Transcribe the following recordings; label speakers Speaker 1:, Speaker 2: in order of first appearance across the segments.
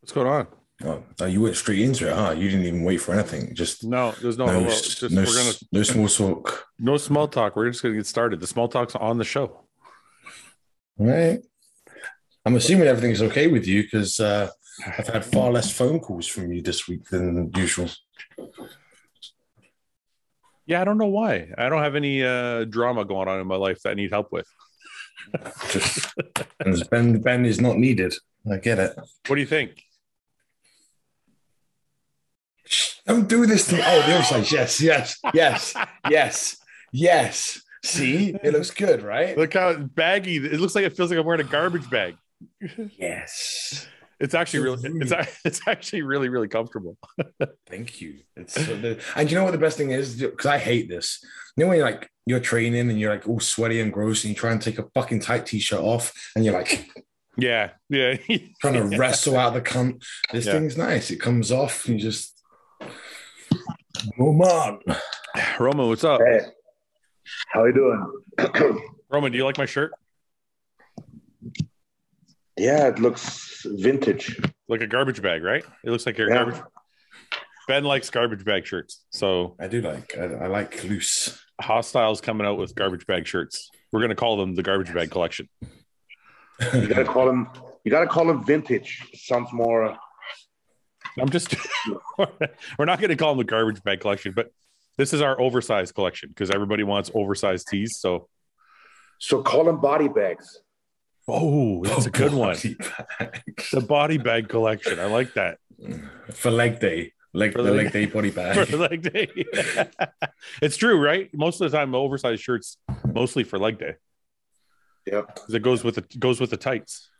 Speaker 1: What's going on?
Speaker 2: Oh, oh, you went straight into it, huh? You didn't even wait for anything. Just
Speaker 1: No, there's no
Speaker 2: no,
Speaker 1: hello.
Speaker 2: s-
Speaker 1: It's Just,
Speaker 2: no,
Speaker 1: we're gonna
Speaker 2: s- no small talk.
Speaker 1: no small talk. We're just gonna get started. The small talk's on the show.
Speaker 2: All Right. I'm assuming everything's okay with you because uh, I've had far less phone calls from you this week than usual.
Speaker 1: Yeah, I don't know why. I don't have any uh, drama going on in my life that I need help with.
Speaker 2: Just, and ben, ben is not needed. I get it.
Speaker 1: What do you think?
Speaker 2: Don't do this to Oh, the other side. Yes, yes, yes, yes, yes. See, it looks good, right?
Speaker 1: Look how baggy. It looks like it feels like I'm wearing a garbage bag.
Speaker 2: Yes.
Speaker 1: It's actually
Speaker 2: So
Speaker 1: really. It's,
Speaker 2: roomy.
Speaker 1: ac- it's actually really really comfortable.
Speaker 2: Thank you. It's so good. and you know what the best thing is? Because I hate this. You know when you're like you're training and you're like all sweaty and gross and you try and take a fucking tight t-shirt off and you're like
Speaker 1: Yeah, yeah.
Speaker 2: trying to wrestle out the cum. This
Speaker 1: Yeah.
Speaker 2: thing's nice. It comes off and you just move on.
Speaker 1: Roman, what's up?
Speaker 3: Hey, how you doing?
Speaker 1: Roman, do you like my shirt?
Speaker 3: yeah, it looks vintage.
Speaker 1: Like a garbage bag, right? It looks like your
Speaker 3: Yeah.
Speaker 1: garbage. Ben likes garbage bag shirts, so
Speaker 2: I do like I, I like loose.
Speaker 1: Hostile's coming out with garbage bag shirts. We're gonna call them the garbage bag collection.
Speaker 3: You gotta call them. You gotta call them vintage. Sounds more. uh,
Speaker 1: I'm just we're not going to call them the garbage bag collection, but this is our oversized collection because everybody wants oversized tees. So
Speaker 3: So call them body bags.
Speaker 1: oh, that's a good one.
Speaker 2: Body
Speaker 1: The body bag collection. I like that.
Speaker 2: bag. For leg day. Leg,
Speaker 1: For
Speaker 2: the
Speaker 1: leg-
Speaker 2: leg day body
Speaker 1: For
Speaker 2: bag.
Speaker 1: leg day. it's true, right? Most of the time, the oversized shirts mostly for leg day
Speaker 3: Yep.
Speaker 1: 'cause it goes with the goes with the tights.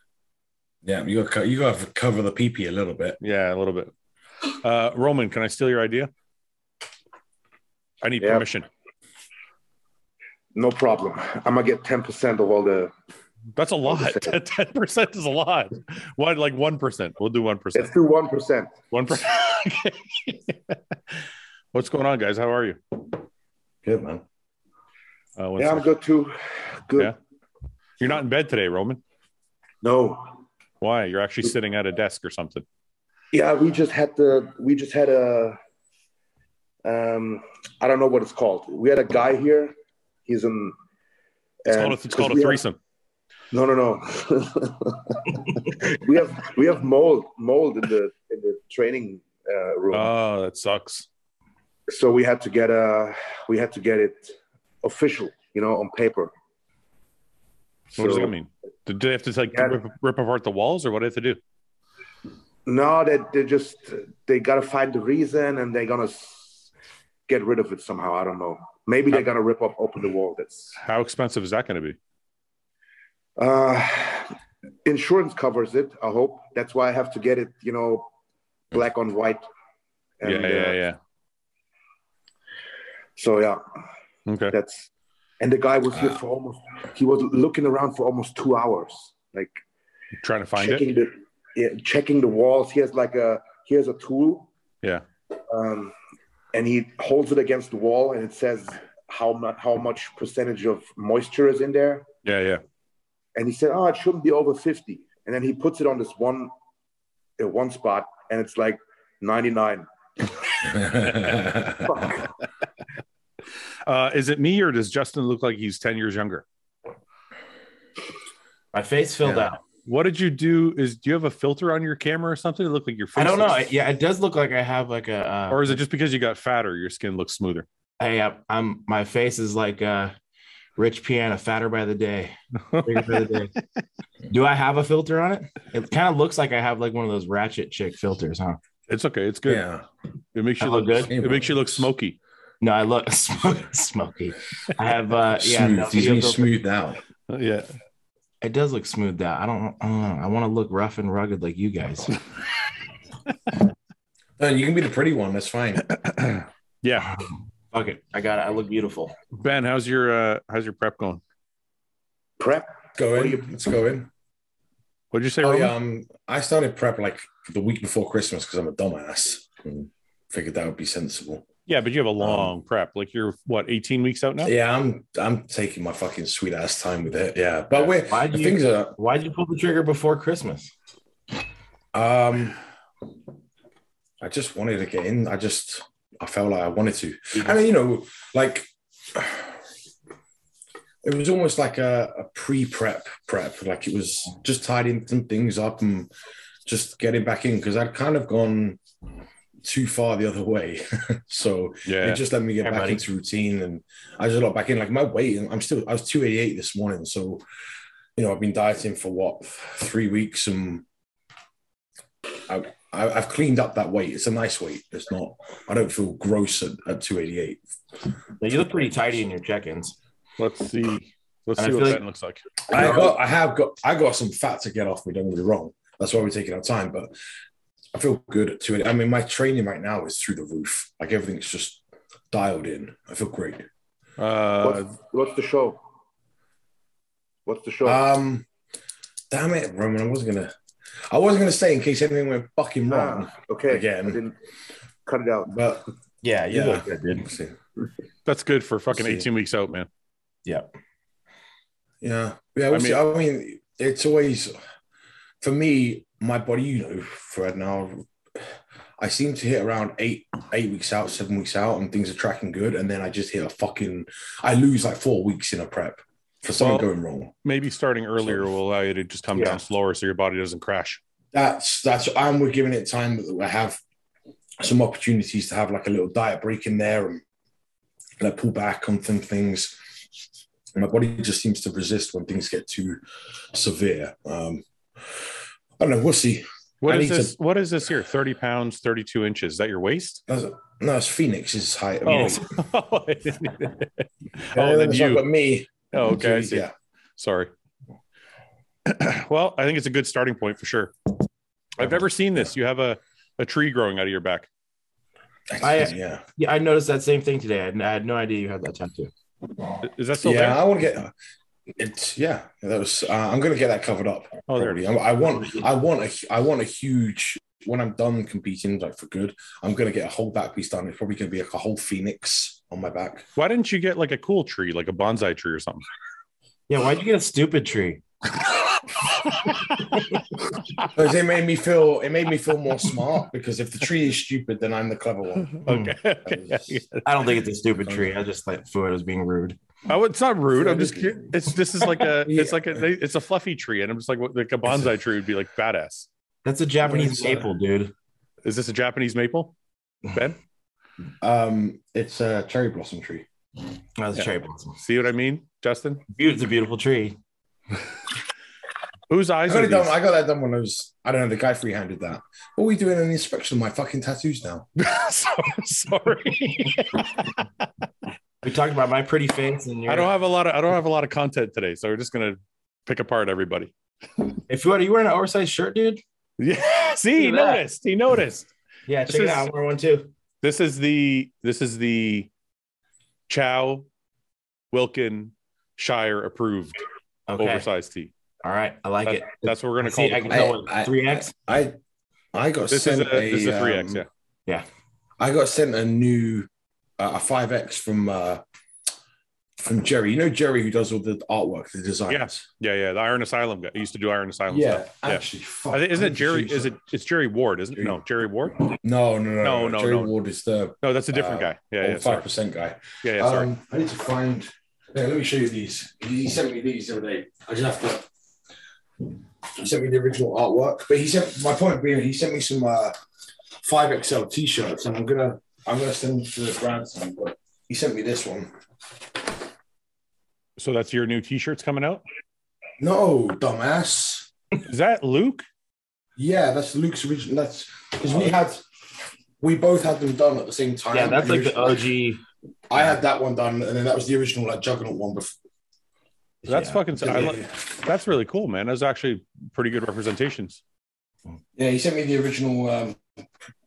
Speaker 2: yeah, you got to you got to cover the pee pee a little bit.
Speaker 1: Yeah, a little bit. Uh, Roman, can I steal your idea? I need
Speaker 3: Yeah.
Speaker 1: permission.
Speaker 3: No problem. I'm gonna get ten percent of all the.
Speaker 1: That's a lot. Ten percent is a lot. One like one percent. We'll do one percent.
Speaker 3: Let's do one percent.
Speaker 1: One percent. What's going on, guys? How are you?
Speaker 2: Good man.
Speaker 1: Uh, one
Speaker 3: Yeah, I'm
Speaker 1: sec.
Speaker 3: good too. Good.
Speaker 1: Yeah. You're not in bed today, Roman.
Speaker 3: No.
Speaker 1: Why? You're actually sitting at a desk or something.
Speaker 3: Yeah, we just had the. We just had a. Um, I don't know what it's called. We had a guy here. He's um, an.
Speaker 1: It's
Speaker 3: and-
Speaker 1: called a, it's called a
Speaker 3: we have-
Speaker 1: threesome.
Speaker 3: No, no, no. we have we have mold mold in the in the training uh, room,
Speaker 1: Oh, that sucks.
Speaker 3: so we had to get a we had to get it official, you know, on paper.
Speaker 1: What does that mean? Do do they have to like
Speaker 3: Yeah.
Speaker 1: rip, rip apart the walls, or what do they have to do?
Speaker 3: No, that they, just they gotta find the reason, and they're gonna s- get rid of it somehow. I don't know. Maybe they're gonna rip up open the wall. That's
Speaker 1: How expensive is that going to be?
Speaker 3: uh, insurance covers it. I hope that's why I have to get it, you know, black on white.
Speaker 1: yeah,
Speaker 3: uh,
Speaker 1: yeah, yeah.
Speaker 3: So yeah.
Speaker 1: Okay.
Speaker 3: That's and the guy was here
Speaker 2: Wow.
Speaker 3: for almost he was looking around for almost two hours, like
Speaker 1: Trying to find
Speaker 3: checking
Speaker 1: it.
Speaker 3: the yeah, checking the walls. He has like a he has a tool.
Speaker 1: Yeah.
Speaker 3: Um, and he holds it against the wall and it says how much how much percentage of moisture is in there.
Speaker 1: Yeah, yeah.
Speaker 3: And he said, Oh, it shouldn't be over 50. And then he puts it on this one uh, one spot and it's like 99.
Speaker 1: Uh, is it me or does Justin look like he's ten years younger?
Speaker 4: My face filled
Speaker 2: Yeah.
Speaker 4: out.
Speaker 1: What did you do? Is do you have a filter on your camera or something? It looked like your face.
Speaker 4: I don't know.
Speaker 1: looks-
Speaker 4: It- Yeah, it does look like I have like a. Uh,
Speaker 1: Or is it just because you got fatter, your skin looks smoother?
Speaker 4: hey, I, I'm my face is like uh rich piano, fatter by the day, bigger by the day. Do I have a filter on it? It kind of looks like I have like one of those ratchet chick filters, huh?
Speaker 1: It's okay. It's good.
Speaker 2: yeah.
Speaker 1: It makes you
Speaker 4: I
Speaker 1: look good.
Speaker 4: look
Speaker 2: good?
Speaker 1: It makes you look smoky.
Speaker 4: No, I look smoky. smoky. I have uh yeah,
Speaker 2: smooth.
Speaker 4: no,
Speaker 2: He's
Speaker 4: video
Speaker 2: being
Speaker 4: filter.
Speaker 2: smoothed out.
Speaker 1: Uh, Yeah.
Speaker 4: it does look smoothed out. I don't, I don't know. I want to look rough and rugged like you guys.
Speaker 2: No, you can be the pretty one. That's fine.
Speaker 1: Yeah.
Speaker 4: Fuck it. I got it. I look beautiful.
Speaker 1: Ben, how's your uh how's your prep going?
Speaker 3: Prep.
Speaker 2: Go
Speaker 3: What do
Speaker 2: in.
Speaker 3: you-
Speaker 2: Let's go in.
Speaker 1: What did you say,
Speaker 2: Oh,
Speaker 1: Roman?
Speaker 2: yeah, um, I started prep like the week before Christmas because I'm a dumbass and figured that would be sensible.
Speaker 1: Yeah, but you have a long prep. Like you're what, 18 weeks out now?
Speaker 2: Um, Yeah, I'm I'm taking my fucking sweet ass time with it. Yeah, but we're
Speaker 4: Why'd
Speaker 2: the
Speaker 4: you-
Speaker 2: things are
Speaker 4: Why'd you pull the trigger before Christmas?
Speaker 2: um I just wanted to get in. I just I felt like I wanted to. And you know, like it was almost like a, a pre-prep prep. Like it was just tidying some things up and just getting back in because I'd kind of gone too far the other way. so
Speaker 1: Yeah.
Speaker 2: it just let me get
Speaker 4: Yeah,
Speaker 2: back
Speaker 4: buddy.
Speaker 2: into routine and I just got back in. Like my weight, and I'm still I was 288 this morning. So you know, I've been dieting for what three weeks and I, I, I've cleaned up that weight. It's a nice weight. It's not I don't feel gross at, at 288.
Speaker 4: Now, you look pretty tidy in your check-ins.
Speaker 1: Let's see. Let's
Speaker 4: And
Speaker 1: see
Speaker 4: I
Speaker 1: what
Speaker 4: feel
Speaker 1: that
Speaker 4: like-
Speaker 1: looks like.
Speaker 2: I got I have got I got some fat to get off me, don't get me wrong. That's why we're taking our time, but I feel good at 288. I mean, my training right now is through the roof. Like everything's just dialed in. I feel great.
Speaker 1: Uh,
Speaker 3: what's, what's the show? What's the show?
Speaker 2: Um, damn it, Roman. I wasn't gonna. I wasn't gonna say in case anything went fucking wrong
Speaker 3: Ah, okay.
Speaker 2: again.
Speaker 3: I didn't cut it out.
Speaker 2: but
Speaker 4: Yeah,
Speaker 2: you look
Speaker 4: good,
Speaker 2: we'll see.
Speaker 1: that's good for fucking
Speaker 2: see.
Speaker 1: 18 weeks out, man.
Speaker 2: yeah, yeah. We'll
Speaker 1: I
Speaker 2: see. I mean, it's always for me. My body, you know, Fred. Now, I seem to hit around eight, eight weeks out, seven weeks out, and things are tracking good. And then I just hit a fucking. I lose like four weeks in a prep for something
Speaker 1: Well-
Speaker 2: going wrong.
Speaker 1: Maybe starting earlier will allow you to just come
Speaker 3: Yeah.
Speaker 1: down slower so your body doesn't crash.
Speaker 2: that's that's and we're giving it time that we have some opportunities to have like a little diet break in there and like pull back on some things And my body just seems to resist when things get too severe um i don't know we'll see
Speaker 1: What
Speaker 2: I
Speaker 1: is
Speaker 2: need
Speaker 1: this? What is this here? 30 pounds, 32 inches. Is that your waist?
Speaker 2: that's no it's phoenix's height
Speaker 1: Oh,
Speaker 2: Phoenix.
Speaker 1: oh,
Speaker 2: Yeah,
Speaker 1: then
Speaker 2: that's not
Speaker 1: you.
Speaker 2: got me
Speaker 1: Oh, okay. I see.
Speaker 2: yeah
Speaker 1: Sorry. well, I think it's a good starting point for sure. I've never seen this. You have a, a tree growing out of your back.
Speaker 4: I-
Speaker 2: yeah
Speaker 4: Yeah, I noticed that same thing today. I had, I had no idea you had that tattoo.
Speaker 1: Is that still
Speaker 2: yeah i want to get it's yeah that was uh, i'm gonna get that covered up
Speaker 1: there? Oh, there it is.
Speaker 2: Probably. I, I want, I want, a, I want a huge. When I'm done competing, like for good, I'm gonna get a whole back piece done. It's probably gonna be like a whole phoenix on my back.
Speaker 1: Why didn't you get like a cool tree, like a bonsai tree or something?
Speaker 4: Yeah, why'd you get a stupid tree?
Speaker 2: Because it made me feel, it made me feel more smart. Because if the tree is stupid, then I'm the clever one.
Speaker 1: Okay.
Speaker 4: I don't think it's a stupid tree. I just like thought it was being rude.
Speaker 1: Oh, it's not rude. I'm just curious. It's this is like a
Speaker 2: Yeah.
Speaker 1: it's like a it's a fluffy tree, and I'm just like what like a bonsai tree would be like badass.
Speaker 4: That's a Japanese
Speaker 2: What is that?
Speaker 1: uh,
Speaker 4: maple, dude.
Speaker 1: Is this a Japanese maple? Ben,
Speaker 2: Um, it's a cherry blossom tree.
Speaker 4: That's
Speaker 1: Yeah.
Speaker 4: a cherry blossom.
Speaker 1: see what I mean, Justin?
Speaker 4: It's a beautiful tree.
Speaker 1: Whose
Speaker 2: I
Speaker 1: eyes
Speaker 2: got,
Speaker 1: are
Speaker 2: it done,
Speaker 1: these?
Speaker 2: I got that done when I was, I don't know, the guy free handed that. What are we doing an inspection of my fucking tattoos now?
Speaker 1: So- Sorry,
Speaker 4: We talked about my pretty face and your.
Speaker 1: I don't have a lot of I don't have a lot of content today, so we're just gonna pick apart everybody.
Speaker 4: if you are you wearing an oversized shirt, dude?
Speaker 1: Yeah, see, he
Speaker 4: Look at that.
Speaker 1: noticed. He noticed.
Speaker 4: Yeah,
Speaker 1: This
Speaker 4: check it
Speaker 1: is-
Speaker 4: out. I wear one too.
Speaker 1: This is the this is the Chow Wilkin Shire approved
Speaker 4: Okay.
Speaker 1: oversized tee.
Speaker 4: All right. I like
Speaker 1: That-
Speaker 4: it.
Speaker 1: that's what we're gonna
Speaker 4: I
Speaker 1: call
Speaker 4: see, I can
Speaker 1: it.
Speaker 4: tell
Speaker 2: I- I-
Speaker 4: it. 3X.
Speaker 2: I, I got
Speaker 1: This is
Speaker 2: sent
Speaker 1: a this is a three X.
Speaker 2: um,
Speaker 1: Yeah.
Speaker 2: I got sent a new uh, a five X from uh, from Jerry. You know Jerry who does all the artwork, the designs.
Speaker 1: Yeah, yeah, the Iron Asylum guy. He used to do Iron Asylum
Speaker 2: yeah.
Speaker 1: stuff. Yeah.
Speaker 2: Actually, fuck,
Speaker 1: I think, isn't
Speaker 2: I
Speaker 1: it
Speaker 2: need to
Speaker 1: Jerry?
Speaker 2: choose
Speaker 1: Is it
Speaker 2: something.
Speaker 1: it's Jerry Ward? Isn't it?
Speaker 2: Jerry-
Speaker 1: No, Jerry Ward.
Speaker 2: No, no, no,
Speaker 1: No, no,
Speaker 2: Jerry
Speaker 1: no.
Speaker 2: Ward is the
Speaker 1: No, that's a different
Speaker 2: Uh,
Speaker 1: guy. Yeah, yeah,
Speaker 2: five
Speaker 1: sorry.
Speaker 2: percent guy.
Speaker 1: Yeah, yeah, sorry.
Speaker 2: Um, I need to find. Yeah, let me show you these. He sent me these the other day. I just have to. He sent me the original artwork, but he sent my point being he sent me some uh five XL t shirts, and I'm gonna I'm gonna send them to the grandson. But he sent me this one.
Speaker 1: so that's your new T-shirts coming out.
Speaker 2: No, dumbass.
Speaker 1: Is that Luke?
Speaker 2: Yeah, that's Luke's original. That's because we had, we both had them done at the same time.
Speaker 4: Yeah, that's like the
Speaker 2: Originally.
Speaker 4: OG.
Speaker 2: I had that one done, and then that was the original like Juggernaut one. Before.
Speaker 1: That's
Speaker 4: Yeah.
Speaker 1: fucking. I
Speaker 2: yeah.
Speaker 1: li- that's really cool, man. That's actually pretty good representations.
Speaker 2: Yeah, he sent me the original um,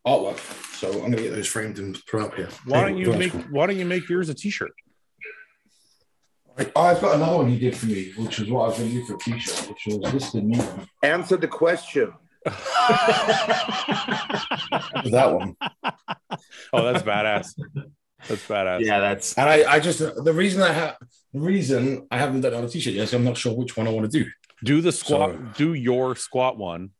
Speaker 2: artwork, so I'm gonna get those framed and put up here.
Speaker 1: Why don't you make Why don't you make yours a T-shirt?
Speaker 2: I've got another one he did for me, which is what I was gonna do for a T-shirt, which was this is the new one.
Speaker 3: Answer the question.
Speaker 2: That one.
Speaker 1: Oh, that's badass. That's badass.
Speaker 4: Yeah, that's.
Speaker 2: And I, I just the reason I have the reason I haven't done another T-shirt yet is I'm not sure which one I want to do.
Speaker 1: Do the squat.
Speaker 2: So-
Speaker 1: do your squat one,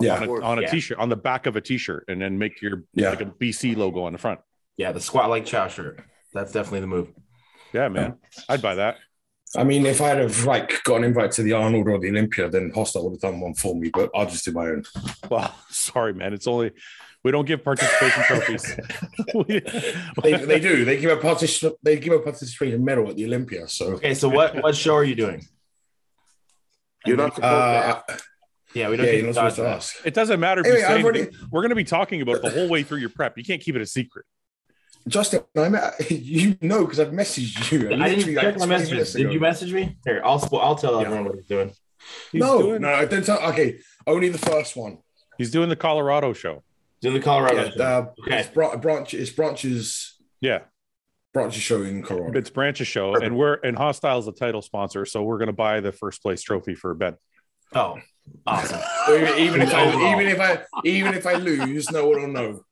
Speaker 2: Yeah.
Speaker 1: on a,
Speaker 3: Or-
Speaker 1: on a
Speaker 4: yeah.
Speaker 1: shirt on the back of a t-shirt, and then make your
Speaker 2: Yeah.
Speaker 1: like a BC logo on the front.
Speaker 4: Yeah, the squat like chow shirt. That's definitely the move.
Speaker 1: Yeah, man, I'd buy that.
Speaker 2: I mean, if I'd have like got an invite to the Arnold or the Olympia, then Hostel would have done one for me, but I'll just do my own.
Speaker 1: Well, sorry, man, it's only we don't give participation trophies. We-
Speaker 2: They, they do. They give a particip- they give a participation medal at the Olympia. So
Speaker 4: Okay, so what what show are you doing?
Speaker 3: You're not supposed
Speaker 2: uh,
Speaker 4: Yeah,
Speaker 2: yeah,
Speaker 4: we don't
Speaker 2: you're
Speaker 4: need
Speaker 2: not
Speaker 4: to dodge
Speaker 2: supposed to
Speaker 4: that.
Speaker 2: ask.
Speaker 1: It doesn't matter. If you
Speaker 2: Anyway,
Speaker 1: say
Speaker 2: I've already-
Speaker 1: anything. We're going to be talking about it the whole way through your prep. You can't keep it a secret.
Speaker 2: Justin, I'm at, you know because I've messaged you.
Speaker 4: I didn't
Speaker 2: literally, like,
Speaker 4: check my
Speaker 2: 20 minutes
Speaker 4: messages.
Speaker 2: ago.
Speaker 4: Did you message me? Here, I'll spo- I'll tell everyone what he's doing.
Speaker 1: He's
Speaker 2: no,
Speaker 1: doing,
Speaker 2: no, don't tell. Okay, only the first one.
Speaker 1: he's doing the Colorado show.
Speaker 4: Doing the Colorado.
Speaker 2: Yeah,
Speaker 4: show.
Speaker 2: uh,
Speaker 4: Okay.
Speaker 2: it's Bra- branch. It's branches.
Speaker 1: Yeah,
Speaker 2: Branches show in Colorado.
Speaker 1: it's Branch's show,
Speaker 2: Perfect.
Speaker 1: and we're and Hostile's the title sponsor, so we're going to buy the first place trophy for Ben.
Speaker 4: oh, awesome.
Speaker 2: even, even if I,
Speaker 4: Overall.
Speaker 2: even if I, even if I lose, no one will know.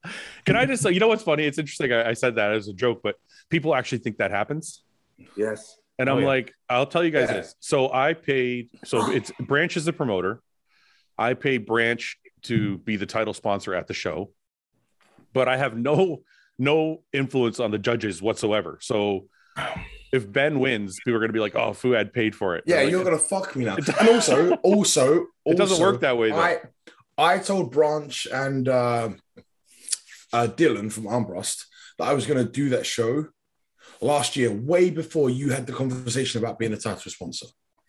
Speaker 1: Can I just say, you know what's funny? It's interesting. I, I said that as a joke, but people actually think that happens.
Speaker 3: to. Yes.
Speaker 1: And
Speaker 4: Oh,
Speaker 1: I'm
Speaker 4: yeah.
Speaker 1: like, I'll tell you guys
Speaker 2: Yeah.
Speaker 1: this. So I paid, so it's Branch is the promoter. I pay Branch to be the title sponsor at the show, but I have no no influence on the judges whatsoever. So if Ben wins, people are gonna be like, oh, Fuad paid for it.
Speaker 2: Yeah,
Speaker 1: Like,
Speaker 2: you're
Speaker 1: it-
Speaker 2: gonna fuck me now.
Speaker 1: It-
Speaker 2: And also, also,
Speaker 1: It doesn't
Speaker 2: also,
Speaker 1: work that way though.
Speaker 2: I, I told Branch and uh, uh, Dylan from Armbrust that I was gonna do that show last year, way before you had the conversation about being a title sponsor.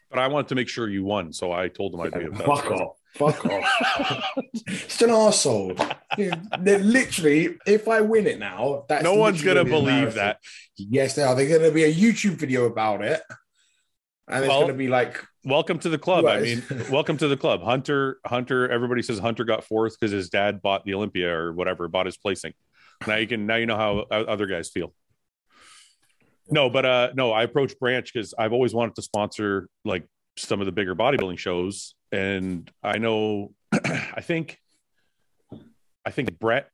Speaker 1: but I wanted to make sure you won. So I told them I'd be a title
Speaker 2: Fuck
Speaker 1: sponsor.
Speaker 2: off. Fuck off. it's an arsehole. Yeah, they're literally, if I win it now, that's
Speaker 1: No one's gonna
Speaker 2: literally the
Speaker 1: believe
Speaker 2: narrative.
Speaker 1: that.
Speaker 2: Yes, they are. They're gonna be a YouTube video about it. And it's
Speaker 1: Well,
Speaker 2: gonna be like
Speaker 1: Welcome to the club. I
Speaker 2: Right.
Speaker 1: mean, welcome to the club. Hunter, Hunter, everybody says Hunter got fourth because his dad bought the Olympia or whatever, bought his placing. Now you can now you know how o- other guys feel. No, but uh no, I approached Branch because I've always wanted to sponsor like some of the bigger bodybuilding shows. And I know I think I think Brett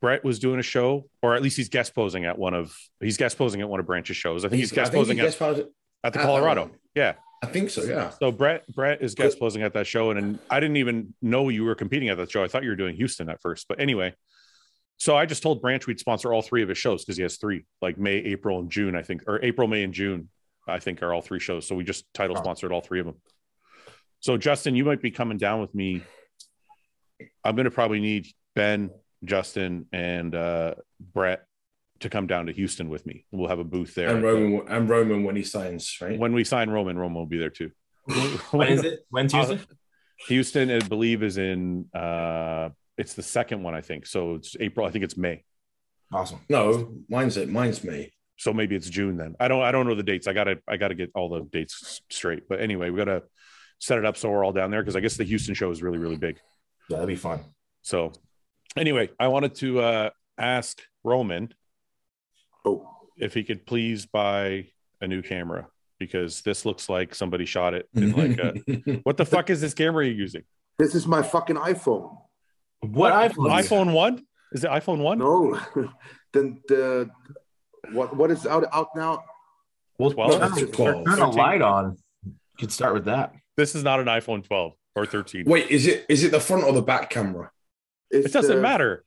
Speaker 1: Brett was doing a show, or at least he's guest posing at one of he's guest posing at one of Branch's shows. I think he's,
Speaker 2: I
Speaker 1: guest
Speaker 2: think
Speaker 1: posing
Speaker 2: he guest posed-
Speaker 1: at, at the
Speaker 2: at uh, that
Speaker 1: Colorado.
Speaker 2: one.
Speaker 1: Yeah.
Speaker 2: I think so, yeah.
Speaker 1: So Brett Brett is guest posing at that show, and, and I didn't even know you were competing at that show. I thought you were doing Houston at first, but anyway. So I just told Branch we'd sponsor all three of his shows because he has three, like May, April, and June. I think, or April, May, and June. I think are all three shows. So we just title
Speaker 4: Wow.
Speaker 1: sponsored all three of them. So Justin, you might be coming down with me. I'm going to probably need Ben, Justin, and uh, Brett to come down to Houston with me. We'll have a booth there.
Speaker 2: And Roman and Roman when he signs, right?
Speaker 1: When we sign Roman, Roman will be there too.
Speaker 4: When is it? When Tuesday?
Speaker 1: Houston, I believe, is in uh it's the second one, I think. So it's April. I think it's May.
Speaker 4: Awesome.
Speaker 2: No, mine's it. Mine's me.
Speaker 1: So maybe it's June then. I don't I don't know the dates. I gotta I gotta get all the dates s- straight. But anyway, we gotta set it up so we're all down there because I guess the Houston show is really, really big.
Speaker 4: Yeah, that'd be fun.
Speaker 1: So anyway, I wanted to uh ask Roman
Speaker 3: Oh,
Speaker 1: if he could please buy a new camera because this looks like somebody shot it in like a what the fuck is this camera you're using?
Speaker 3: this is my fucking iPhone.
Speaker 4: What iPhone?
Speaker 1: iPhone one? Is it iPhone one?
Speaker 3: No, then the what what is out out now?
Speaker 4: Well,
Speaker 1: Twelve?
Speaker 4: turn,
Speaker 2: That's
Speaker 4: turn
Speaker 2: twelve.
Speaker 4: the
Speaker 1: Thirteen.
Speaker 4: light on. Could start with that.
Speaker 1: This is not an iPhone 12 or 13.
Speaker 2: Wait, is it is it the front or the back camera?
Speaker 3: It's
Speaker 1: It doesn't
Speaker 3: the-
Speaker 1: matter.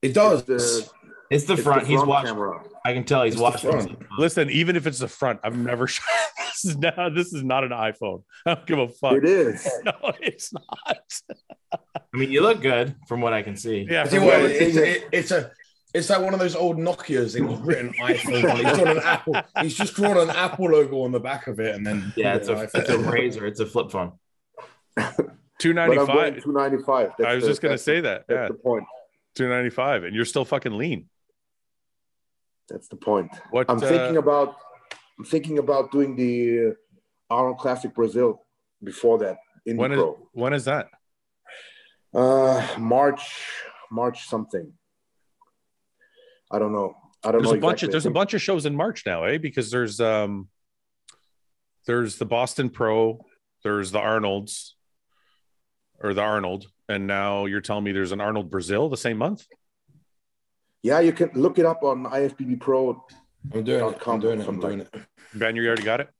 Speaker 2: It
Speaker 3: it's
Speaker 2: does.
Speaker 3: the-
Speaker 4: It's the
Speaker 3: it's
Speaker 4: front. He's watching.
Speaker 3: camera.
Speaker 4: I can tell he's
Speaker 2: It's the
Speaker 4: watching.
Speaker 2: front.
Speaker 1: Listen, even if it's the front, I've never shot. This is not. This is not an iPhone. I don't give a fuck.
Speaker 3: It is.
Speaker 1: No, it's not.
Speaker 4: I mean, you look good from what I can see.
Speaker 1: Yeah,
Speaker 2: I
Speaker 1: for
Speaker 2: tell you what,
Speaker 1: real.
Speaker 3: it's-
Speaker 2: it's, a- it's a it's like one of those old Nokia's that was written iPhone. on it. He's drawn an Apple. He's just drawn an Apple logo on the back of it, and then
Speaker 4: Yeah, it's a
Speaker 2: iPhone.
Speaker 4: it's a razor. It's a flip phone.
Speaker 1: two
Speaker 3: But
Speaker 1: ninety
Speaker 3: I'm going
Speaker 1: five.
Speaker 3: two ninety five.
Speaker 1: I was just gonna say that.
Speaker 3: That's
Speaker 1: Yeah,
Speaker 3: the point.
Speaker 1: two ninety five, and you're still fucking lean.
Speaker 3: That's the point.
Speaker 1: What
Speaker 3: I'm
Speaker 1: uh,
Speaker 3: thinking about I'm thinking about doing the uh, Arnold Classic Brazil before that in
Speaker 1: When is-
Speaker 3: Pro.
Speaker 1: When is that?
Speaker 3: Uh, March March something. I don't know. I don't
Speaker 1: There's
Speaker 3: know.
Speaker 1: a bunch
Speaker 3: exactly.
Speaker 1: of there's a bunch of shows in March now, eh? Because there's um, there's the Boston Pro, there's the Arnold's, or the Arnold, and now you're telling me there's an Arnold Brazil the same month.
Speaker 3: Yeah, you can look it up on IFBB Pro.
Speaker 2: I'm doing it. I'm doing it. I'm
Speaker 3: Something
Speaker 2: doing it. It
Speaker 1: Ben, you already got it.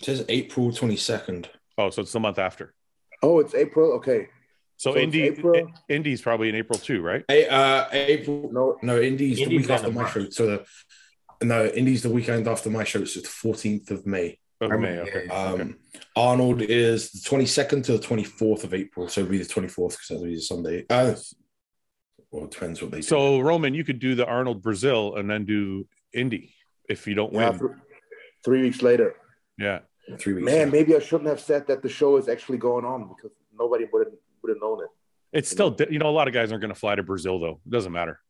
Speaker 2: says April twenty second.
Speaker 1: Oh, so it's the month after.
Speaker 3: Oh, it's April. Okay.
Speaker 1: So,
Speaker 3: So it's
Speaker 1: Indy, eh,
Speaker 3: April?
Speaker 1: Indy's probably in April too, right?
Speaker 2: Hey, uh, April.
Speaker 3: No,
Speaker 2: No, Indy's the
Speaker 4: Indy's
Speaker 2: week
Speaker 4: on
Speaker 2: after
Speaker 4: the
Speaker 2: my
Speaker 4: mark.
Speaker 2: show. So the no, Indy's the weekend after my show. So it's the fourteenth of May.
Speaker 1: Of May, okay.
Speaker 2: Um,
Speaker 1: Okay.
Speaker 2: Arnold is the twenty second to the twenty fourth of April. So it'll be the twenty fourth because that'll be the Sunday. Uh, well, it depends what they do.
Speaker 1: So Roman, you could do the Arnold Brazil and then do Indy if you don't
Speaker 3: yeah,
Speaker 1: win.
Speaker 3: th- three weeks later.
Speaker 1: Yeah.
Speaker 2: three weeks.
Speaker 3: Man,
Speaker 2: out.
Speaker 3: maybe I shouldn't have said that the show is actually going on because nobody would have would have known it.
Speaker 1: It's still, di- you know, a lot of guys aren't going to fly to Brazil though. It doesn't matter.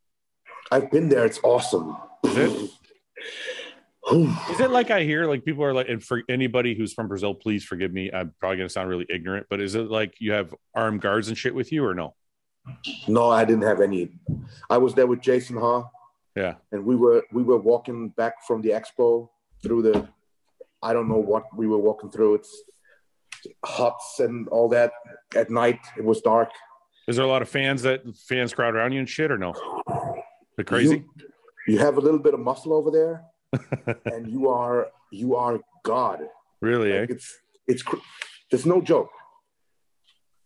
Speaker 3: I've been there. It's awesome.
Speaker 1: Is it? Is it like I hear like people are like, and for anybody who's from Brazil, please forgive me. I'm probably going to sound really ignorant, but is it like you have armed guards and shit with you or no?
Speaker 3: No, I didn't have any. I was there with Jason Ha,
Speaker 1: Yeah.
Speaker 3: and we were we were walking back from the expo through the, I don't know what we were walking through. It's huts and all that at night. It was dark.
Speaker 1: Is there a lot of fans that fans crowd around you and shit or no? The crazy.
Speaker 3: You, you have a little bit of muscle over there, and you are you are God.
Speaker 1: really? Eh?
Speaker 3: Like it's it's cr- there's no joke.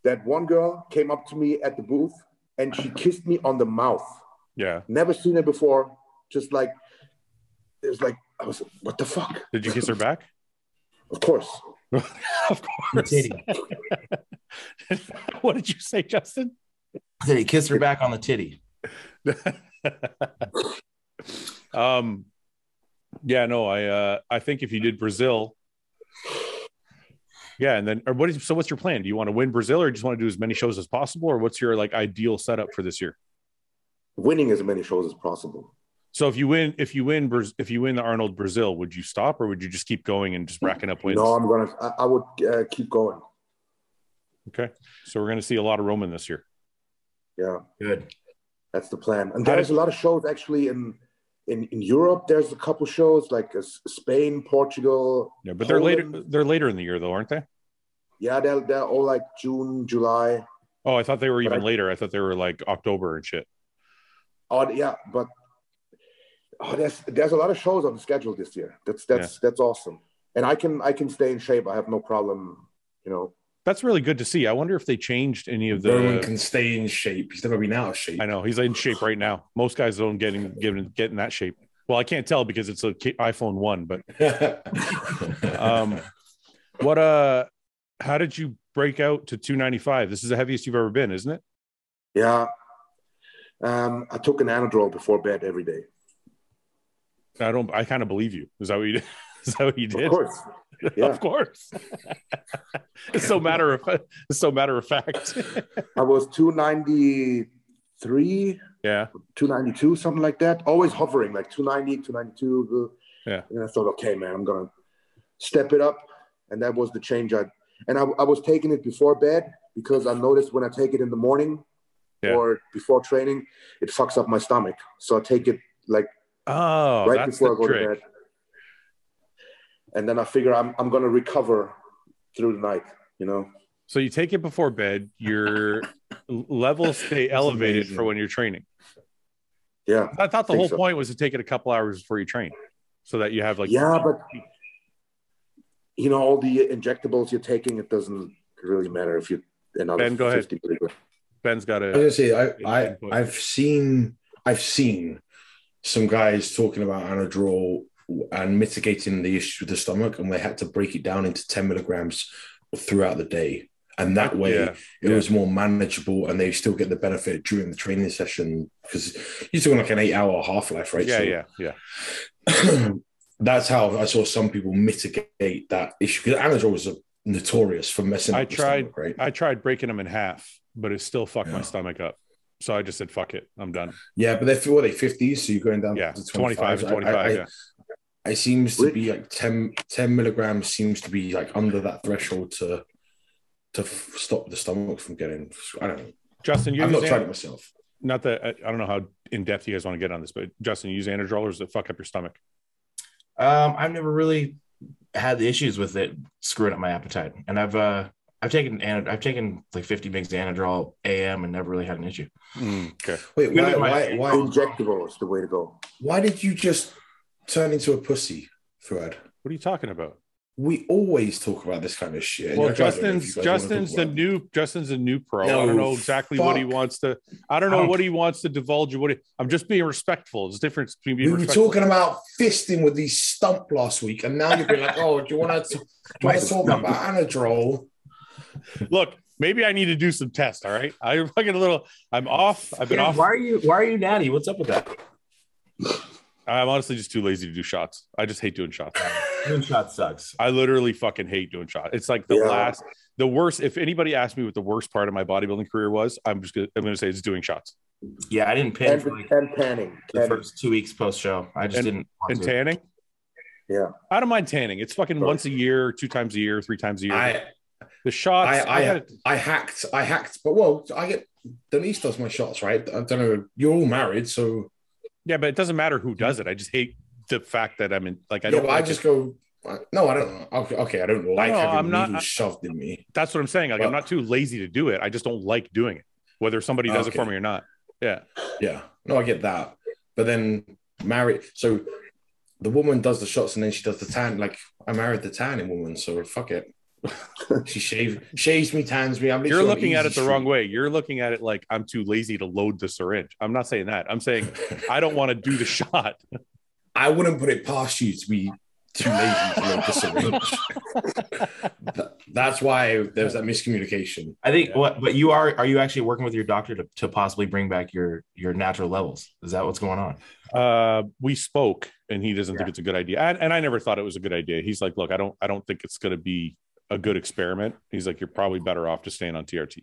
Speaker 3: That one girl came up to me at the booth and she kissed me on the mouth.
Speaker 1: Yeah.
Speaker 3: Never seen it before. Just like it was like I was what the fuck?
Speaker 1: Did you kiss her back?
Speaker 3: Of course.
Speaker 1: of course.
Speaker 4: titty.
Speaker 1: what did you say, Justin?
Speaker 4: Did he kiss her back on the titty?
Speaker 1: um yeah no i uh i think if you did brazil yeah and then or what is so what's your plan do you want to win brazil or just want to do as many shows as possible or what's your like ideal setup for this year
Speaker 3: Winning as many shows as possible.
Speaker 1: so if you win if you win Braz- if you win the arnold brazil would you stop or would you just keep going and just racking up wins
Speaker 3: No, I'm gonna. I, I would uh, keep going.
Speaker 1: okay so we're going to see a lot of roman this year
Speaker 3: Yeah,
Speaker 4: Good.
Speaker 3: that's the plan. And
Speaker 1: How
Speaker 3: there's a lot of shows actually in in, in Europe. There's a couple shows like uh, S- Spain, Portugal.
Speaker 1: yeah but they're later
Speaker 3: Poland.
Speaker 1: they're later in the year though aren't they
Speaker 3: Yeah, they're they're all like June, July.
Speaker 1: oh i thought they were even
Speaker 3: Right.
Speaker 1: later i thought they were like october and shit
Speaker 3: Oh yeah, but oh, there's there's a lot of shows on the schedule this year. That's that's that's awesome, and I can I can stay in shape. I have no problem. You know,
Speaker 1: that's really good to see i wonder if they changed any of the
Speaker 2: Roman can stay in shape. He's never been out of shape.
Speaker 1: I know he's in shape right now. Most guys don't get in, get in, get in that shape. Well, I can't tell because it's a K- iPhone one. But um, what uh, how did you break out to 295? This is the heaviest you've ever been, isn't it?
Speaker 3: yeah. Um, I took an Anadrol before bed every day.
Speaker 1: I don't. I kind of believe you. Is that what you did? Is that what you
Speaker 3: Of
Speaker 1: did?
Speaker 3: course, yeah.
Speaker 1: Of course. it's so matter of it's so matter of fact.
Speaker 3: I was two ninety three,
Speaker 1: yeah.
Speaker 3: two ninety two, something like that. Always hovering like 290, 292.
Speaker 1: Yeah.
Speaker 3: And I thought, okay, man, I'm gonna step it up, and that was the change. I and I, I was taking it before bed because I noticed when I take it in the morning.
Speaker 1: Yeah.
Speaker 3: or before training, it fucks up my stomach. So I take it like
Speaker 1: Oh,
Speaker 3: right
Speaker 1: that's
Speaker 3: before
Speaker 1: the
Speaker 3: I go
Speaker 1: trick.
Speaker 3: to bed. And then I figure I'm, I'm going to recover through the night, you know?
Speaker 1: So you take it before bed. Your levels stay elevated
Speaker 2: amazing.
Speaker 1: for when you're training.
Speaker 3: Yeah.
Speaker 1: I thought the
Speaker 3: Think
Speaker 1: whole
Speaker 3: so.
Speaker 1: point was to take it a couple hours before you train, so that you have like
Speaker 3: yeah, but you know, all the injectables you're taking, it doesn't really matter if you another
Speaker 1: Ben, go ahead.
Speaker 3: 50 milligram.
Speaker 1: Ben's got
Speaker 2: I
Speaker 1: a
Speaker 2: was gonna say I, I I've seen I've seen some guys talking about anadrol and mitigating the issue with the stomach, and they had to break it down into ten milligrams throughout the day, and that way
Speaker 1: yeah,
Speaker 2: it
Speaker 1: yeah.
Speaker 2: was more manageable, and they still get the benefit during the training session because you're talking like an eight-hour half-life, right?
Speaker 1: yeah,
Speaker 2: So-
Speaker 1: yeah, yeah.
Speaker 2: that's how I saw some people mitigate that issue because anadrol was a, notorious for messing.
Speaker 1: I
Speaker 2: up the
Speaker 1: tried-
Speaker 2: stomach, right?
Speaker 1: I tried breaking them in half, but it still fucked my
Speaker 2: Yeah.
Speaker 1: stomach up. So I just said, "Fuck it, I'm done."
Speaker 2: Yeah, but they're what they fifties, so you're going down
Speaker 1: Yeah,
Speaker 2: to
Speaker 1: 25,
Speaker 2: twenty-five.
Speaker 1: 25.
Speaker 2: I, I,
Speaker 1: yeah.
Speaker 2: it seems to be like 10, 10 milligrams seems to be like under that threshold to to f- stop the stomach from getting. I don't know.
Speaker 1: Justin, you
Speaker 2: I've not
Speaker 1: use
Speaker 2: tried
Speaker 1: an-
Speaker 2: it myself.
Speaker 1: not that I, I don't know how in depth you guys want to get on this, but Justin, you use Anadrol or does it fuck up your stomach?
Speaker 4: Um, I've never really had the issues with it screwing up my appetite, and I've uh, I've taken and I've taken like 50 mgs Anadrol AM and never really had an issue.
Speaker 1: okay,
Speaker 2: Wait,
Speaker 4: Yeah,
Speaker 2: why, why,
Speaker 4: my-
Speaker 2: why,
Speaker 3: Injectable is the way to go.
Speaker 2: why did you just turn into a pussy, Fuad?
Speaker 1: what are you talking about?
Speaker 2: we always talk about this kind of shit.
Speaker 1: Well,
Speaker 2: Like, I don't know if
Speaker 1: Justin's
Speaker 2: you guys wanna
Speaker 1: Justin's
Speaker 2: talk
Speaker 1: the
Speaker 2: about it.
Speaker 1: new Justin's a new pro. I
Speaker 2: No,
Speaker 1: don't know exactly what he
Speaker 2: fuck. Oh.
Speaker 1: wants to. I don't know
Speaker 4: I don't-
Speaker 1: what he wants to divulge. or What he, I'm just being respectful. There's a difference between being
Speaker 2: We were
Speaker 1: respectful.
Speaker 2: talking about fisting with these stump last week, and now you're being like, "Oh, do you want to want to talk about anadrol?"
Speaker 1: Look, maybe I need to do some tests. All right, I'm fucking a little. I'm off. I've been off.
Speaker 4: Why are you why are you natty? What's up with that?
Speaker 1: I'm honestly just too lazy to do shots. I just hate doing shots.
Speaker 4: Moonshot sucks.
Speaker 1: I literally fucking hate doing shots. It's like the
Speaker 3: Yeah.
Speaker 1: last, the worst. If anybody asked me what the worst part of my bodybuilding career was, I'm just gonna, I'm gonna say it's doing shots
Speaker 4: Yeah, I didn't pin
Speaker 3: And,
Speaker 4: for like
Speaker 3: and panning.
Speaker 4: the
Speaker 3: Tanning.
Speaker 4: first two weeks post show. I just
Speaker 1: And-
Speaker 4: didn't want
Speaker 1: and
Speaker 4: to.
Speaker 1: tanning.
Speaker 3: Yeah.
Speaker 1: I don't mind tanning. It's fucking
Speaker 3: Sure.
Speaker 1: once a year, two times a year, three times a year.
Speaker 2: I
Speaker 1: the shots.
Speaker 2: I- I-
Speaker 1: had-
Speaker 2: I hacked, I hacked, but well, I get Denise does my shots, right? I don't know. You're all married, so
Speaker 1: Yeah, but it doesn't matter who does it. I just hate the fact that I'm in. Like I
Speaker 2: I
Speaker 1: don't.
Speaker 2: I
Speaker 1: like
Speaker 2: just
Speaker 1: it.
Speaker 2: go. No, I don't. Okay, okay I don't like
Speaker 1: no,
Speaker 2: having
Speaker 1: I'm not-
Speaker 2: needles shoved in me.
Speaker 1: That's what I'm saying. Like I'm
Speaker 2: Well-
Speaker 1: not too lazy to do it. I just don't like doing it, whether somebody does it
Speaker 2: Okay.
Speaker 1: for me or not. Yeah.
Speaker 2: Yeah, no, I get that. But then married, so the woman does the shots and then she does the tan. Like I married the tanning woman, so fuck it. she shaves, shaves me, tans me. I'm
Speaker 1: You're
Speaker 2: literally on
Speaker 1: looking at it
Speaker 2: easy
Speaker 1: the wrong
Speaker 2: street.
Speaker 1: way. You're looking at it like I'm too lazy to load the syringe. I'm not saying that. I'm saying I don't want to do the shot.
Speaker 2: I wouldn't put it past you to be too lazy to make the syringe. Th- That's why there's that miscommunication.
Speaker 4: I think
Speaker 1: Yeah.
Speaker 4: what but you are are you actually working with your doctor to, to possibly bring back your your natural levels? Is that what's going on?
Speaker 1: Uh, we spoke, and he doesn't
Speaker 4: Yeah.
Speaker 1: think it's a good idea. And, and I never thought it was a good idea. He's like, look, I don't, I don't think it's going to be a good experiment. He's like, you're probably better off just staying on TRT.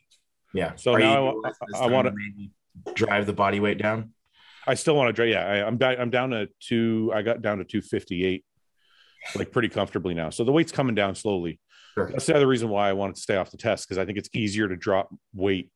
Speaker 4: Yeah.
Speaker 1: So
Speaker 4: Are
Speaker 1: now
Speaker 4: you
Speaker 1: I wa-
Speaker 4: utilizing this
Speaker 1: I
Speaker 4: time
Speaker 1: wanna-
Speaker 4: maybe drive the body weight down.
Speaker 1: I still want to try. Yeah, I, I'm down. I'm down to two. I got down to two fifty eight, like pretty comfortably now. So the weight's coming down slowly.
Speaker 4: Sure.
Speaker 1: That's the other reason why I wanted to stay off the test because I think it's easier to drop weight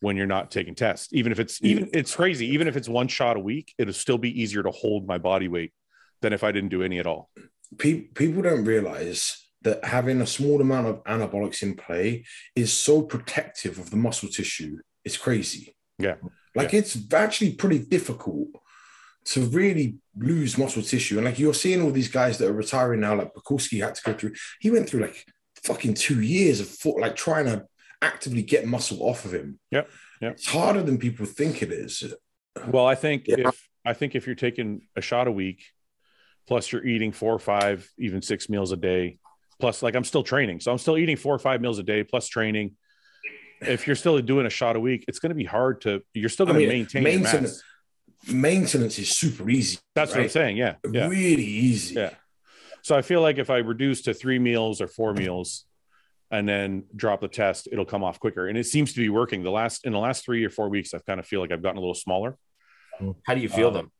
Speaker 1: when you're not taking tests. Even if it's even it's crazy. Even if it's one shot a week, it'll still be easier to hold my body weight than if I didn't do any at all.
Speaker 2: Pe- people don't realize that having a small amount of anabolics in play is so protective of the muscle tissue. It's crazy.
Speaker 1: Yeah.
Speaker 2: Like it's actually pretty difficult to really lose muscle tissue. And like you're seeing all these guys that are retiring now, like Bukowski had to go through, he went through like fucking two years of fo- like trying to actively get muscle off of him.
Speaker 1: Yep, yep.
Speaker 2: It's harder than people think it is.
Speaker 1: Well, I think
Speaker 3: Yeah.
Speaker 1: if I think if you're taking a shot a week, plus you're eating four or five, even six meals a day, plus like I'm still training, so I'm still eating four or five meals a day plus training. If you're still doing a shot a week, it's going to be hard to. You're still
Speaker 2: I
Speaker 1: going to
Speaker 2: mean,
Speaker 1: maintain your mass.
Speaker 2: maintenance- Maintenance is super easy.
Speaker 1: That's what I'm
Speaker 2: right? Mm-hmm.
Speaker 1: saying. Yeah, yeah.
Speaker 2: Really easy.
Speaker 1: Yeah. So I feel like if I reduce to three meals or four meals, and then drop the test, it'll come off quicker. And it seems to be working. The last in the last three or four weeks, I've kind of feel like I've gotten a little smaller.
Speaker 4: How do you feel
Speaker 1: Um,
Speaker 4: them?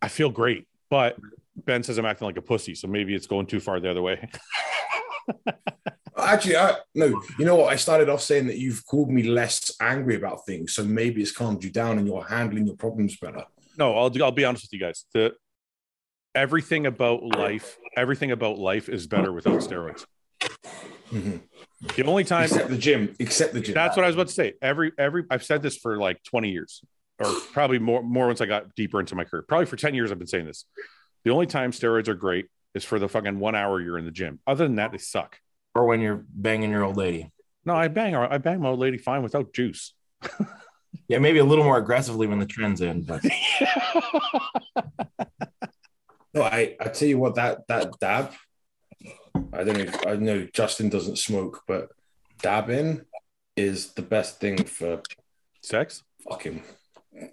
Speaker 1: I feel great, but Ben says I'm acting like a pussy, so maybe it's going too far the other way.
Speaker 2: Actually, I, no. You know what? I started off saying that you've called me less angry about things, so maybe it's calmed you down and you're handling your problems better.
Speaker 1: no, I'll I'll be honest with you guys. The everything about life, everything about life is better without steroids.
Speaker 2: Mhm.
Speaker 1: The only time
Speaker 2: Except the gym. Except the gym.
Speaker 1: that's what I was about to say. Every every I've said this for like 20 years, or probably more more once I got deeper into my career. Probably for 10 years I've been saying this. The only time steroids are great is for the fucking one hour you're in the gym. Other than that, they suck.
Speaker 4: Or when you're banging your old lady.
Speaker 1: No, I bang I bang my old lady fine without juice.
Speaker 4: Yeah, maybe a little more aggressively when the trend's in, but
Speaker 2: no, I, I tell you what. That that dab. I don't know. If, I know Justin doesn't smoke, but dabbing is the best thing for
Speaker 1: Sex?
Speaker 2: fucking.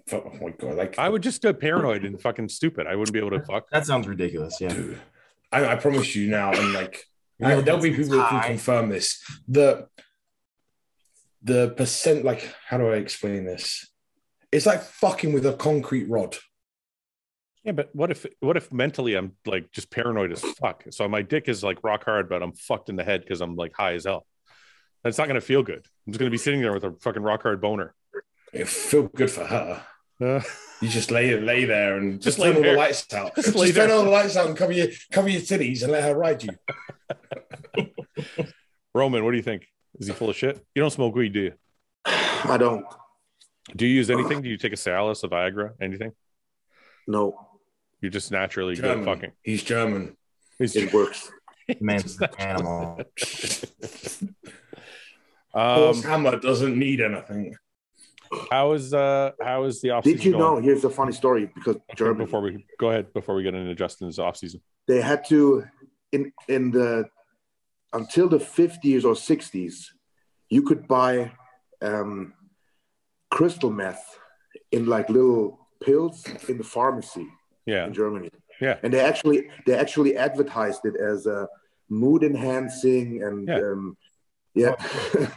Speaker 2: For, oh my god! Like
Speaker 1: I would just go paranoid and fucking stupid. I wouldn't be able to fuck.
Speaker 4: that sounds ridiculous. Yeah.
Speaker 2: Dude, I, I promise you now, and like
Speaker 4: You know,
Speaker 2: I- there'll be people who can
Speaker 4: high.
Speaker 2: confirm this. The the percent, like, how do I explain this? It's like fucking with a concrete rod.
Speaker 1: Yeah, but what if what if mentally I'm like just paranoid as fuck? So my dick is like rock hard, but I'm fucked in the head because I'm like high as hell. That's not gonna feel good. I'm just gonna be sitting there with a fucking rock hard boner.
Speaker 2: It feel good for her.
Speaker 1: Uh,
Speaker 2: You just lay lay there and
Speaker 1: Just
Speaker 2: just,
Speaker 1: lay
Speaker 2: turn all
Speaker 1: there.
Speaker 2: the lights out.
Speaker 1: Just
Speaker 2: Just,
Speaker 1: lay
Speaker 2: turn
Speaker 1: there.
Speaker 2: all the lights out and cover your cover your titties and let her ride you.
Speaker 1: Roman, what do you think? Is he full of shit? You don't smoke weed, do you?
Speaker 3: I don't.
Speaker 1: Do you use anything? Do you take a Cialis, a Viagra, anything?
Speaker 3: No,
Speaker 1: You're just naturally good
Speaker 2: German.
Speaker 1: at fucking.
Speaker 2: He's German.
Speaker 1: He's-
Speaker 3: it works.
Speaker 4: Man's an animal.
Speaker 1: Um,
Speaker 2: Hammer doesn't need anything.
Speaker 1: how is uh how is the offseason?
Speaker 3: Did you
Speaker 1: going?
Speaker 3: know? Here's a funny story because Germany,
Speaker 1: Before we go ahead, before we get into Justin's offseason,
Speaker 3: they had to in in the until the 50s or 60s, you could buy um, crystal meth in like little pills in the pharmacy
Speaker 1: yeah,
Speaker 3: in Germany.
Speaker 1: Yeah.
Speaker 3: and they actually they actually advertised it as a mood enhancing and
Speaker 1: Yeah.
Speaker 3: um, yeah,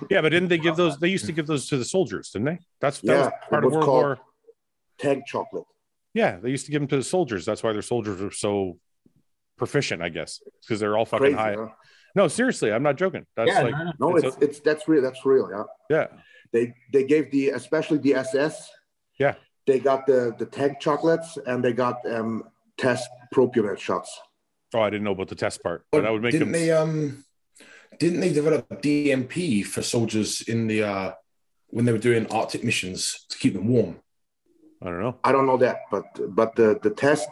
Speaker 1: yeah, but didn't they give those? They used to give those to the soldiers, didn't they? That's that was
Speaker 3: Yeah,
Speaker 1: part
Speaker 3: it
Speaker 1: of
Speaker 3: was
Speaker 1: World
Speaker 3: called-
Speaker 1: War.
Speaker 3: tank chocolate.
Speaker 1: Yeah, they used to give them to the soldiers. That's why their soldiers are so proficient, I guess, because they're all fucking
Speaker 3: Crazy,
Speaker 1: high.
Speaker 3: huh?
Speaker 1: No, seriously, I'm not joking. That's
Speaker 4: yeah,
Speaker 1: like,
Speaker 4: no, no.
Speaker 3: No,
Speaker 1: It's
Speaker 3: it's, it's that's real. That's real. Yeah.
Speaker 1: yeah,
Speaker 3: They they gave the especially the SS.
Speaker 1: Yeah.
Speaker 3: They got the the tank chocolates and they got um test propionate shots.
Speaker 1: Oh, I didn't know about the test part. But
Speaker 2: But
Speaker 1: Oh, that would make
Speaker 2: didn't
Speaker 1: him.
Speaker 2: they um didn't they develop DMP for soldiers in the uh when they were doing Arctic missions to keep them warm?
Speaker 1: I don't know.
Speaker 3: I don't know that, but but the the test,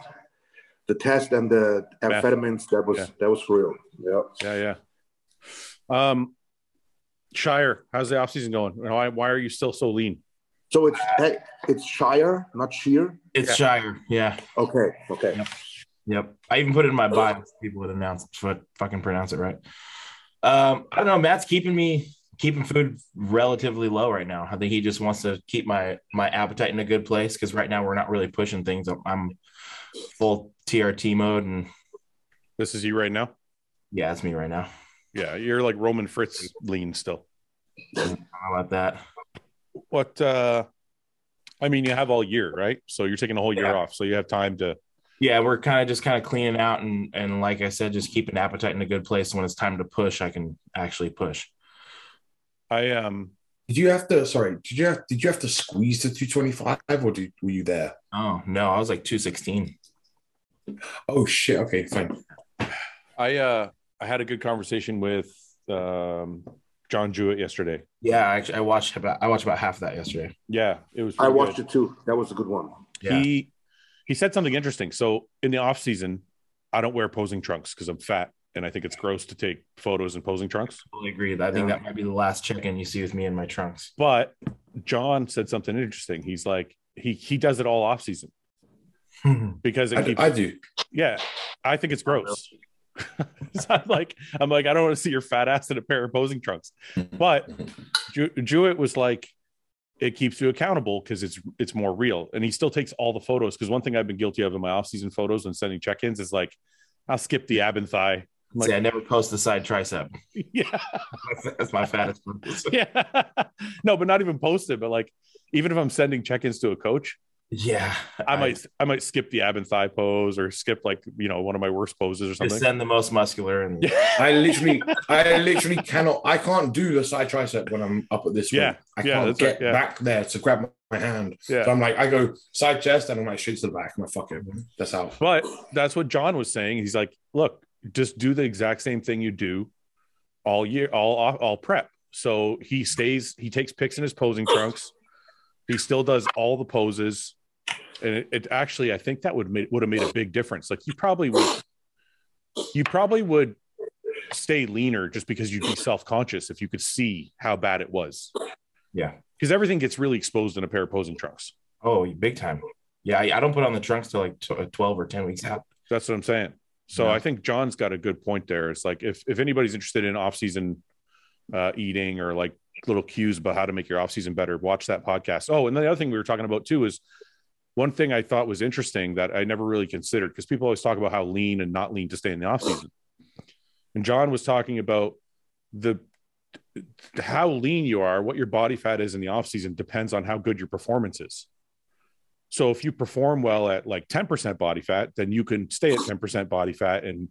Speaker 3: the test and the
Speaker 1: Meth.
Speaker 3: amphetamines that was
Speaker 1: Yeah.
Speaker 3: that was real. Yeah.
Speaker 1: Yeah, yeah. Um, Shire, how's the offseason going? And Why, why are you still so lean?
Speaker 3: So it's hey, it's Shire, not Sheer.
Speaker 4: It's Shire. Yeah.
Speaker 3: Okay. Okay.
Speaker 4: Yep. I even put it in my bio. so People would announce, but fucking pronounce it right. Um, I don't know. Matt's keeping me keeping food relatively low right now. I think he just wants to keep my my appetite in a good place because right now we're not really pushing things. I'm, I'm full TRT mode, and
Speaker 1: This is you right now.
Speaker 4: yeah, that's me right now.
Speaker 1: Yeah, you're like Roman Fritz lean still.
Speaker 4: How about that?
Speaker 1: What? uh I mean, you have all year, right? So you're taking a whole year
Speaker 4: Yeah.
Speaker 1: off, so you have time to.
Speaker 4: Yeah, we're kind of just kind of cleaning out, and and like I said, just keeping appetite in a good place. When it's time to push, I can actually push.
Speaker 1: I um.
Speaker 2: Did you have to sorry, did you have did you have to squeeze the 225 or did, were you there?
Speaker 4: Oh no, I was like two sixteen.
Speaker 2: Oh shit, okay, fine.
Speaker 1: I uh I had a good conversation with um John Jewett yesterday.
Speaker 4: Yeah, I actually, I watched about I watched about half of that yesterday.
Speaker 1: Yeah, it was.
Speaker 3: I
Speaker 1: pretty
Speaker 3: watched
Speaker 1: good.
Speaker 3: it too. That was a good one.
Speaker 4: Yeah.
Speaker 1: He he said something interesting. So in the off season, I don't wear posing trunks because I'm fat and I think it's gross to take photos in posing trunks.
Speaker 4: totally agree. I think that might be the last check-in you see with me in my trunks.
Speaker 1: But John said something interesting. He's like he he does it all off season because it
Speaker 2: I,
Speaker 1: keeps
Speaker 2: I do.
Speaker 1: yeah. I think it's gross. so I'm like I'm like I don't want to see your fat ass in a pair of posing trunks. But Jew- Jewett was like, it keeps you accountable because it's it's more real. And he still takes all the photos because one thing I've been guilty of in my off-season photos when sending check-ins is like, I'll skip the ab and thigh. I'm
Speaker 4: See, I
Speaker 1: like,
Speaker 4: never post the side tricep.
Speaker 1: yeah,
Speaker 4: That's my fattest. one.
Speaker 1: yeah. no, but not even post it. But like, even if I'm sending check-ins to a coach,
Speaker 4: yeah,
Speaker 1: I, might I might skip the ab and thigh pose or skip like you know one of my worst poses or
Speaker 4: just
Speaker 1: something.
Speaker 4: send the most muscular and
Speaker 1: Yeah.
Speaker 2: I literally I literally cannot I can't do the side tricep when I'm up at this
Speaker 1: Yeah,
Speaker 2: weight. I
Speaker 1: yeah,
Speaker 2: can't
Speaker 1: that's right,
Speaker 2: get
Speaker 1: yeah.
Speaker 2: back there to grab my, my hand.
Speaker 1: Yeah.
Speaker 2: So I'm like I go side chest and I'm like straight to the back. I'm like fuck it. That's out.
Speaker 1: But that's what John was saying. He's like, look, just do the exact same thing you do all year, all all- all prep. So he stays, he takes pics in his posing trunks. He still does all the poses, and it, it actually, I think that would made, would have made a big difference. Like you probably would, you probably would stay leaner just because you'd be self conscious if you could see how bad it was.
Speaker 4: Yeah.
Speaker 1: because everything gets really exposed in a pair of posing trunks.
Speaker 4: oh, big time. Yeah, I, I don't put on the trunks till like tw- uh, twelve or ten weeks out.
Speaker 1: That's what I'm saying. So
Speaker 4: Yeah.
Speaker 1: I think John's got a good point there. It's like if if anybody's interested in off season uh, eating or like little cues about how to make your off season better, watch that podcast. Oh, and then the other thing we were talking about too is one thing I thought was interesting that I never really considered because people always talk about how lean and not lean to stay in the off season. And John was talking about the how lean you are, what your body fat is in the off season depends on how good your performance is. So if you perform well at like 10% body fat, then you can stay at 10% body fat. And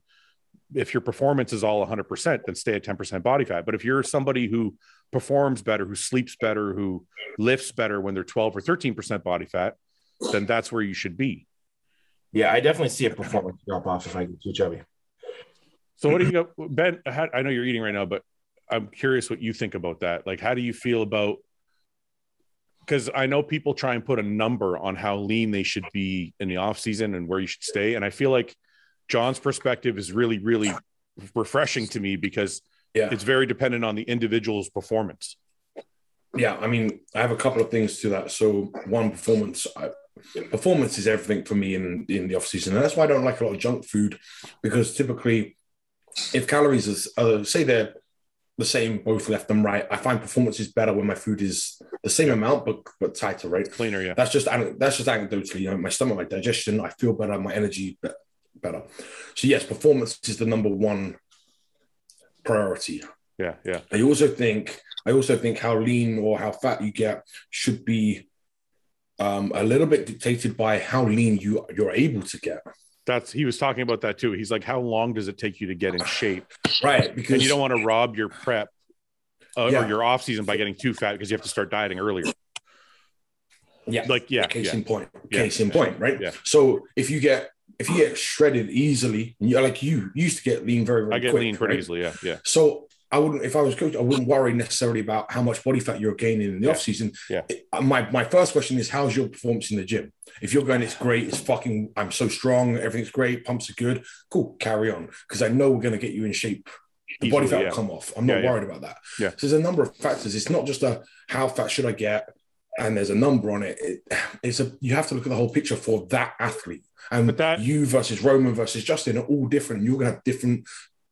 Speaker 1: if your performance is all 100%, then stay at 10% body fat. But if you're somebody who performs better, who sleeps better, who lifts better when they're 12 or 13% body fat, then that's where you should be.
Speaker 4: Yeah, I definitely see a performance drop off if I get too chubby.
Speaker 1: So what do you got, Ben? How, I know you're eating right now, but I'm curious what you think about that. Like, how do you feel about? Because I know people try and put a number on how lean they should be in the off season and where you should stay, and I feel like John's perspective is really, really refreshing to me because
Speaker 2: Yeah.
Speaker 1: it's very dependent on the individual's performance.
Speaker 2: yeah i mean i have a couple of things to that so one performance I, performance is everything for me in in the off season and that's why i don't like a lot of junk food because typically if calories is uh, say they're the same both left and right i find performance is better when my food is the same amount but but tighter right
Speaker 1: Cleaner, yeah.
Speaker 2: that's just anec- that's just anecdotally. You know, my stomach, my digestion, I feel better, my energy be- better. So yes, performance is the number one priority.
Speaker 1: Yeah, yeah.
Speaker 2: I also think I also think how lean or how fat you get should be um, a little bit dictated by how lean you you're able to get.
Speaker 1: That's he was talking about that too. He's like, how long does it take you to get in shape?
Speaker 2: Right, because
Speaker 1: And you don't want to rob your prep uh,
Speaker 2: Yeah.
Speaker 1: or your off season by getting too fat because you have to start dieting earlier.
Speaker 2: Yeah.
Speaker 1: like yeah,
Speaker 2: case
Speaker 1: yeah,
Speaker 2: in point
Speaker 1: Yeah.
Speaker 2: case in point right
Speaker 1: Yeah.
Speaker 2: so if you get if you get shredded easily you like you used to get lean very very
Speaker 1: I get
Speaker 2: quick,
Speaker 1: lean pretty
Speaker 2: right?
Speaker 1: easily. Yeah, yeah.
Speaker 2: So I wouldn't, if I was coach, I wouldn't worry necessarily about how much body fat you're gaining in the
Speaker 1: Yeah.
Speaker 2: off season.
Speaker 1: Yeah.
Speaker 2: My my first question is, how's your performance in the gym? If you're going, it's great. It's fucking. I'm so strong. Everything's great. Pumps are good. Cool. Carry on, because I know we're going to get you in shape the body
Speaker 1: Easily,
Speaker 2: fat
Speaker 1: yeah.
Speaker 2: will come off. I'm not
Speaker 1: Yeah, yeah.
Speaker 2: worried about that.
Speaker 1: Yeah.
Speaker 2: So there's a number of factors. It's not just a how fat should I get, and there's a number on it. It- It's a you have to look at the whole picture for that athlete. And
Speaker 1: But that-
Speaker 2: you versus Roman versus Justin are all different. You're gonna have different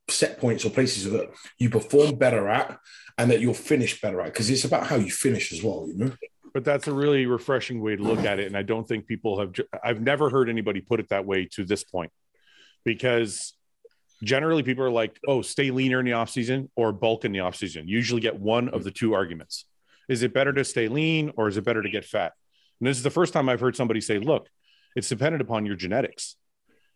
Speaker 2: set points or places that you perform better at, and that you'll finish better at. Because it's about how you finish as well. You know.
Speaker 1: But that's a really refreshing way to look at it, and I don't think people have. ju- I've never heard anybody put it that way to this point, because generally people are like, "Oh, stay leaner in the off season or bulk in the off season." You usually get one of the two arguments: is it better to stay lean or is it better to get fat? And this is the first time I've heard somebody say, "Look, it's dependent upon your genetics."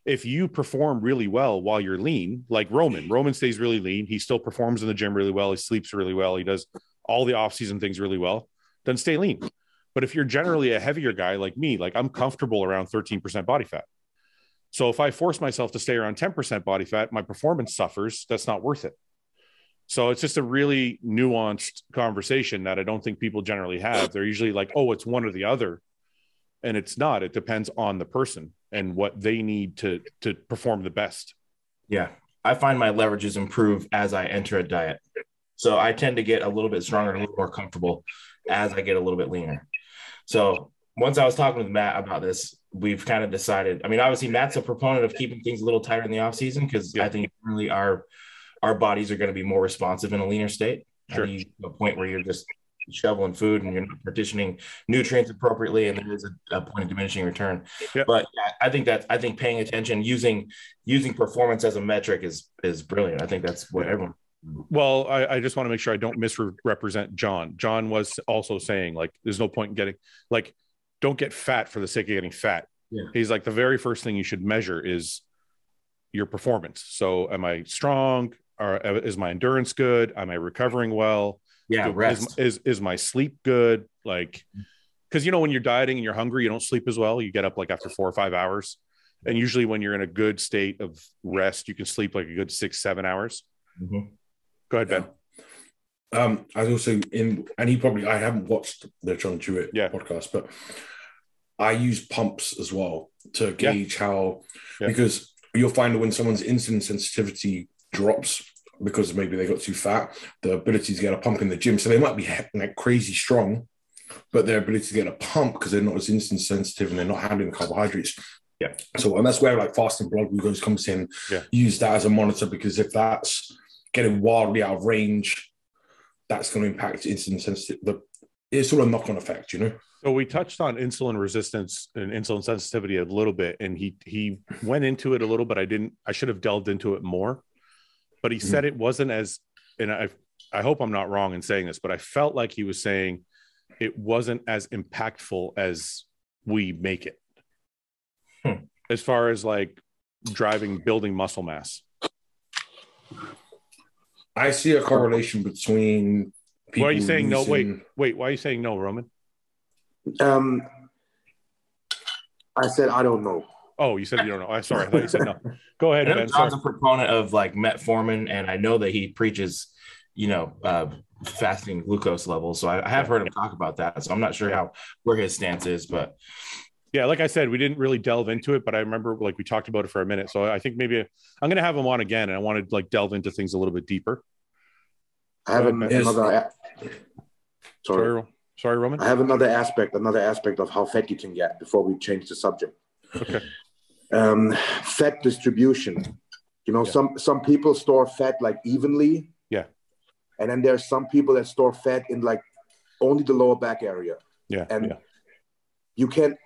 Speaker 1: If you perform really well while you're lean, like Roman, Roman stays really lean. He still performs in the gym really well. He sleeps really well. He does all the off-season things really well. Then stay lean. But if you're generally a heavier guy like me, like I'm comfortable around 13% body fat. So if I force myself to stay around 10% body fat, my performance suffers. That's not worth it. So it's just a really nuanced conversation that I don't think people generally have. They're usually like, oh, it's one or the other. And it's not. It depends on the person and what they need to to perform the best.
Speaker 4: Yeah. I find my leverages improve as I enter a diet. So I tend to get a little bit stronger and a little more comfortable as I get a little bit leaner. So once I was talking with Matt about this, we've kind of decided. I mean, obviously Matt's a proponent of keeping things a little tighter in the off season because
Speaker 1: Yeah.
Speaker 4: I think really our our bodies are going to be more responsive in a leaner state. I
Speaker 1: Sure.
Speaker 4: think you get to a point where you're just shoveling food and you're not partitioning nutrients appropriately, and there is a, a point of diminishing return.
Speaker 1: Yeah.
Speaker 4: But yeah, I think that I think paying attention using using performance as a metric is is brilliant. I think that's what everyone.
Speaker 1: Well, I, I just want to make sure I don't misrepresent John. John was also saying like, there's no point in getting like, don't get fat for the sake of getting fat.
Speaker 4: Yeah.
Speaker 1: He's like, the very first thing you should measure is your performance. So, am I strong? Or is my endurance good? Am I recovering well?
Speaker 4: Yeah,
Speaker 1: Do-
Speaker 4: rest. Mm.
Speaker 1: Is, is is my sleep good? Like, because you know when you're dieting and you're hungry, you don't sleep as well. You get up like after four or five hours, and usually when you're in a good state of rest, you can sleep like a good six seven hours.
Speaker 3: Mm-hmm.
Speaker 4: Mhm.
Speaker 1: Go ahead, Ben.
Speaker 2: Um, I was also in, and he probably I haven't watched the John Jewett
Speaker 1: Yeah.
Speaker 2: podcast, but I use pumps as well to
Speaker 1: Yeah.
Speaker 2: gauge how
Speaker 1: Yeah.
Speaker 2: because you'll find that when someone's insulin sensitivity drops because maybe they got too fat, the ability to get a pump in the gym, so they might be he- like crazy strong, but their ability to get a pump because they're not as insulin sensitive and they're not handling carbohydrates.
Speaker 4: Yeah.
Speaker 2: So and that's where like fasting blood glucose comes in.
Speaker 1: Yeah.
Speaker 2: Use that as a monitor because if that's getting wildly out of range that's going to impact insulin sensitive. The it's sort of knock on effect, you know.
Speaker 1: So we touched on insulin resistance and insulin sensitivity a little bit, and he he went into it a little, but I didn't. I should have delved into it more. But he said it wasn't as, and I I hope I'm not wrong in saying this, but I felt like he was saying it wasn't as impactful as we make it,
Speaker 4: Hmm.
Speaker 1: as far as like driving building muscle mass.
Speaker 2: I see a correlation between.
Speaker 1: Why are you
Speaker 2: people
Speaker 1: saying no? Wait.
Speaker 2: losing-
Speaker 1: Wait, why are you saying no, Roman?
Speaker 3: Um, I said I don't know.
Speaker 1: Oh, you said you don't know. I'm sorry. I thought you said no. Go ahead,
Speaker 4: I know
Speaker 1: Ben. Sorry.
Speaker 4: John's a proponent of like metformin, and I know that he preaches, you know, uh, fasting glucose levels. So I, I have heard him talk about that. So I'm not sure how where his stance is, but
Speaker 1: yeah, like I said, we didn't really delve into it, but I remember like we talked about it for a minute. So I think maybe I'm gonna have him on again, and I want to like delve into things a little bit deeper.
Speaker 3: I have an-
Speaker 2: Yes.
Speaker 3: another.
Speaker 1: Sorry,
Speaker 3: Sorry.
Speaker 1: sorry, Roman.
Speaker 3: I have another aspect, another aspect of how fat you can get before we change the subject.
Speaker 1: Okay.
Speaker 3: Um, fat distribution. You know,
Speaker 1: Yeah.
Speaker 3: some some people store fat like evenly.
Speaker 1: Yeah.
Speaker 3: And then there's some people that store fat in like only the lower back area.
Speaker 1: Yeah,
Speaker 3: And
Speaker 1: yeah,
Speaker 3: you can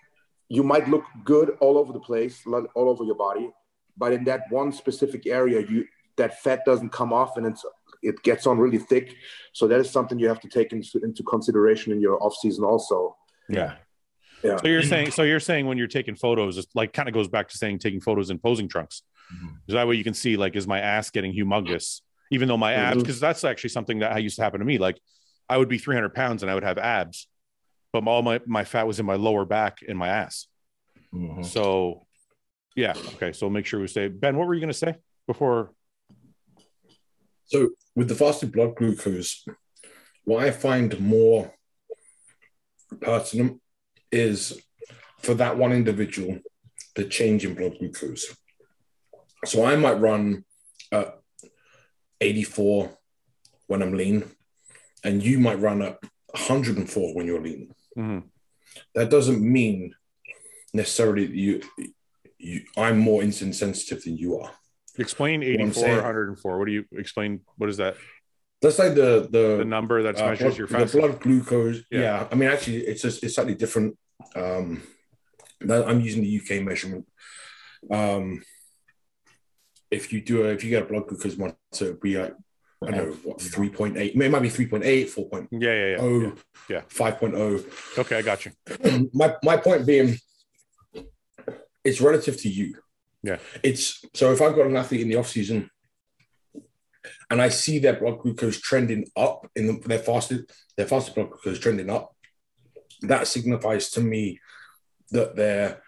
Speaker 3: you might look good all over the place, lo- all over your body, but in that one specific area, you that fat doesn't come off and it's it gets on really thick. So that is something you have to take into, into consideration in your off season also.
Speaker 1: yeah.
Speaker 3: Yeah.
Speaker 1: So you're saying, so you're saying when you're taking photos, it's like kind of goes back to saying taking photos in posing trunks.
Speaker 4: Mhm.
Speaker 1: So that way you can see like is my ass getting humongous, even though my abs
Speaker 3: Mhm.
Speaker 1: because that's actually something that used to happen to me. Like I would be 300 pounds and I would have abs, but all my my fat was in my lower back and my ass.
Speaker 4: Mhm.
Speaker 1: So, yeah. Okay. So make sure we stay. Ben, what were you going to say before?
Speaker 2: So with the fasted blood glucose, what I find more pertinent is for that one individual, the change in blood glucose. So I might run at 84 when I'm lean, and you might run at 104 when you're lean. Mm-hmm.
Speaker 1: Mhm.
Speaker 2: That doesn't mean necessarily that you, you I'm more insulin sensitive than you are.
Speaker 1: Explain
Speaker 2: I'm
Speaker 1: 84,
Speaker 2: saying.
Speaker 1: 104. What do you explain? What is that?
Speaker 2: That's like the the,
Speaker 1: The number that
Speaker 2: Uh,
Speaker 1: measures
Speaker 2: blood-
Speaker 1: your
Speaker 2: the
Speaker 1: fat.
Speaker 2: blood glucose.
Speaker 1: Yeah.
Speaker 2: Yeah. I mean, actually, it's just, it's slightly different. Um, that- I'm using the UK measurement. Um, if you do a, if you get a blood glucose monitor, it'd be like I don't know what 3.8. It might be 3.8, 4.0,
Speaker 1: Yeah, yeah,
Speaker 2: oh,
Speaker 1: yeah, yeah. yeah.
Speaker 2: 5.0.
Speaker 1: Okay, I got you.
Speaker 2: my my point being, it's relative to you.
Speaker 1: Yeah.
Speaker 2: It's so if I've got an athlete in the off season, and I see their blood glucose trending up in the, their fasted their fasted blood glucose trending up, that signifies to me that they're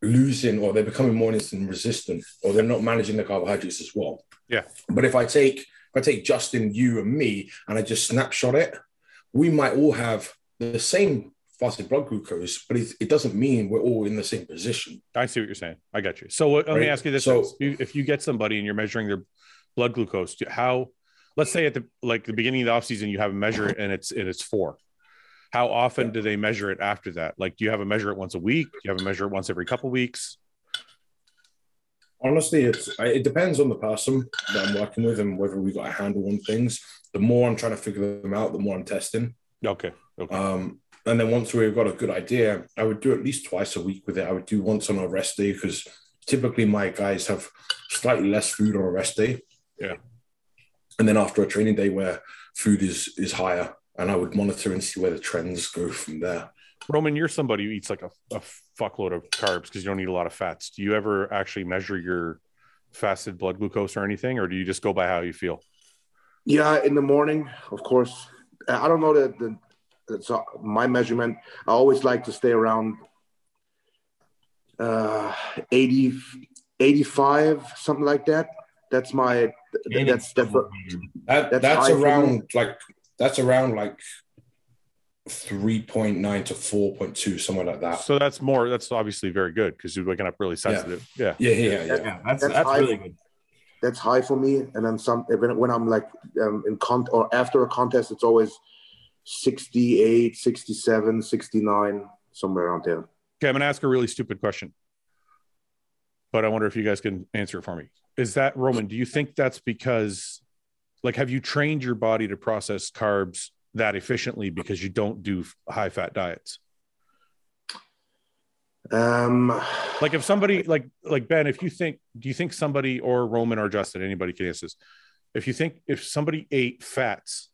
Speaker 2: losing or they're becoming more insulin resistant or they're not managing the carbohydrates as well.
Speaker 1: Yeah.
Speaker 2: But if I take if I take Justin, you, and me, and I just snapshot it, we might all have the same fasted blood glucose, but it, it doesn't mean we're all in the same position.
Speaker 1: I see what you're saying. I got you. So what, let me
Speaker 2: Right.
Speaker 1: ask you this:
Speaker 2: So-
Speaker 1: if, you, if you get somebody and you're measuring their blood glucose, do- how? Let's say at the like the beginning of the off season, you have a measure it and it's and it's four. How often do they measure it after that? Like, do you have a measure it once a week? Do you have a measure it once every couple weeks?
Speaker 2: Honestly, it's it depends on the person that I'm working with and whether we got a handle on things. The more I'm trying to figure them out, the more I'm testing.
Speaker 1: Okay. Okay.
Speaker 2: Um, and then once we've got a good idea, I would do at least twice a week with it. I would do once on a rest day because typically my guys have slightly less food on a rest day.
Speaker 1: Yeah.
Speaker 2: And then after a training day where food is is higher, and I would monitor and see where the trends go from there.
Speaker 1: Roman, you're somebody who eats like a, a fuckload of carbs because you don't eat a lot of fats. Do you ever actually measure your fasted blood glucose or anything, or do you just go by how you feel?
Speaker 3: Yeah, in the morning, of course. Uh, I don't know that the, that's uh, my measurement. I always like to stay around uh, 80, 85, something like that. That's my, th- that's, that's, what-
Speaker 2: That,
Speaker 3: That's
Speaker 2: that's
Speaker 3: high for me.
Speaker 2: around like that's around like three point nine to four point two, somewhere like that.
Speaker 1: So that's more. That's obviously very good because you're waking up really sensitive. Yeah.
Speaker 2: Yeah, yeah, yeah.
Speaker 4: yeah, that's
Speaker 3: That's
Speaker 4: that's,
Speaker 3: high.
Speaker 4: really good.
Speaker 3: that's high for me. And then some, when, when I'm like um, in con or after a contest, it's always 68, 67, 69, somewhere around there.
Speaker 1: Okay, I'm gonna ask a really stupid question, but I wonder if you guys can answer it for me. Is that Roman? Do you think that's because, like, have you trained your body to process carbs that efficiently because you don't do high fat diets?
Speaker 3: Um,
Speaker 1: Like, if somebody, like, like Ben, if you think, do you think somebody or Roman or Justin, anybody can answer this? If you think if somebody ate fats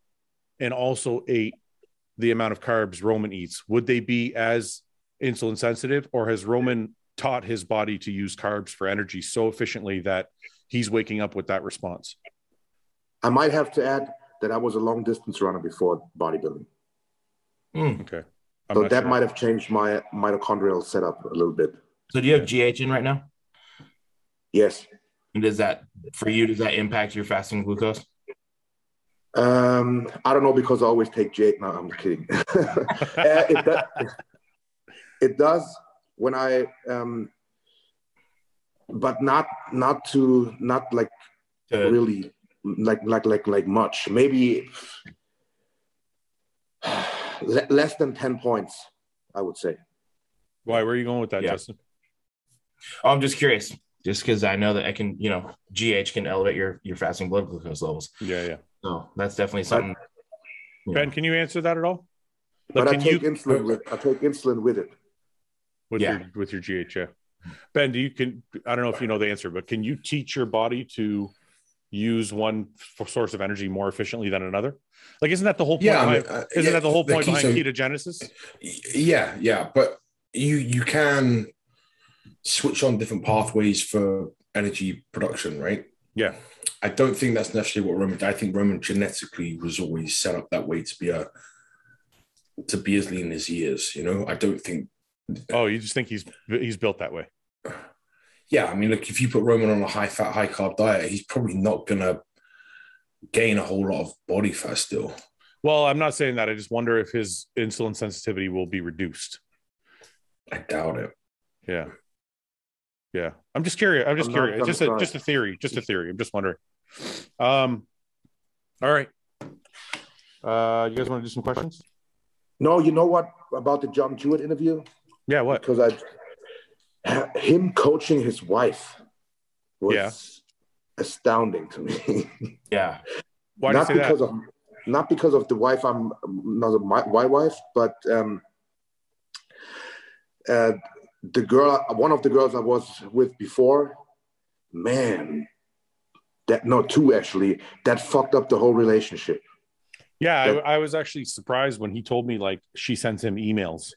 Speaker 1: and also ate the amount of carbs Roman eats, would they be as insulin sensitive, or has Roman taught his body to use carbs for energy so efficiently that he's waking up with that response?
Speaker 3: I might have to add that I was a long distance runner before bodybuilding.
Speaker 4: Mm.
Speaker 1: Okay,
Speaker 3: so that might have changed my mitochondrial setup a little bit.
Speaker 4: So do you have GH in right now?
Speaker 3: Yes.
Speaker 4: And does that for you? Does that impact your fasting glucose?
Speaker 3: Um, I don't know because I always take Jake. No, I'm kidding. Uh, it, do- it does, when I um, but not not to not like
Speaker 1: Uh.
Speaker 4: To-
Speaker 3: really like like like like much. Maybe le- less than ten points, I would say.
Speaker 1: Why? Where are you going with that,
Speaker 4: Yeah.
Speaker 1: Justin?
Speaker 4: Oh, I'm just curious, just because I know that I can, you know, GH can elevate your your fasting blood glucose levels.
Speaker 1: Yeah, yeah.
Speaker 4: So that's definitely something. you know.
Speaker 1: Ben, can you answer that at all?
Speaker 3: But
Speaker 1: Like,
Speaker 3: I
Speaker 1: can
Speaker 3: take
Speaker 1: you
Speaker 3: insulin. With, I take insulin with it.
Speaker 1: with
Speaker 4: Yeah.
Speaker 1: your with your GHA? Ben, do you can? I don't know if you know the answer, but can you teach your body to use one f- source of energy more efficiently than another? Like, isn't that the whole point?
Speaker 2: Yeah, I mean,
Speaker 1: behind,
Speaker 2: uh,
Speaker 1: isn't
Speaker 2: yeah,
Speaker 1: that the whole point behind
Speaker 2: keto-
Speaker 1: ketogenesis?
Speaker 2: yeah yeah but you you can switch on different pathways for energy production right
Speaker 1: Yeah.
Speaker 2: i don't think that's necessarily what roman i think roman genetically was always set up that way to be a to be as lean as he is you know i don't think
Speaker 1: Oh, you just think he's he's built that way?
Speaker 2: yeah i mean look if you put roman on a high fat high carb diet he's probably not gonna gain a whole lot of body fat still
Speaker 1: Well, I'm not saying that. I just wonder if his insulin sensitivity will be reduced.
Speaker 2: i doubt it
Speaker 1: Yeah. Yeah. I'm just curious. I'm just
Speaker 3: I'm not
Speaker 1: curious.
Speaker 3: gonna
Speaker 1: Just a,
Speaker 3: try.
Speaker 1: just a theory. Just a theory. I'm just wondering. Um. All right. Uh, you guys want to do some questions?
Speaker 3: No, you know what about the John Jewett interview?
Speaker 1: Yeah. What?
Speaker 3: Because I, him coaching his wife was
Speaker 1: Yeah.
Speaker 3: astounding to me.
Speaker 4: Yeah,
Speaker 1: Why do you
Speaker 3: not
Speaker 1: say
Speaker 3: because
Speaker 1: that?
Speaker 3: of not because of the wife I'm not of my, my wife, but um, uh, the girl, one of the girls I was with before, man, that no, two actually, that fucked up the whole relationship.
Speaker 1: Yeah, I, I was actually surprised when he told me like she sends him emails.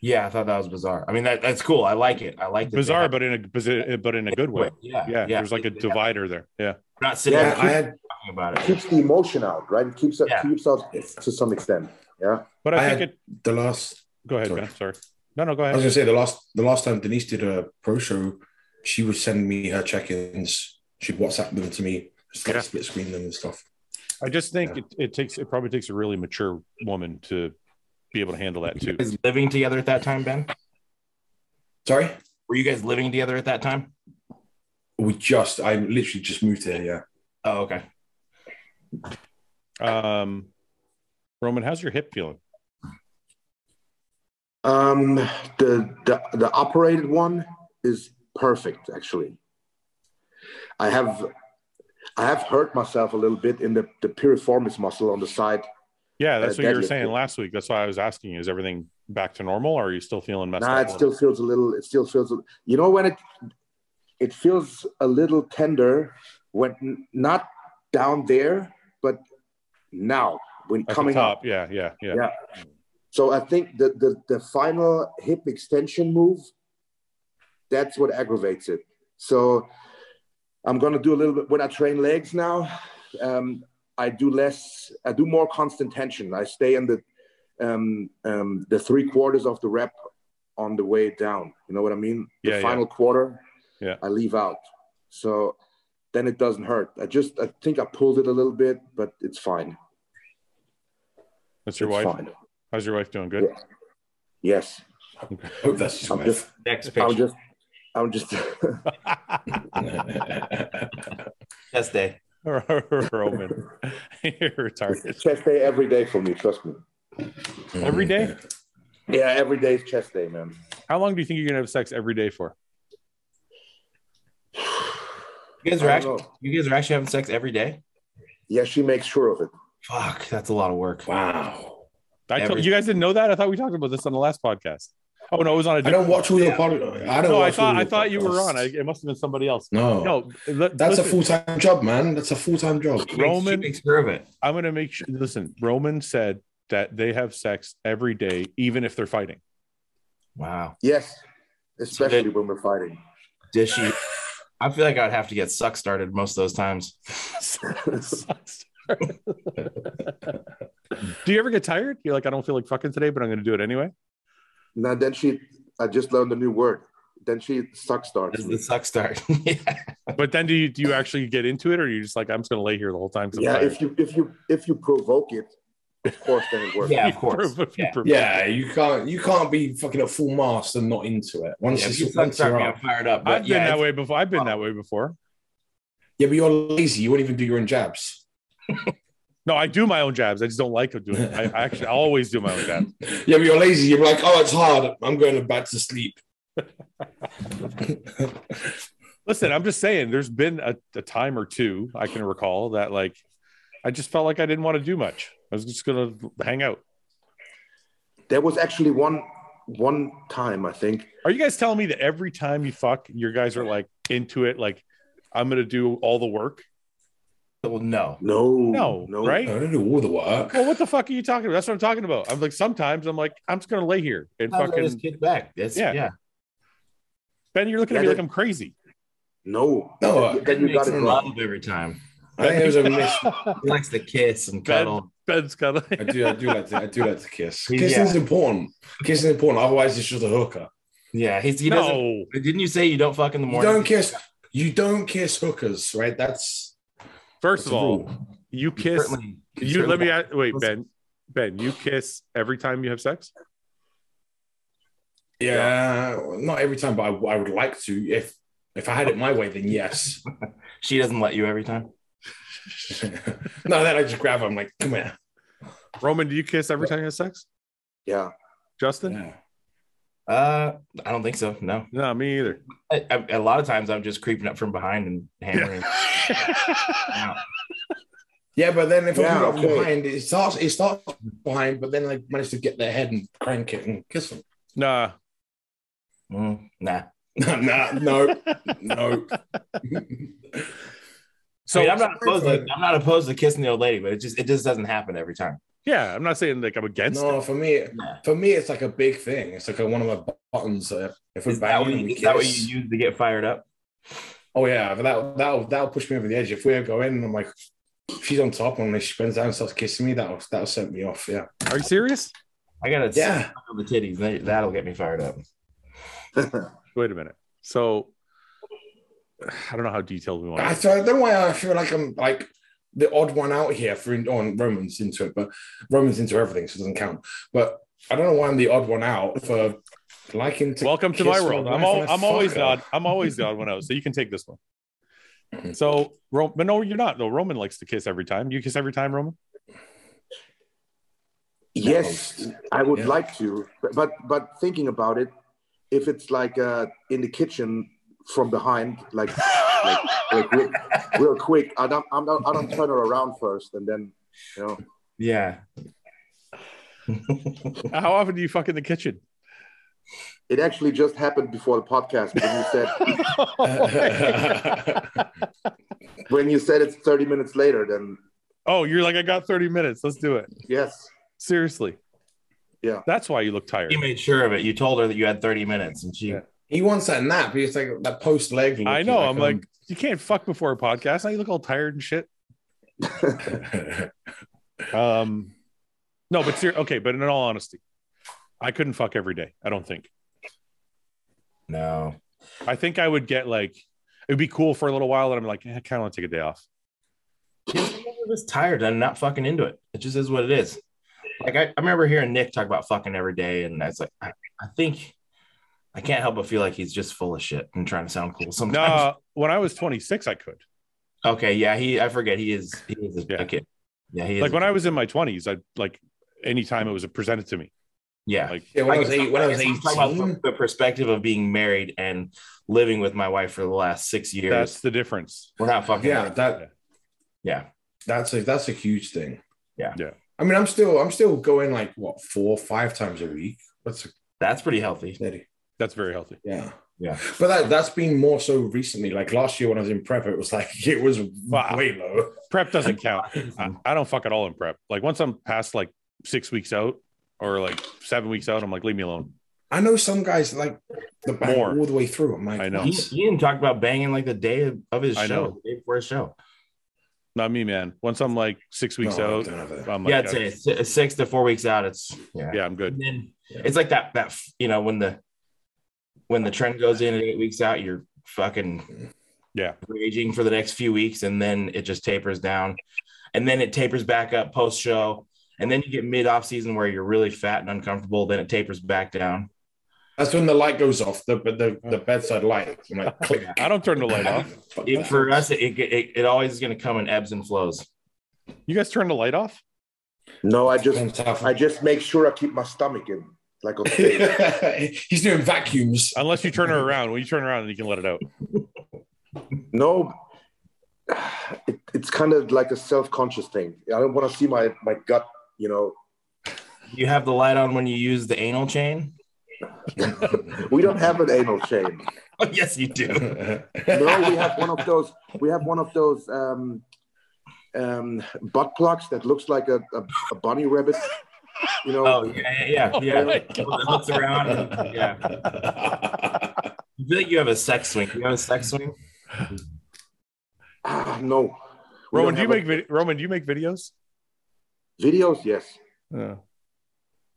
Speaker 4: yeah, I thought that was bizarre. I mean, that, that's cool. I like it. I like that they
Speaker 1: Bizarre,
Speaker 4: have-
Speaker 1: but in a posi- but in a good way.
Speaker 4: Yeah,
Speaker 1: Yeah, there's like a
Speaker 4: They- they
Speaker 1: divider there. Yeah.
Speaker 4: have- Not sitting
Speaker 3: Yeah,
Speaker 4: there
Speaker 2: I had
Speaker 4: talking about it.
Speaker 3: Keeps the emotion out, right? It keeps
Speaker 4: Yeah.
Speaker 3: keeps out to some extent. Yeah,
Speaker 1: But I,
Speaker 2: I
Speaker 1: think
Speaker 2: had-
Speaker 1: it.
Speaker 2: the last
Speaker 1: Go ahead,
Speaker 2: Sorry.
Speaker 1: Ben. Sorry. No, no. Go
Speaker 2: I was
Speaker 1: ahead.
Speaker 2: gonna say the last the last time Denise did a pro show, she would send me her check-ins. She'd WhatsApp them to me, just like
Speaker 1: Yeah.
Speaker 2: split screen them and stuff.
Speaker 1: I just think
Speaker 2: Yeah.
Speaker 1: it, it takes it probably takes a really mature woman to be able to handle that too.
Speaker 4: Is living together at that time, Ben?
Speaker 2: Sorry,
Speaker 4: Were you guys living together at that time?
Speaker 2: we just I literally just moved here. Yeah,
Speaker 4: Oh, okay.
Speaker 1: Um, Roman, how's your hip feeling?
Speaker 3: um, the the the operated one is perfect actually. I have I have hurt myself a little bit in the the piriformis muscle on the side.
Speaker 1: Yeah, that's
Speaker 3: Uh,
Speaker 1: what you were
Speaker 3: deadlift.
Speaker 1: saying last week. That's why I was asking: Is everything back to normal? Or are you still feeling messed
Speaker 3: Nah,
Speaker 1: up?
Speaker 3: it still feels a little. It still feels. a- You know when it, it feels a little tender when n- not down there, but now when
Speaker 1: At
Speaker 3: coming
Speaker 1: the top?
Speaker 3: up.
Speaker 1: Yeah, yeah, yeah,
Speaker 3: Yeah. So I think the, the the final hip extension move, that's what aggravates it. So I'm gonna do a little bit when I train legs now. Um, I do less. I do more constant tension. I stay in the um, um, the three quarters of the rep on the way down. You know what I mean? The
Speaker 1: Yeah, yeah.
Speaker 3: final quarter,
Speaker 1: Yeah.
Speaker 3: I leave out. So then it doesn't hurt. I just I think I pulled it a little bit, but it's fine.
Speaker 1: That's your
Speaker 3: it's
Speaker 1: wife.
Speaker 3: fine.
Speaker 1: How's your wife doing? Good.
Speaker 3: Yeah. Yes.
Speaker 2: hope that's his
Speaker 3: I'm
Speaker 2: wife.
Speaker 3: just-
Speaker 4: Next
Speaker 3: I'm
Speaker 4: picture.
Speaker 3: just I'm just
Speaker 4: Test day.
Speaker 1: Roman, you're retarded.
Speaker 3: It's chest day every day for me. Trust me.
Speaker 1: Every day?
Speaker 3: Yeah, every day is chest day, man.
Speaker 1: How long do you think you're gonna have sex every day for?
Speaker 4: You guys
Speaker 3: I
Speaker 4: are
Speaker 3: don't
Speaker 4: actually
Speaker 3: know.
Speaker 4: you guys are actually having sex every day.
Speaker 3: Yeah, she makes sure of it.
Speaker 4: Fuck, that's a lot of work.
Speaker 2: Wow.
Speaker 1: I told,
Speaker 4: Every-
Speaker 1: you guys didn't know that. I thought we talked about this on the last podcast. Oh no, it was on a
Speaker 2: I
Speaker 1: different.
Speaker 2: don't watch all your pod. I don't.
Speaker 1: no, I
Speaker 2: watch all
Speaker 1: thought I
Speaker 2: your
Speaker 1: thought you were
Speaker 2: podcasts.
Speaker 1: on. I, it must have been somebody else.
Speaker 2: no,
Speaker 1: No, li-
Speaker 2: that's a
Speaker 1: listen,
Speaker 2: full time job, man. That's a full time job.
Speaker 4: She makes- she
Speaker 1: Roman-
Speaker 4: makes sure of it.
Speaker 1: I'm gonna make sure. Listen, Roman said that they have sex every day, even if they're fighting.
Speaker 4: Wow.
Speaker 3: Yes, especially
Speaker 4: So
Speaker 3: when we're fighting.
Speaker 4: Does she? I feel like I'd have to get suck started most of those times.
Speaker 1: do you ever get tired? You're like, I don't feel like fucking today, but I'm gonna do it anyway.
Speaker 3: Now then she, I just learned a new word. Then she suck starts.
Speaker 4: Does
Speaker 3: me.
Speaker 4: the suck start? yeah.
Speaker 1: But then do you do you actually get into it, or are you just like, I'm just gonna lay here the whole time? 'cause I'm
Speaker 3: Yeah,
Speaker 1: tired?
Speaker 3: if you if you if you provoke it, of course, then it works.
Speaker 4: Yeah,
Speaker 1: If
Speaker 4: of
Speaker 1: you
Speaker 4: course.
Speaker 1: prove- if you
Speaker 4: Yeah.
Speaker 1: prove-
Speaker 2: Yeah, you can't you can't be fucking at full mast and not into it. Once
Speaker 4: Yeah,
Speaker 2: it's-
Speaker 4: you
Speaker 2: once
Speaker 4: start
Speaker 2: you're
Speaker 4: getting
Speaker 2: up.
Speaker 4: fired up.
Speaker 1: I've
Speaker 4: But
Speaker 1: been
Speaker 4: yeah,
Speaker 1: that
Speaker 4: it's-
Speaker 1: way before. I've been that way before.
Speaker 2: Yeah, but you're lazy. You won't even do your own jabs.
Speaker 1: No, I do my own jabs. I just don't like doing it. I I actually always do my own jabs.
Speaker 2: Yeah, but you're lazy. You're like, oh, it's hard. I'm going back to sleep.
Speaker 1: Listen, I'm just saying, there's been a, a time or two I can recall that like I just felt like I didn't want to do much. I was just gonna hang out.
Speaker 3: There was actually one one time I think
Speaker 1: Are you guys telling me that every time you fuck, your guys are like into it? Like I'm gonna do all the work.
Speaker 4: Well, no.
Speaker 3: no
Speaker 1: No, right?
Speaker 2: I don't do all the work.
Speaker 1: Well, what the fuck are you talking about? That's what I'm talking about. I'm like sometimes I'm like I'm just gonna lay here and
Speaker 4: Just
Speaker 1: fucking
Speaker 4: kick back. That's
Speaker 1: Yeah.
Speaker 4: yeah. yeah.
Speaker 1: Ben. You're looking at
Speaker 3: Yeah,
Speaker 1: me like
Speaker 3: that-
Speaker 1: I'm crazy.
Speaker 3: No,
Speaker 2: No, uh,
Speaker 3: then you got it
Speaker 4: Makes
Speaker 3: wrong.
Speaker 4: love every time.
Speaker 2: I think it was a miss.
Speaker 4: He likes to kiss and
Speaker 1: Ben-
Speaker 4: cuddle.
Speaker 1: Ben's got
Speaker 2: I do, I do like to, I do like to kiss.
Speaker 4: Yeah.
Speaker 2: Kissing's important. Kissing is important. Otherwise, it's just a hooker.
Speaker 4: Yeah, he's he doesn't.
Speaker 1: no.
Speaker 4: Didn't you say you don't fuck in the
Speaker 2: You
Speaker 4: morning?
Speaker 2: don't kiss. You don't kiss hookers, right? That's
Speaker 1: First
Speaker 2: that's
Speaker 1: of
Speaker 2: a
Speaker 1: all,
Speaker 2: rule.
Speaker 1: you kiss.
Speaker 4: Certainly-
Speaker 1: You
Speaker 4: certainly
Speaker 1: let me
Speaker 4: not.
Speaker 1: ask, wait, Ben.
Speaker 4: Listen.
Speaker 1: Ben, you kiss every time you have sex.
Speaker 2: Yeah, not every time, but I, I would like to. If if I had it my way, then yes.
Speaker 4: She doesn't let you every time.
Speaker 2: no, then I just grab. her. I'm like, come here.
Speaker 1: Roman, do you kiss every time you have sex?
Speaker 3: Yeah,
Speaker 1: Justin?
Speaker 2: Yeah.
Speaker 4: Uh, I don't think so. No.
Speaker 1: No, me either.
Speaker 4: I, I, a lot of times I'm just creeping up from behind and hammering. out.
Speaker 2: Yeah, but then if
Speaker 3: Yeah,
Speaker 2: I put it
Speaker 3: okay.
Speaker 2: behind, it starts. It starts behind, but then I manage to get their head and crank it and kiss them.
Speaker 1: nah.
Speaker 4: Mm, nah.
Speaker 2: No, no, no.
Speaker 1: So
Speaker 4: I am not opposed. To, I'm not opposed to kissing the old lady, but it just it just doesn't happen every time.
Speaker 1: yeah, I'm not saying like I'm against
Speaker 2: No,
Speaker 1: it.
Speaker 2: for me,
Speaker 4: Nah.
Speaker 2: for me, it's like a big thing. It's like a, one of my buttons. Uh, if we're
Speaker 4: Is that,
Speaker 2: banging,
Speaker 4: what
Speaker 2: and we
Speaker 4: you, is
Speaker 2: kiss,
Speaker 4: that what you use to get fired up?
Speaker 2: oh yeah, but that that'll that'll push me over the edge. If we're going, and I'm like, she's on top, and then she bends down and starts kissing me. That'll that'll set me off. Yeah,
Speaker 1: Are you serious?
Speaker 4: I gotta
Speaker 2: yeah.
Speaker 4: suck on the titties. They- That'll get me fired up.
Speaker 1: Wait a minute. So I don't know how detailed we want to.
Speaker 2: I, so I don't know why I feel like I'm like the odd one out here for on Romans into it, but Romans into everything, so it doesn't count. But I don't know why I'm the odd one out for liking to.
Speaker 1: Welcome to my
Speaker 2: kiss
Speaker 1: world.
Speaker 2: my
Speaker 1: I'm
Speaker 2: wife
Speaker 1: all,
Speaker 2: and I
Speaker 1: I'm always
Speaker 2: fuck her.
Speaker 1: the odd. I'm always the odd one out. So you can take this one. So Roman, no, you're not. though. Roman likes to kiss every time. You kiss every time, Roman.
Speaker 3: yes, I would
Speaker 2: Yeah.
Speaker 3: like to, but- but but thinking about it, if it's like uh, in the kitchen from behind, like like, like real, real quick, I don't I'm not, I don't turn her around first, and then you know
Speaker 4: Yeah.
Speaker 1: How often do you fuck in the kitchen?
Speaker 3: it actually just happened before the podcast when you said
Speaker 2: uh,
Speaker 3: when you said it's 30 minutes later, then
Speaker 1: oh, you're like I got 30 minutes. Let's do it.
Speaker 3: yes,
Speaker 1: Seriously.
Speaker 3: Yeah.
Speaker 1: That's why you look tired.
Speaker 4: You made sure of it. You told her that you had 30 minutes, and she
Speaker 1: Yeah.
Speaker 2: he wants that nap. He's like that post leg. look.
Speaker 1: I know. I'm
Speaker 2: He's um,
Speaker 1: like, you can't fuck before a podcast. Now you look all tired and shit. Um, no, but ser- okay. But in all honesty, I couldn't fuck every day. I don't think.
Speaker 4: no.
Speaker 1: I think I would get like it'd be cool for a little while, and I'm like, eh, I kind of want to take a day off.
Speaker 4: I'm just tired. I'm not fucking into it. It just is what it is. Like I, I remember hearing Nick talk about fucking every day, and I was like, I, I think I can't help but feel like he's just full of shit and trying to sound cool sometimes.
Speaker 1: No, when I was 26, I could.
Speaker 4: Okay, yeah, he I forget he is he is a
Speaker 1: Yeah.
Speaker 4: kid. Yeah, he is
Speaker 1: Like when I was in my 20s, I would like anytime it was presented to me.
Speaker 4: yeah.
Speaker 1: Like
Speaker 2: yeah, when I was,
Speaker 4: guess-
Speaker 2: eight, when I was
Speaker 4: guess I'm talking about
Speaker 2: 18,
Speaker 4: the perspective of being married and living with my wife for the last six years.
Speaker 1: that's the difference.
Speaker 4: We're not fucking.
Speaker 2: yeah, that
Speaker 4: yeah.
Speaker 2: that's a that's a huge thing.
Speaker 4: Yeah.
Speaker 1: Yeah.
Speaker 2: I mean, I'm still I'm still going like what four five times a week. That's
Speaker 4: That's pretty healthy.
Speaker 2: steady.
Speaker 1: That's very healthy.
Speaker 2: Yeah.
Speaker 4: Yeah.
Speaker 2: But that that's been more so recently. Like last year when I was in prep, it was like it was
Speaker 1: Wow.
Speaker 2: way low.
Speaker 1: Prep doesn't count. I, I don't fuck at all in prep. Like once I'm past like six weeks out or like seven weeks out, I'm like, leave me alone.
Speaker 2: I know some guys like the bang
Speaker 1: More.
Speaker 2: all the way through. I'm like,
Speaker 1: I know.
Speaker 4: Ian, Ian talked about banging like the day of- of his
Speaker 1: I
Speaker 4: show,
Speaker 1: know.
Speaker 4: the day before his show.
Speaker 1: Not me, man. Once I'm like six weeks
Speaker 2: No, I
Speaker 1: out,
Speaker 2: don't have that.
Speaker 1: I'm
Speaker 4: yeah,
Speaker 1: like,
Speaker 4: I'd say si- six to four weeks out. It's yeah.
Speaker 1: yeah, I'm good.
Speaker 4: And then
Speaker 2: Yeah.
Speaker 4: it's like that that you know when the when the trend goes in at eight weeks out, you're fucking
Speaker 1: Yeah.
Speaker 4: raging for the next few weeks, and then it just tapers down, and then it tapers back up post show, and then you get mid off season where you're really fat and uncomfortable. Then it tapers back down.
Speaker 2: That's when the light goes off, the the, the bedside light. I'm like, click.
Speaker 1: I don't turn the light off.
Speaker 2: Fuck
Speaker 4: It,
Speaker 2: that.
Speaker 4: for us, it, it it always is going to come in ebbs and flows.
Speaker 1: You guys turn the light off?
Speaker 3: No, I just
Speaker 2: Depends how-
Speaker 3: I just make sure I keep my stomach in, like on stage.
Speaker 2: He's doing vacuums.
Speaker 1: Unless you turn her around. When you turn around, you can let it out.
Speaker 3: no, it, it's kind of like a self-conscious thing. I don't want to see my my gut, you know.
Speaker 4: You have the light on when you use the anal chain.
Speaker 3: We don't have an anal chain.
Speaker 4: Oh yes, you do.
Speaker 3: No, we have one of those. We have one of those um, um, butt plugs that looks like a, a, a bunny rabbit. You know,
Speaker 4: Oh yeah, yeah, yeah.
Speaker 1: Oh, my
Speaker 4: It looks around. and- yeah, you feel like you have a sex swing. You have a sex swing.
Speaker 3: ah, no. We
Speaker 1: Roman,
Speaker 3: don't
Speaker 1: do you
Speaker 3: have a-
Speaker 1: make vid- Roman? Do you make videos?
Speaker 3: videos? Yes.
Speaker 1: Yeah.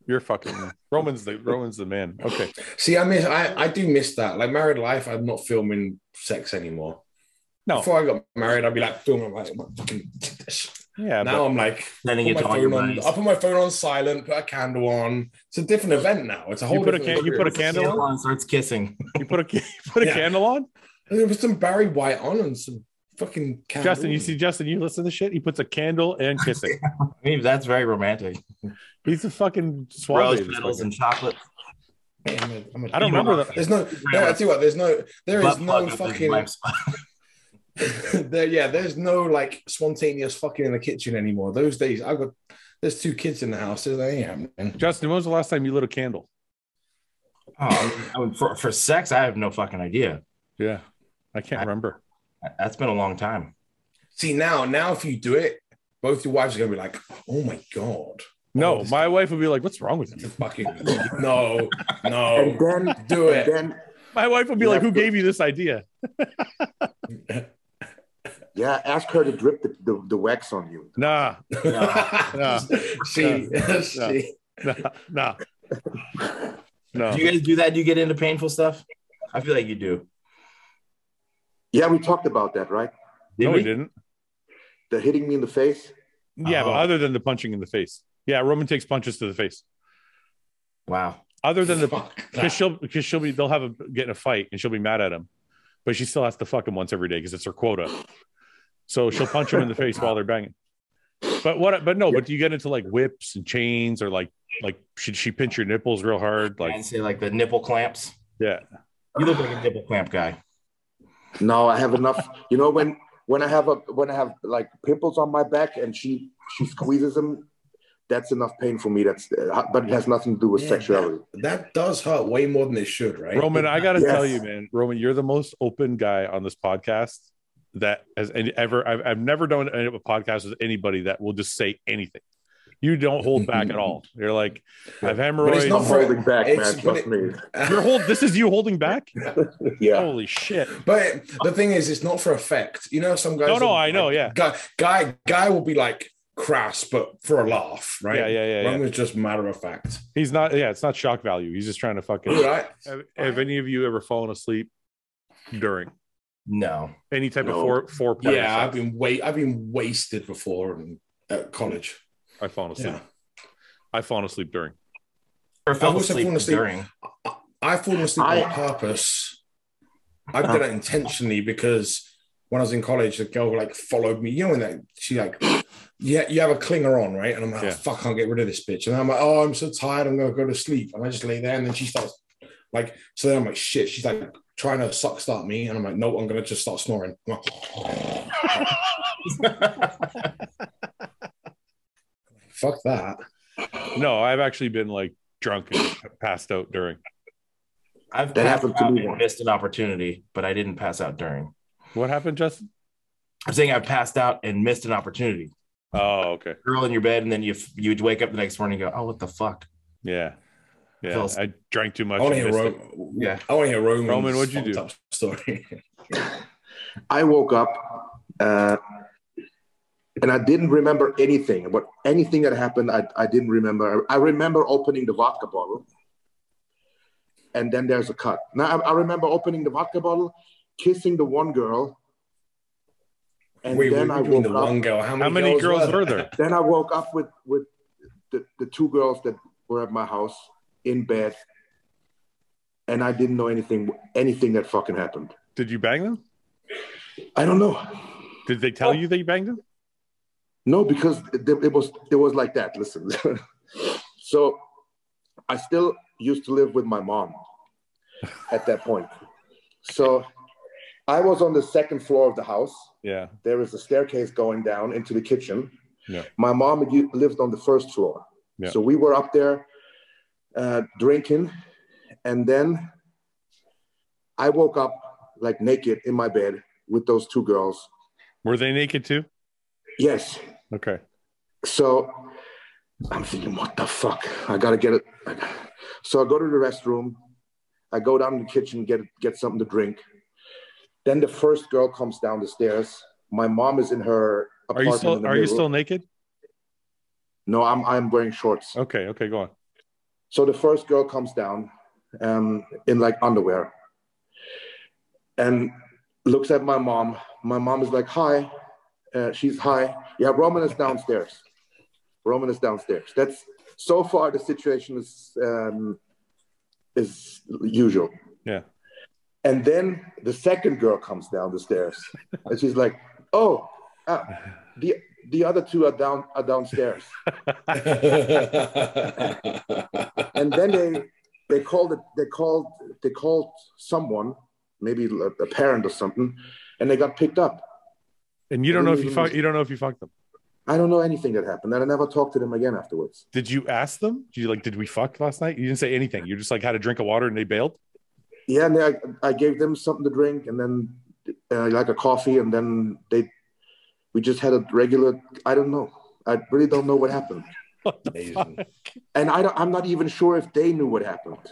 Speaker 1: You're fucking Roman's the Roman's the man. Okay.
Speaker 2: See, I miss I, I do miss that. Like married life, I'm not filming sex anymore.
Speaker 1: No.
Speaker 2: Before I got married, I'd be like filming like my fucking this.
Speaker 1: Yeah.
Speaker 2: Now I'm like
Speaker 4: Sending
Speaker 2: put
Speaker 4: it
Speaker 2: my
Speaker 4: to all your
Speaker 2: phone on,
Speaker 4: buddies.
Speaker 2: I put my phone on silent, put a candle on. It's a different event now. It's a
Speaker 1: but
Speaker 2: whole
Speaker 1: you put a
Speaker 2: different
Speaker 1: can, you put a candle on.
Speaker 4: and starts kissing.
Speaker 1: You put a ca- you put a
Speaker 2: Yeah.
Speaker 1: candle on.
Speaker 2: There was some Barry White on and some fucking candle.
Speaker 1: Justin, you see Justin, you listen to shit. He puts a candle and kissing.
Speaker 4: I mean, that's very romantic.
Speaker 1: He's a fucking
Speaker 4: Rose
Speaker 1: suave.
Speaker 4: petals and chocolate.
Speaker 2: I'm a- I'm a-
Speaker 1: I don't remember that.
Speaker 2: There's no. no I tell you what. There's no. There is
Speaker 4: butt
Speaker 2: no
Speaker 4: plug up in
Speaker 2: fucking.
Speaker 4: black spot.
Speaker 2: there, yeah. There's no like spontaneous fucking in the kitchen anymore. Those days, I've got. There's two kids in the house. There's that ain't happening.
Speaker 1: Justin, when was the last time you lit a candle?
Speaker 4: Oh, I mean, I mean, for, for sex, I have no fucking idea.
Speaker 1: Yeah. I can't
Speaker 4: I-
Speaker 1: remember.
Speaker 4: That's been a long time.
Speaker 2: See now, now if you do it, both your wives are gonna be like, "Oh my god,
Speaker 1: No,
Speaker 2: this-
Speaker 1: my wife would be like, "What's wrong with
Speaker 2: it's
Speaker 1: you?"
Speaker 2: a fucking no,
Speaker 1: Oh.
Speaker 3: And
Speaker 2: no,
Speaker 3: then,
Speaker 2: do
Speaker 3: and
Speaker 2: it."
Speaker 3: then,
Speaker 1: My wife would be
Speaker 3: You
Speaker 1: like,
Speaker 3: have
Speaker 1: "Who
Speaker 3: to-
Speaker 1: gave you this idea?"
Speaker 3: yeah, ask her to drip the, the, the wax on you.
Speaker 1: Nah, Yeah.
Speaker 2: See, see.
Speaker 1: nah, nah, no.
Speaker 4: Do you guys do that? Do you get into painful stuff? I feel like you do.
Speaker 3: Yeah, we talked about that, right?
Speaker 1: No, we
Speaker 4: we?
Speaker 1: didn't.
Speaker 3: The hitting me in the face.
Speaker 1: Yeah, but
Speaker 4: Oh.
Speaker 1: other than the punching in the face, yeah, Roman takes punches to the face.
Speaker 4: Wow.
Speaker 1: Other than the
Speaker 2: Fuck that.
Speaker 1: because she'll because she'll be they'll have a get in a fight and she'll be mad at him, but she still has to fuck him once every day because it's her quota. So she'll punch him in the face while they're banging. But what? But no. But do you get into like whips and chains or like like should she pinch your nipples real hard? Like
Speaker 4: and say like the nipple clamps.
Speaker 1: yeah,
Speaker 4: You look like a nipple clamp guy.
Speaker 3: No, I have enough. You know when when I have a when I have like pimples on my back and she she squeezes them, that's enough pain for me. That's but it has nothing to do with
Speaker 2: Yeah,
Speaker 3: sexuality.
Speaker 2: That, that does hurt way more than it should, right?
Speaker 1: Roman. I gotta
Speaker 3: Yes.
Speaker 1: tell you, man, Roman, you're the most open guy on this podcast that has any, ever. I've, I've never done a podcast with anybody that will just say anything. You don't hold back at all. You're like, I've
Speaker 2: it's
Speaker 1: hemorrhoids.
Speaker 2: not
Speaker 3: I'm
Speaker 2: for-
Speaker 3: holding back,
Speaker 2: it's-
Speaker 3: man.
Speaker 2: but
Speaker 3: Trust
Speaker 2: it-
Speaker 3: me.
Speaker 1: Your whole this is you holding back.
Speaker 3: Yeah.
Speaker 1: Holy shit!
Speaker 2: But the thing is, it's not for effect. You know, some guys.
Speaker 1: No, no,
Speaker 2: will-
Speaker 1: I know, yeah.
Speaker 2: Guy, guy, guy will be like crass, but for a laugh, right?
Speaker 1: Yeah, yeah, yeah, yeah.
Speaker 2: Roman's just matter of fact.
Speaker 1: He's not. Yeah, it's not shock value. He's just trying to fucking.
Speaker 2: Right?
Speaker 1: have, have any of you ever fallen asleep during
Speaker 4: No.
Speaker 1: any type
Speaker 3: No.
Speaker 1: of four foreplay?
Speaker 2: Yeah, I've
Speaker 1: sex?
Speaker 2: been wait, I've been wasted before in, at college.
Speaker 1: I've fallen asleep.
Speaker 2: Yeah,
Speaker 1: I've fallen asleep during.
Speaker 4: Or fell
Speaker 2: also
Speaker 4: asleep
Speaker 2: fallen asleep.
Speaker 4: during.
Speaker 2: I've fallen asleep on
Speaker 3: I-
Speaker 2: purpose. I did it intentionally because when I was in college, the girl like followed me. You know, when that she like, yeah, you have a clinger on, right? And I'm like, "Oh,
Speaker 1: Yeah.
Speaker 2: fuck, I'll get rid of this bitch. And I'm like, oh, I'm so tired, I'm gonna go to sleep. And I just lay there, and then she starts like, so then I'm like, shit, she's like trying to suck start me, and I'm like, no, I'm gonna just start snoring. I'm like, "Oh, fuck that.
Speaker 1: No, I've actually been like drunk and passed out during.
Speaker 4: I've
Speaker 3: That
Speaker 4: passed
Speaker 3: happened to
Speaker 4: out
Speaker 3: me
Speaker 4: and
Speaker 3: once.
Speaker 4: missed an opportunity, but I didn't pass out during.
Speaker 1: What happened, Justin?
Speaker 4: I'm saying I passed out and missed an opportunity.
Speaker 1: Oh, okay.
Speaker 4: Girl in your bed, and then you you'd wake up the next morning and go, "Oh, what the fuck?"
Speaker 1: Yeah,
Speaker 4: Fell
Speaker 1: yeah. I
Speaker 4: asleep.
Speaker 1: drank too
Speaker 2: I
Speaker 1: much.
Speaker 2: want to
Speaker 1: and
Speaker 2: hear
Speaker 1: missed it.
Speaker 2: Roman.
Speaker 4: Yeah.
Speaker 2: I want to hear Roman.
Speaker 1: Roman, what'd you do?
Speaker 2: Story.
Speaker 3: I woke up uh, and I didn't remember anything. But anything that happened, I, I didn't remember. I remember opening the vodka bottle and then there's a cut. Now, I, I remember opening the vodka bottle, kissing the one girl. And
Speaker 2: Wait,
Speaker 3: then
Speaker 2: what
Speaker 3: I
Speaker 2: do you mean
Speaker 3: woke
Speaker 2: the
Speaker 3: up.
Speaker 2: one girl. How many,
Speaker 1: How many girls were
Speaker 2: there?
Speaker 1: there?
Speaker 3: Then I woke up with, with the, the two girls that were at my house in bed, and I didn't know anything anything that fucking happened.
Speaker 1: Did you bang them?
Speaker 3: I don't know.
Speaker 1: Did they tell you that you banged them?
Speaker 3: No, because it, it was it was like that. Listen, so I still used to live with my mom at that point. So I was on the second floor of the house.
Speaker 1: Yeah.
Speaker 3: There is a staircase going down into the kitchen.
Speaker 1: Yeah.
Speaker 3: My mom had u- lived on the first floor.
Speaker 1: Yeah.
Speaker 3: So we were up there uh, drinking. And then I woke up like naked in my bed with those two girls.
Speaker 1: Were they naked too?
Speaker 3: Yes.
Speaker 1: Okay.
Speaker 3: So I'm thinking, what the fuck? I gotta get it. So I go to the restroom. I go down to the kitchen, get get something to drink. Then the first girl comes down the stairs. My mom is in her
Speaker 1: Are
Speaker 3: apartment.
Speaker 1: you
Speaker 3: in
Speaker 1: still
Speaker 3: the
Speaker 1: are you
Speaker 3: middle.
Speaker 1: still naked?
Speaker 3: No, I'm I'm wearing shorts.
Speaker 1: Okay, okay, go on.
Speaker 3: So the first girl comes down um, in like underwear and looks at my mom. My mom is like, hi. Uh, she's hi. Yeah, Roman is downstairs. Roman is downstairs. That's so far the situation is um, is usual.
Speaker 1: Yeah.
Speaker 3: And then the second girl comes down the stairs and she's like, oh, ah, the the other two are down are downstairs. and then they they called it they called they called someone maybe a- a parent or something and they got picked up
Speaker 1: And you don't know if you
Speaker 3: Mm.
Speaker 1: fuck you don't know if you fucked them.
Speaker 3: i don't know anything that happened and i never talked to them again afterwards
Speaker 1: Did you ask them? Did you like did we fuck last night? You didn't say anything. You just like had a drink of water and they bailed?
Speaker 3: yeah and I, I gave them something to drink and then uh, like a coffee and then they we just had a regular i don't know i really don't know what happened
Speaker 2: Amazing.
Speaker 3: and i don't, i'm not even sure if they knew what happened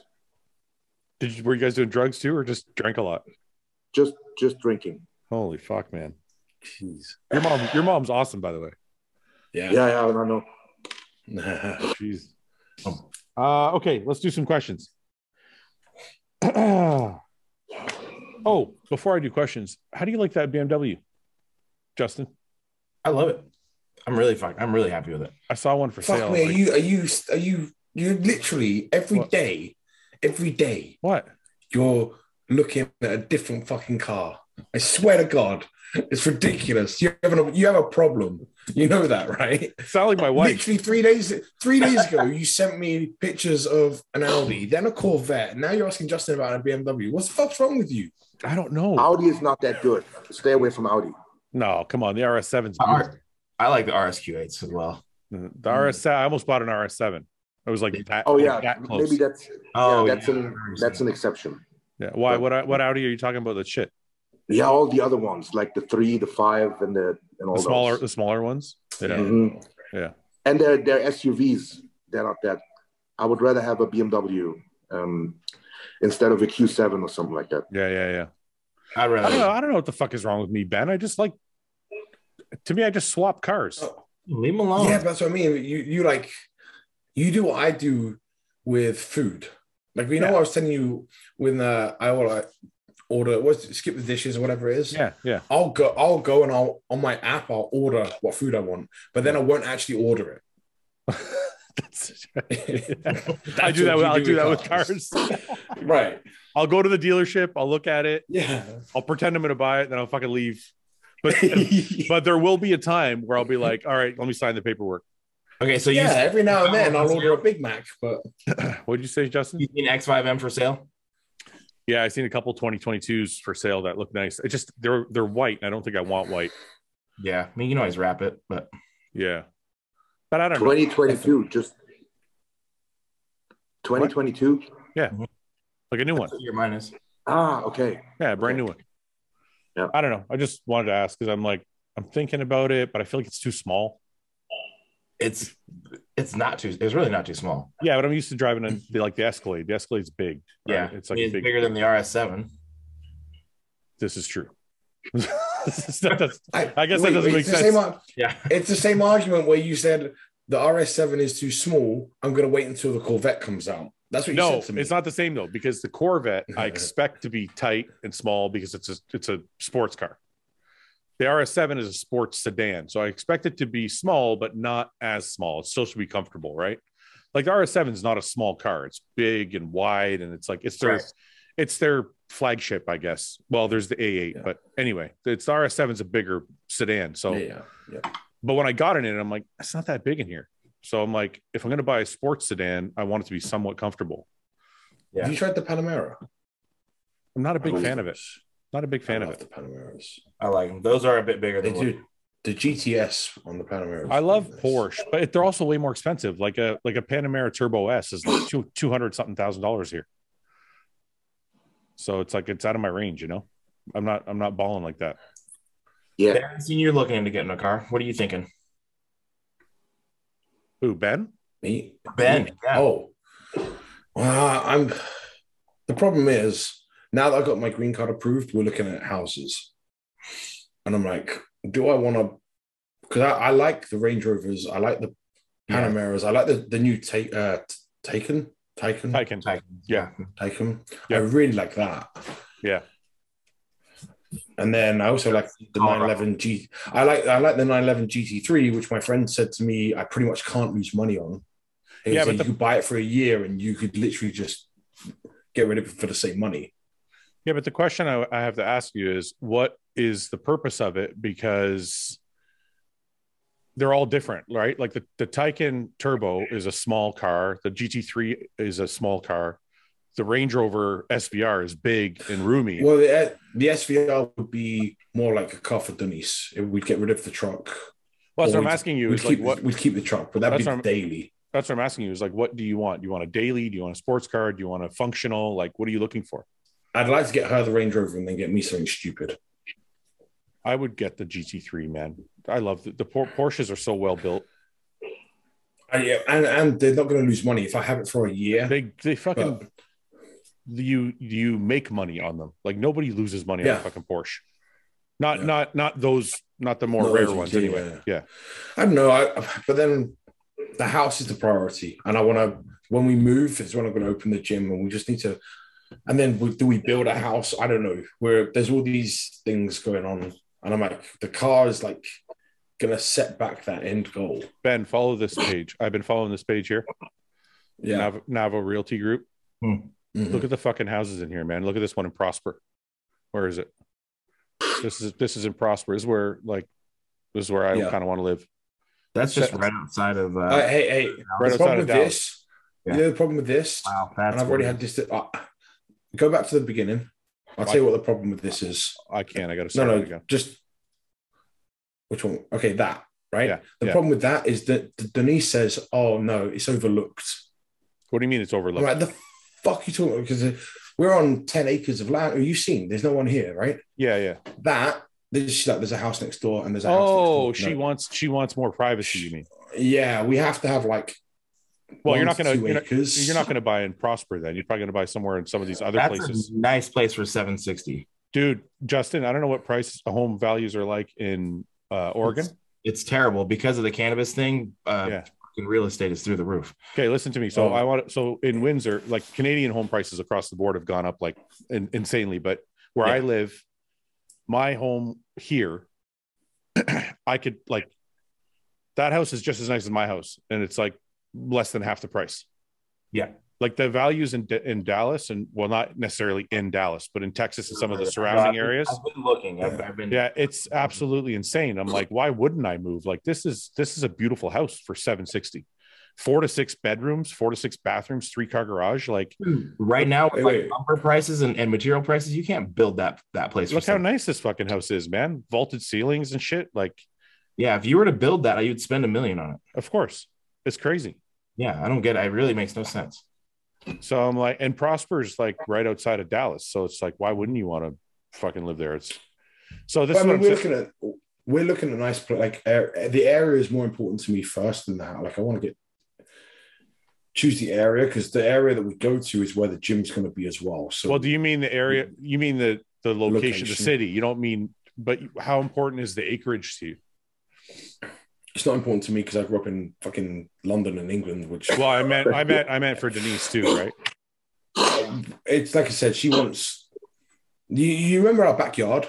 Speaker 1: Did you were you guys doing drugs too or just drank a lot?
Speaker 3: just just drinking
Speaker 1: Holy fuck, man.
Speaker 2: Jeez.
Speaker 1: Your mom your mom's awesome by the way.
Speaker 2: Yeah.
Speaker 3: yeah yeah i know
Speaker 1: Jeez. Uh, okay, let's do some questions. oh, before I do questions, how do you like that BMW, Justin?
Speaker 4: I love it. I'm really fuck. I'm really happy with it.
Speaker 1: I saw one for sale.
Speaker 2: Fuck
Speaker 1: I was
Speaker 2: me. Are
Speaker 1: like,
Speaker 2: you? Are you? Are you? You literally every
Speaker 1: What?
Speaker 2: day, every day
Speaker 1: what?
Speaker 2: you're looking at a different fucking car. I swear to God, it's ridiculous. You have a you have a problem. You know that, right?
Speaker 1: It's not like my wife.
Speaker 2: Literally three days three days ago, you sent me pictures of an Audi, then a Corvette. and Now you're asking Justin about a BMW. What the fuck's wrong with you?
Speaker 1: I don't know.
Speaker 3: audi is not that good stay away from audi
Speaker 1: no, come on. The RS7's
Speaker 4: I-
Speaker 1: beautiful.
Speaker 4: I like the RSQ8s as well.
Speaker 1: the RS. I almost bought an RS7. I was like that.
Speaker 3: oh yeah
Speaker 1: that close.
Speaker 3: maybe that's
Speaker 4: Oh,
Speaker 3: yeah, that's
Speaker 4: yeah.
Speaker 3: an that's an exception
Speaker 1: yeah. Why? What? What Audi are you talking about? The shit.
Speaker 3: Yeah, all the other ones, like the three, the five, and the and all
Speaker 1: The smaller,
Speaker 3: Those.
Speaker 1: the smaller ones. Yeah.
Speaker 3: Mhm.
Speaker 1: Yeah.
Speaker 3: And they're they're SUVs. They're not that. I would rather have a BMW um, instead of a Q7 or something like that.
Speaker 1: Yeah. Yeah. Yeah.
Speaker 4: I'd
Speaker 1: I don't know.
Speaker 4: rather
Speaker 1: I don't know what the fuck is wrong with me, Ben. I just like. To me, I just swap cars.
Speaker 4: leave them
Speaker 1: Oh.
Speaker 4: alone.
Speaker 2: Yeah, but that's what I mean. You you like you do what I do with food. Like you know
Speaker 1: Yeah.
Speaker 2: what I was telling you when uh, I will like, order what's it, skip the dishes or whatever it is.
Speaker 1: Yeah. Yeah.
Speaker 2: I'll go I'll go and I'll on my app I'll order what food I want, but then I won't actually order
Speaker 1: That's-
Speaker 2: it.
Speaker 1: I
Speaker 2: That's
Speaker 1: do that. With,
Speaker 2: what you
Speaker 1: I'll
Speaker 2: do
Speaker 1: do
Speaker 2: with
Speaker 1: that with
Speaker 2: cars.
Speaker 1: cars.
Speaker 2: right.
Speaker 1: I'll go to the dealership. I'll look at it.
Speaker 2: Yeah.
Speaker 1: I'll pretend I'm going to buy it, then I'll fucking leave. But but there will be a time where I'll be like, all right, let me sign the paperwork.
Speaker 4: Okay, so you
Speaker 2: yeah, every now and then I'll
Speaker 4: Yeah.
Speaker 2: order a Big Mac, but
Speaker 1: What'd you say, Justin?
Speaker 4: you seen X5M for sale?
Speaker 1: Yeah, I seen a couple 2022s for sale that look nice. It just they're they're white, and I don't think I want white.
Speaker 4: Yeah, I mean you can always wrap it, but
Speaker 1: Yeah, but I don't know.
Speaker 3: 2022, just 2022.
Speaker 1: Like a new one.
Speaker 4: your minus.
Speaker 3: Ah, okay.
Speaker 1: Yeah, brand new one.
Speaker 3: Yeah.
Speaker 1: I don't know. I just wanted to ask because I'm like I'm thinking about it, but I feel like it's too small.
Speaker 4: It's it's not too. It's really not too small.
Speaker 1: Yeah, but I'm used to driving on the, like the Escalade. The Escalade's big. right?
Speaker 4: Yeah,
Speaker 1: it's like
Speaker 4: I mean,
Speaker 1: a
Speaker 4: it's
Speaker 1: big.
Speaker 4: bigger than the RS7.
Speaker 1: This is true. This is- that does-
Speaker 2: I,
Speaker 1: I guess that doesn't make
Speaker 2: it's
Speaker 1: sense.
Speaker 2: The same, ar-
Speaker 4: Yeah,
Speaker 2: it's the same argument where you said the RS7 is too small. I'm going to wait until the Corvette comes out. That's what you
Speaker 1: no,
Speaker 2: said to me.
Speaker 1: it's not the same though because the Corvette I expect to be tight and small because it's a it's a sports car. The RS7 is a sports sedan, so I expect it to be small, but not as small. It still should be comfortable, right? Like the RS7 is not a small car; it's big and wide, and it's like it's their
Speaker 4: Right.
Speaker 1: it's their flagship, I guess. Well, there's the A8,
Speaker 2: Yeah.
Speaker 1: but anyway, it's the RS7 is a bigger sedan. So,
Speaker 2: yeah, yeah.
Speaker 1: but when I got in it, I'm like, it's not that big in here. So I'm like, if I'm going to buy a sports sedan, I want it to be somewhat comfortable.
Speaker 4: Yeah.
Speaker 2: Have you tried the Panamera?
Speaker 1: I'm not a big
Speaker 2: Oh,
Speaker 1: fan of it. Not a big fan
Speaker 2: I
Speaker 1: of it.
Speaker 2: love the Panameras.
Speaker 4: I like them. Those are a bit bigger
Speaker 2: They
Speaker 4: than
Speaker 2: do the GTS on the Panamera. is
Speaker 1: I love
Speaker 2: really nice.
Speaker 1: Porsche, but they're also way more expensive. Like a like a Panamera Turbo S is like two two hundred something thousand dollars here. So it's like it's out of my range, you know. I'm not I'm not balling like that.
Speaker 3: Yeah.
Speaker 4: Dan, you're looking into getting a car. What are you thinking?
Speaker 1: Ooh, Ben,
Speaker 2: Me?
Speaker 4: Ben,
Speaker 2: Me?
Speaker 4: yeah.
Speaker 2: Oh, well, I'm. The problem is now that I got my green card approved, we're looking at houses, and I'm like, do I want to? Because I, I like the Range Rovers, I like the
Speaker 4: Yeah.
Speaker 2: Panameras, I like the the new ta- uh, Taken, Taken,
Speaker 1: I can.
Speaker 4: Like,
Speaker 1: Yeah.
Speaker 2: Taken.
Speaker 1: Yeah.
Speaker 2: um, I really like that.
Speaker 1: Yeah.
Speaker 2: And then I also like the
Speaker 4: Colorado.
Speaker 2: 911 G. I like I like the 911 GT3, which my friend said to me, I pretty much can't lose money on. He
Speaker 1: Yeah,
Speaker 2: yeah,
Speaker 1: but
Speaker 2: you
Speaker 1: the-
Speaker 2: could buy it for a year and you could literally just get rid of it for the same money.
Speaker 1: Yeah, but the question I, I have to ask you is, what is the purpose of it? Because they're all different, right? Like the the Taycan Turbo is a small car. The GT3 is a small car. The Range Rover SVR is big and roomy.
Speaker 2: Well, the, uh, the SVR would be more like a car for dummies. It- We'd get rid of the truck.
Speaker 1: Well, that's what
Speaker 2: Or
Speaker 1: I'm
Speaker 2: we'd-
Speaker 1: asking you.
Speaker 2: We'd
Speaker 1: Is like
Speaker 2: keep,
Speaker 1: what
Speaker 2: we'd keep the truck, but that'd
Speaker 1: That's what I'm-
Speaker 2: be daily.
Speaker 1: that's what I'm asking you. Is like what do you want? Do you want a daily? Do you want a sports car? Do you want a functional? Like what are you looking for?
Speaker 2: I'd like to get her the Range Rover and then get me something stupid.
Speaker 1: I would get the GT3, man. I love the, the Por- Porsches are so well built.
Speaker 2: And, yeah, and, and they're not going to lose money if I have it for a year.
Speaker 1: They they fucking
Speaker 2: But-
Speaker 1: you you make money on them. Like nobody loses money on
Speaker 2: Yeah.
Speaker 1: a fucking Porsche. Not
Speaker 2: Yeah.
Speaker 1: not not those not the more
Speaker 2: Not
Speaker 1: rare
Speaker 2: those
Speaker 1: ones
Speaker 2: GT,
Speaker 1: anyway. Yeah.
Speaker 2: I don't know. I, but then the house is the priority, and I want to. When we move, is when I'm going to open the gym, and we just need to. And then we, do we build a house? I don't know. Where there's all these things going on, and I'm like, the car is like going to set back that end goal.
Speaker 1: Ben, follow this page. I've been following this page here.
Speaker 2: Yeah.
Speaker 1: Nav- Navo Realty Group.
Speaker 2: Mhm.
Speaker 1: Look at the fucking houses in here, man. Look at this one in Prosper. Where is it? This is this is in Prosper. This is where like this is where I
Speaker 2: Yeah.
Speaker 1: kind of want to live.
Speaker 4: That's just right outside of. Uh,
Speaker 1: Oh,
Speaker 2: Uh, hey, hey.
Speaker 1: Right
Speaker 2: the
Speaker 1: outside
Speaker 2: problem
Speaker 1: of
Speaker 2: with
Speaker 1: Dallas.
Speaker 2: this,
Speaker 4: Yeah.
Speaker 2: you know, the problem with this,
Speaker 4: wow,
Speaker 2: and
Speaker 4: that's.
Speaker 2: I've already had this. Uh, go back to the beginning. I'll
Speaker 1: Why-
Speaker 2: tell you what the problem with this is.
Speaker 1: I can't. I got to
Speaker 2: No,
Speaker 1: start it
Speaker 2: no,
Speaker 1: again.
Speaker 2: just which one? Okay, that right.
Speaker 1: Yeah,
Speaker 2: The
Speaker 1: yeah.
Speaker 2: problem with that is that D- Denise says, "Oh no, it's overlooked."
Speaker 1: What do you mean it's
Speaker 2: I'm
Speaker 1: overlooked?
Speaker 2: like, "The fuck you talking?" about? Because we're on ten acres of land. Are you seen? There's no one here, right?
Speaker 1: Yeah, yeah.
Speaker 2: That there's she's like, there's a house next door, and there's a house.
Speaker 1: Oh,
Speaker 2: next door.
Speaker 1: she
Speaker 2: No.
Speaker 1: wants she wants more privacy. You mean?
Speaker 2: Yeah, we have to have like.
Speaker 1: Well, you're
Speaker 2: one
Speaker 1: not
Speaker 2: to
Speaker 1: gonna
Speaker 2: two
Speaker 1: you're not,
Speaker 2: acres.
Speaker 1: you're not gonna buy in Prosper then. You're probably gonna buy somewhere in some of these other
Speaker 4: that's
Speaker 1: places.
Speaker 4: a nice place for 760.
Speaker 1: Dude, Justin, I don't know what price home values are like in uh, Oregon.
Speaker 4: It's, it's terrible because of the cannabis thing. Uh,
Speaker 1: Yeah.
Speaker 4: fucking Real estate is through the roof.
Speaker 1: Okay, listen to me. So
Speaker 2: Oh.
Speaker 1: I want so in Windsor, like Canadian home prices across the board have gone up like in, insanely. But where I
Speaker 4: Yeah.
Speaker 1: live, my home here, I could like that house is just as nice as my house, and it's like less than half the price.
Speaker 4: Yeah.
Speaker 1: like the values in D- in Dallas, and well, not necessarily in Dallas, but in Texas and some of the
Speaker 4: I've-
Speaker 1: surrounding
Speaker 4: I've-
Speaker 1: areas.
Speaker 4: I've been looking. I've, I've been.
Speaker 1: Yeah, it's absolutely insane. I'm like, why wouldn't I move? Like this is this is a beautiful house for 760. Four to six bedrooms, four to six bathrooms, three car garage. Like
Speaker 4: Right now,
Speaker 2: Wait,
Speaker 4: with like
Speaker 2: wait.
Speaker 4: lumber prices and, and material prices, you can't build that that place. for
Speaker 1: look how
Speaker 4: 760.
Speaker 1: nice this fucking house is, man. Vaulted ceilings and shit. Like,
Speaker 4: Yeah, if you were to build that, you'd spend a million on it.
Speaker 1: of course. It's crazy.
Speaker 4: Yeah, I don't get it. It really makes no sense.
Speaker 1: So I'm like, and Prosper's like right outside of Dallas. So it's like, why wouldn't you want to fucking live there? It's so this
Speaker 2: But, I
Speaker 1: is what
Speaker 2: mean,
Speaker 1: I'm
Speaker 2: we're
Speaker 1: saying.
Speaker 2: looking at we're looking at nice pla- like air, the area is more important to me first than that. Like I want to get choose the area because the area that we go to is where the gym's going to be as well. So
Speaker 1: Well, do you mean the area? You mean the the location, of the
Speaker 2: Location.
Speaker 1: city? You don't mean, but how important is the acreage to you?
Speaker 2: it's not important to me because I grew up in fucking London and England, which
Speaker 1: Well, I meant, I meant, I meant for Denise too, right? oh.
Speaker 2: it's like I said, she wants. You, you remember our backyard?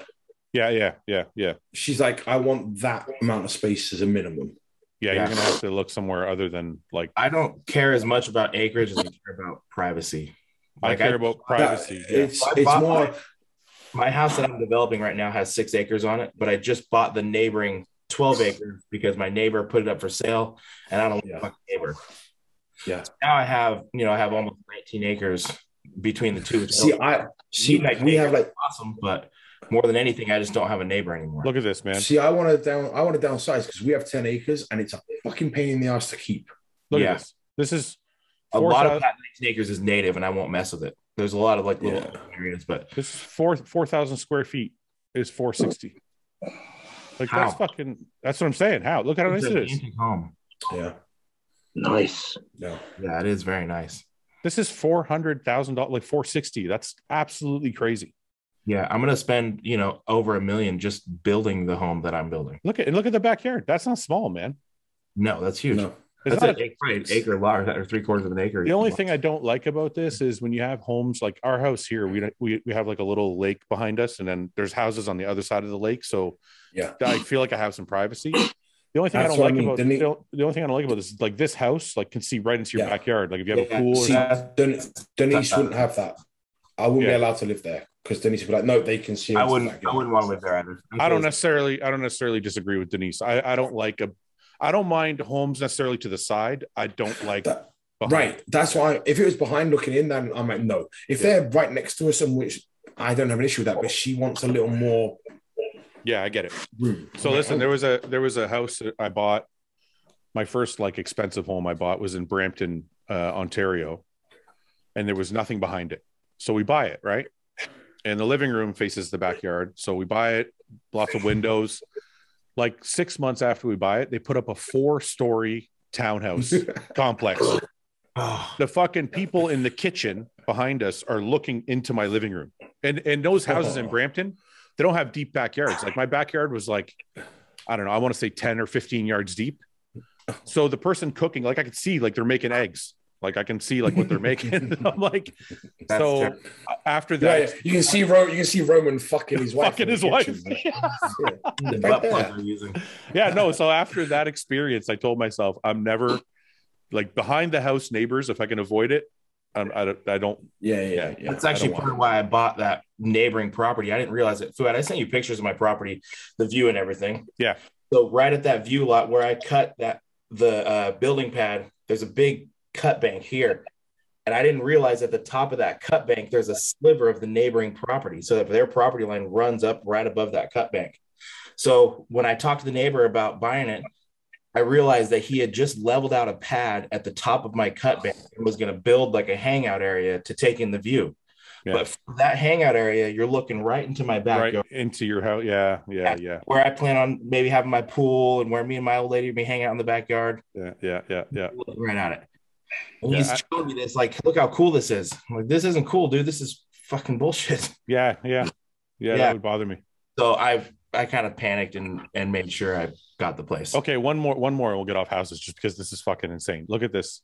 Speaker 1: Yeah, yeah, yeah, yeah.
Speaker 2: She's like, I want that amount of space as a minimum.
Speaker 1: Yeah, you're
Speaker 4: Yeah.
Speaker 1: gonna have to look somewhere other than like
Speaker 4: I don't care as much about acreage as I care about privacy.
Speaker 1: I
Speaker 4: Like,
Speaker 1: care
Speaker 4: I-
Speaker 1: about
Speaker 2: That-
Speaker 1: privacy. yeah.
Speaker 2: It's it's more
Speaker 4: My house that I'm developing right now has six acres on it, but I just bought the neighboring 12 acres because my neighbor put it up for sale and I don't
Speaker 2: Yeah.
Speaker 4: want my neighbor.
Speaker 2: Yeah.
Speaker 4: So now I have, you know, I have almost 19 acres between the two. which I
Speaker 2: see
Speaker 4: don't-
Speaker 2: I see
Speaker 4: like
Speaker 2: we have like
Speaker 4: awesome, but more than anything, I just don't have a neighbor anymore.
Speaker 1: Look at this, man.
Speaker 2: see I want to down I want to downsize because we have 10 acres and it's a fucking pain in the ass to keep.
Speaker 1: Look
Speaker 4: Yeah.
Speaker 1: at this. This is
Speaker 4: a
Speaker 1: four
Speaker 4: lot
Speaker 1: thou-
Speaker 4: of that 19 acres is native and I won't mess with it. There's a lot of like little areas, but
Speaker 1: this is four four thousand square feet is four sixty. Like
Speaker 4: How?
Speaker 1: that's fucking that's what I'm saying. How? Look how nice
Speaker 4: it's
Speaker 1: it
Speaker 4: an
Speaker 1: is.
Speaker 4: antique home.
Speaker 2: Yeah.
Speaker 3: Nice.
Speaker 2: Yeah.
Speaker 4: Yeah, it is very nice.
Speaker 1: This is four hundred thousand dollars, like four sixty. That's absolutely crazy.
Speaker 4: Yeah, I'm gonna spend you know over a million just building the home that I'm building.
Speaker 1: Look at and look at the backyard. That's not small, man.
Speaker 4: No, that's huge.
Speaker 2: No.
Speaker 1: It's
Speaker 4: That's
Speaker 1: not
Speaker 4: an acre, probably an acre large or three quarters of an acre.
Speaker 1: The only thing I don't like about this is when you have homes like our house here, we don't, we, we have like a little lake behind us, and then there's houses on the other side of the lake. So
Speaker 2: Yeah.
Speaker 1: I feel like I have some privacy. The only thing
Speaker 2: That's
Speaker 1: I don't
Speaker 2: what I
Speaker 1: like
Speaker 2: mean.
Speaker 1: about
Speaker 2: Didn't he-
Speaker 1: the only- the only thing I don't like about this is like this house like can see right into your
Speaker 2: Yeah.
Speaker 1: backyard. Like if you have
Speaker 4: Yeah.
Speaker 1: a pool, or
Speaker 2: See,
Speaker 1: something.
Speaker 2: Den- Denise wouldn't have that. I wouldn't
Speaker 1: Yeah.
Speaker 2: be allowed to live there because Denise would be like, no, they can see.
Speaker 4: I
Speaker 2: into
Speaker 4: wouldn't.
Speaker 2: that
Speaker 4: I wouldn't want to live there either.
Speaker 1: I don't necessarily I don't necessarily disagree with Denise. I, I don't like a I don't mind homes necessarily to the side. I don't like
Speaker 2: That-
Speaker 1: behind.
Speaker 2: Right. That's why if it was behind looking in, then I'm like, no. If they're right next to us, and which I don't have an issue with that, but she wants a little more
Speaker 1: Yeah, I get it.
Speaker 2: room.
Speaker 1: So listen, there was a there was a house that I bought. My first like expensive home I bought was in Brampton, uh, Ontario, and there was nothing behind it. So we buy it right, and the living room faces the backyard. So we buy it, lots of windows. Like six months after we buy it, they put up a four-story townhouse complex.
Speaker 4: Oh,
Speaker 1: The fucking people in the kitchen behind us are looking into my living room, and and those houses in
Speaker 2: Oh.
Speaker 1: Brampton, they don't have deep backyards. Like my backyard was like I don't know, I want to say 10 or 15 yards deep. So the person cooking, like I could see, like they're making eggs. Like I can see like what they're making. I'm like,
Speaker 4: that's
Speaker 1: so
Speaker 4: terrible.
Speaker 1: after
Speaker 2: Yeah,
Speaker 1: that,
Speaker 2: yeah. you can see Ro- you can see Roman fucking his wife.
Speaker 1: Fucking
Speaker 2: in the
Speaker 1: his wife.
Speaker 2: kitchen.
Speaker 4: the
Speaker 2: right
Speaker 4: butt
Speaker 2: there.
Speaker 4: plug they're using.
Speaker 1: yeah, no. So after that experience, I told myself, I'm never like behind the house neighbors. If I can avoid it, I'm, I, don't, I don't.
Speaker 2: yeah, yeah, yeah.
Speaker 4: That's actually
Speaker 1: want
Speaker 4: part of why I bought that neighboring property. I didn't realize it. Fuad, I sent you pictures of my property, the view and everything.
Speaker 1: Yeah.
Speaker 4: So right at that view lot where I cut that the uh, building pad, there's a big cut bank here, and I didn't realize at the top of that cut bank there's a sliver of the neighboring property, so that their property line runs up right above that cut bank. So when I talked to the neighbor about buying it, I realized that he had just leveled out a pad at the top of my cut bank and was going to build like a hangout area to take in the view.
Speaker 1: Yeah.
Speaker 4: But from that hangout area, you're looking right into my backyard
Speaker 1: Right into your house. Yeah, yeah, yeah,
Speaker 4: where I plan on maybe having my pool and where me and my old lady may hang out in the backyard,
Speaker 1: yeah, yeah, yeah, yeah.
Speaker 4: looking right at it. And
Speaker 1: Yeah,
Speaker 4: he's
Speaker 1: I-
Speaker 4: showing me this, like, look how cool this is. I'm like, this isn't cool, dude. This is fucking bullshit.
Speaker 1: Yeah, yeah, yeah.
Speaker 4: Yeah.
Speaker 1: That would bother me.
Speaker 4: So I I kind of panicked and and made sure I got the place.
Speaker 1: Okay, one more, one more, and we'll get off houses just because this is fucking insane. Look at this.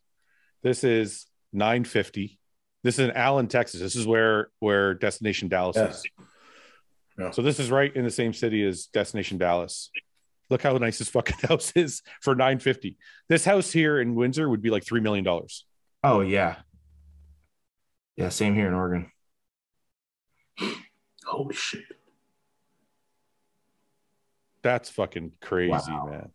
Speaker 1: This is 950. This is in Allen, Texas. This is where where Destination Dallas
Speaker 2: Yeah.
Speaker 1: is.
Speaker 2: Yeah.
Speaker 1: So this is right in the same city as Destination Dallas. Look how nice this fucking house is for 950. This house here in Windsor would be like three million dollars.
Speaker 4: Oh yeah. Yeah, same here in Oregon.
Speaker 3: Holy shit.
Speaker 1: That's fucking crazy,
Speaker 4: Wow.
Speaker 1: man.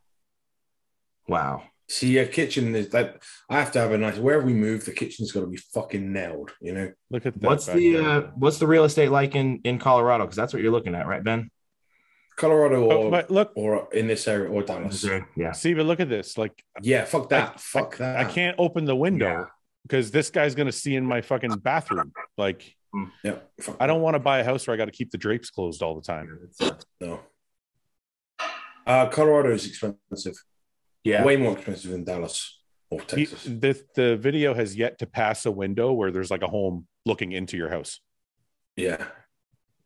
Speaker 4: Wow.
Speaker 2: See, your kitchen is that. I have to have a nice. Where we move, the kitchen's got to be fucking nailed. You know.
Speaker 1: Look at that.
Speaker 4: What's
Speaker 1: back
Speaker 4: the
Speaker 1: there.
Speaker 4: uh, what's the real estate like in in Colorado? Because that's what you're looking at, right, Ben?
Speaker 2: Colorado or,
Speaker 1: Oh, but look,
Speaker 2: or in this area or Dallas.
Speaker 4: Yeah.
Speaker 1: see, but look at this. Like
Speaker 2: Yeah, fuck that. fuck that.
Speaker 1: I can't open the
Speaker 4: Yeah.
Speaker 1: window because this guy's gonna see in my fucking bathroom. Like
Speaker 2: Yeah, fuck
Speaker 1: I don't want to buy a house where I got to keep the drapes closed all the time.
Speaker 2: No. Uh, Colorado is expensive.
Speaker 4: Yeah.
Speaker 2: Way more expensive than Dallas or
Speaker 1: He-
Speaker 2: Texas.
Speaker 1: the, the video has yet to pass a window where there's like a home looking into your house.
Speaker 2: yeah.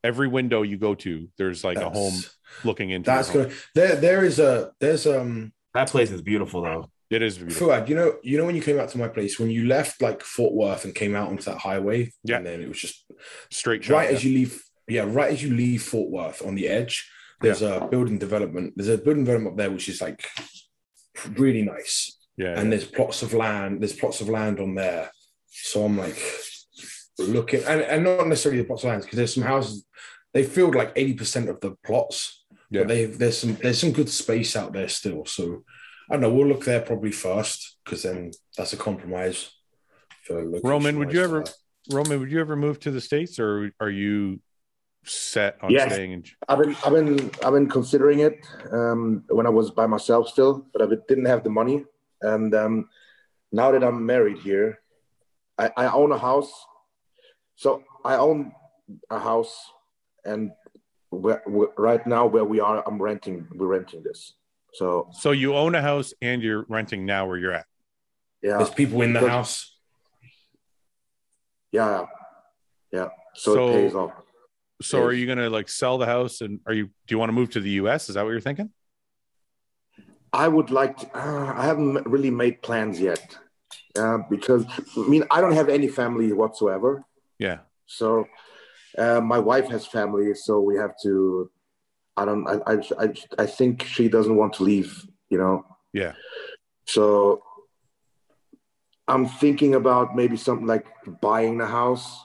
Speaker 1: Every window you go to, there's like a
Speaker 2: that's-
Speaker 1: home looking into.
Speaker 2: That's
Speaker 1: your home.
Speaker 2: gonna there there is a there's um
Speaker 4: That place is beautiful though.
Speaker 1: It is beautiful.
Speaker 2: Fuad, you know, you know when you came out to my place, when you left like Fort Worth and came out onto that highway,
Speaker 1: Yeah.
Speaker 2: and then it was just
Speaker 1: Straight shot.
Speaker 2: right as you leave yeah, right as you leave Fort Worth on the edge, there's a building development. There's a building development up there which is like really nice,
Speaker 1: Yeah.
Speaker 2: and there's plots of land. There's plots of land on there, so I'm like looking, and, and not necessarily the plots of land because there's some houses. They filled like eighty percent of the plots.
Speaker 1: Yeah.
Speaker 2: But they there's some there's some good space out there still. So I don't know. We'll look there probably first because then that's a compromise. For
Speaker 1: Roman, would you
Speaker 2: location-wise
Speaker 1: ever-
Speaker 2: there.
Speaker 1: Roman, would you ever move to the states, or are you set on
Speaker 3: Yes.
Speaker 1: staying in?
Speaker 3: I've been, I've been, I've been considering it um, when I was by myself still, but I didn't have the money. And um, now that I'm married here, I, I own a house. So I own a house, and where, where, right now where we are, I'm renting. We're renting this. So
Speaker 1: So you own a house and you're renting now where you're at.
Speaker 3: yeah,
Speaker 2: There's people in the
Speaker 3: Good.
Speaker 2: house.
Speaker 3: yeah, yeah. So,
Speaker 1: So-
Speaker 3: it pays off.
Speaker 1: So
Speaker 3: Yes.
Speaker 1: are you gonna like sell the house and are you do you want to move to the US? Is that what you're thinking?
Speaker 3: I would like to, uh, I haven't really made plans yet uh, because I mean, I don't have any family whatsoever.
Speaker 1: Yeah.
Speaker 3: So uh, my wife has family, so we have to, I don't, I, I, I, I think she doesn't want to leave, you know?
Speaker 1: Yeah.
Speaker 3: So I'm thinking about maybe something like buying a house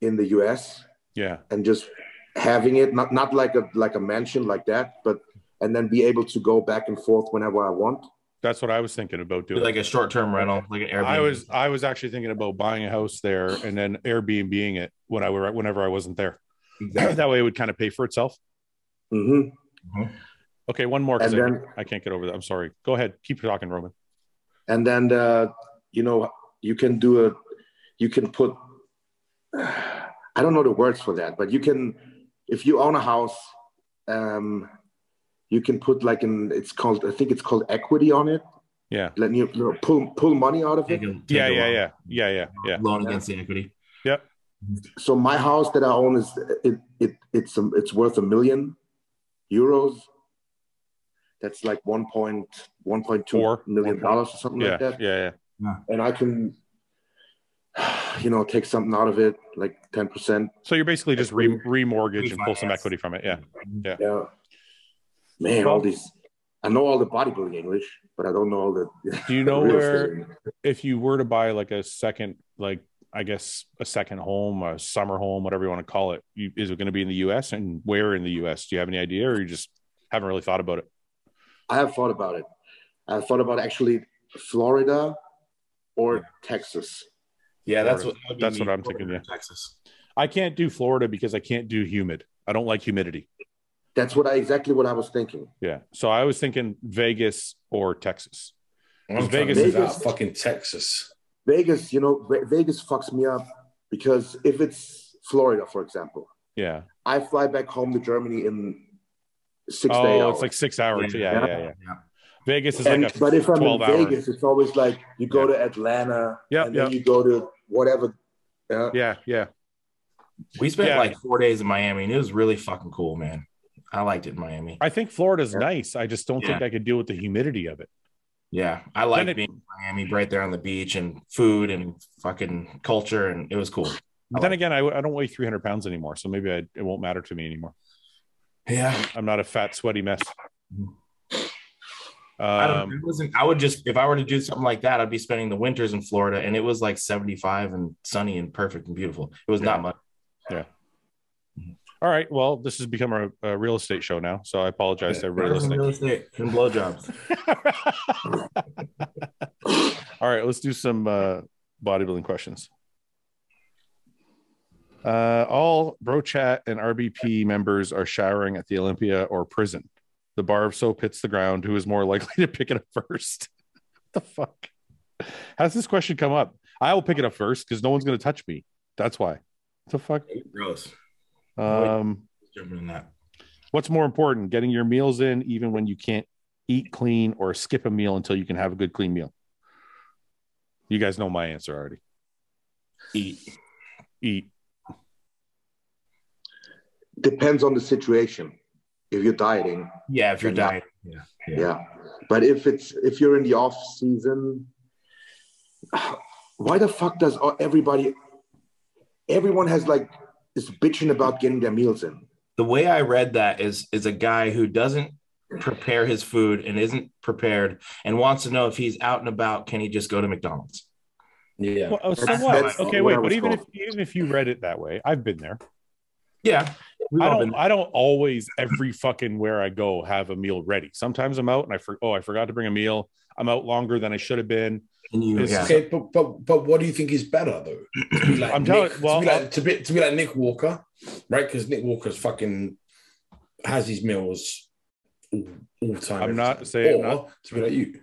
Speaker 3: in the US
Speaker 1: Yeah.
Speaker 3: and just having it not not like a like a mansion like that but and then be able to go back and forth whenever i want
Speaker 1: That's what I was thinking about doing.
Speaker 4: Like a short term rental, like an Airbnb.
Speaker 1: I was I was actually thinking about buying a house there and then Airbnbing it when I were whenever I wasn't there.
Speaker 4: Exactly.
Speaker 1: that way it would kind of pay for itself.
Speaker 3: hmm
Speaker 1: Okay, one more 'cause
Speaker 3: and then
Speaker 1: I, I can't get over that. I'm sorry. Go ahead. Keep talking, Roman.
Speaker 3: and then uh you know you can do a you can put i don't know the words for that but you can if you own a house um you can put like an it's called i think it's called equity on it
Speaker 1: Yeah.
Speaker 3: let you, you know, pull pull money out of it
Speaker 4: Take a- take
Speaker 1: Yeah,
Speaker 4: a
Speaker 1: yeah,
Speaker 4: loan.
Speaker 1: yeah. Yeah, yeah, yeah.
Speaker 4: Loan against the equity.
Speaker 3: so my house that I own is it it it's um, it's worth a million euros. That's like one point one point two
Speaker 1: Four.
Speaker 3: million dollars or something
Speaker 1: Yeah.
Speaker 3: like
Speaker 1: Yeah.
Speaker 3: that.
Speaker 1: Yeah.
Speaker 3: And I can, you know, take something out of it, like ten percent.
Speaker 1: So you're basically just re remortgage and pull some
Speaker 4: Refinance.
Speaker 1: equity from it. Yeah.
Speaker 3: Yeah. Man, all these. I know all the bodybuilding English, but I don't know all the.
Speaker 1: Do you know
Speaker 3: real
Speaker 1: where
Speaker 3: estate.
Speaker 1: if you were to buy like a second, like I guess a second home, a summer home, whatever you want to call it, you, is it going to be in the U.S. and where in the U.S. Do you have any idea, or you just haven't really thought about it?
Speaker 3: I have thought about it. I thought about actually Florida or Texas.
Speaker 4: Yeah,
Speaker 1: that's Florida.
Speaker 4: what
Speaker 1: That's what I'm thinking, yeah.
Speaker 4: Texas.
Speaker 1: I can't do Florida because I can't do humid. I don't like humidity.
Speaker 3: That's what I exactly what I was thinking.
Speaker 1: Yeah, so I was thinking Vegas or Texas.
Speaker 2: I'm trying
Speaker 1: Vegas
Speaker 2: to
Speaker 3: is-
Speaker 2: move out of fucking Texas.
Speaker 3: Vegas, you know, Ve- Vegas fucks me up because if it's Florida, for example,
Speaker 1: Yeah.
Speaker 3: I fly back home to Germany in six days.
Speaker 1: Oh, it's like six hours. Yeah, yeah, yeah. Vegas is
Speaker 3: and,
Speaker 1: like a
Speaker 3: but if I'm in
Speaker 1: 12 hour.
Speaker 3: Vegas, it's always like you go to Atlanta,
Speaker 1: Yeah,
Speaker 3: and then
Speaker 1: yeah.
Speaker 3: you go to whatever. Yeah,
Speaker 1: Yeah, yeah.
Speaker 4: We spent
Speaker 1: Yeah.
Speaker 4: like four days in Miami, and it was really fucking cool, man. I liked it in Miami.
Speaker 1: I think Florida's
Speaker 3: Yeah.
Speaker 1: nice. I just don't think I could deal with the humidity of it.
Speaker 4: yeah, I liked
Speaker 1: it-
Speaker 4: being in Miami, right there on the beach, and food, and fucking culture, and it was cool.
Speaker 1: But then again, I, I don't weigh 300 pounds anymore, so maybe I, it won't matter to me anymore.
Speaker 4: Yeah,
Speaker 1: I'm not a fat, sweaty mess.
Speaker 4: Mhm. I don't.
Speaker 1: Um,
Speaker 4: it wasn't. I would just if I were to do something like that, I'd be spending the winters in Florida, and it was like 75 and sunny and perfect and beautiful. It was not much.
Speaker 1: all right. Well, this has become a, a real estate show now, so I apologize to everybody listening.
Speaker 4: Real, estate and blowjobs.
Speaker 1: all right, let's do some uh, bodybuilding questions. Uh, all Bro Chat and RBP members are showering at the Olympia or prison. The bar of soap hits the ground. Who is more likely to pick it up first? what the fuck? How's this question come up? I will pick it up first because no one's going to touch me. That's why. the fuck?
Speaker 4: Gross.
Speaker 1: Um,
Speaker 4: Jumping in that.
Speaker 1: What's more important, getting your meals in even when you can't eat clean or skip a meal until you can have a good clean meal? You guys know my answer already.
Speaker 4: Eat.
Speaker 1: Eat.
Speaker 3: depends on the situation. If you're dieting,
Speaker 4: Yeah, if you're
Speaker 3: Yeah.
Speaker 4: dying. Yeah.
Speaker 3: yeah. But if it's if you're in the off season, why the fuck does everybody? Everyone has like is bitching about getting their meals in.
Speaker 4: the way I read that is is a guy who doesn't prepare his food and isn't prepared and wants to know if he's out and about, can he just go to McDonald's?
Speaker 2: Yeah.
Speaker 1: Well, oh, so
Speaker 3: That's-
Speaker 1: what?
Speaker 3: that's
Speaker 1: okay,
Speaker 3: what
Speaker 1: wait.
Speaker 3: I
Speaker 1: But
Speaker 3: was
Speaker 1: even if
Speaker 3: told.
Speaker 1: even if you read it that way, I've been there.
Speaker 4: Yeah. we've
Speaker 1: I
Speaker 4: all
Speaker 1: don't.
Speaker 4: been-
Speaker 1: I don't always every fucking where I go have a meal ready. Sometimes I'm out and I for, oh I forgot to bring a meal. I'm out longer than I should have been.
Speaker 4: and you-
Speaker 1: it's-
Speaker 4: yeah.
Speaker 2: Okay, but but but what do you think is better though? To be like
Speaker 1: I'm
Speaker 2: Nick,
Speaker 1: telling- well,
Speaker 2: to, be like, to be to be like Nick Walker, right? Because Nick Walker's fucking has his meals all, all the time.
Speaker 1: I'm
Speaker 2: every
Speaker 1: not
Speaker 2: time.
Speaker 1: saying-
Speaker 2: or to be like you.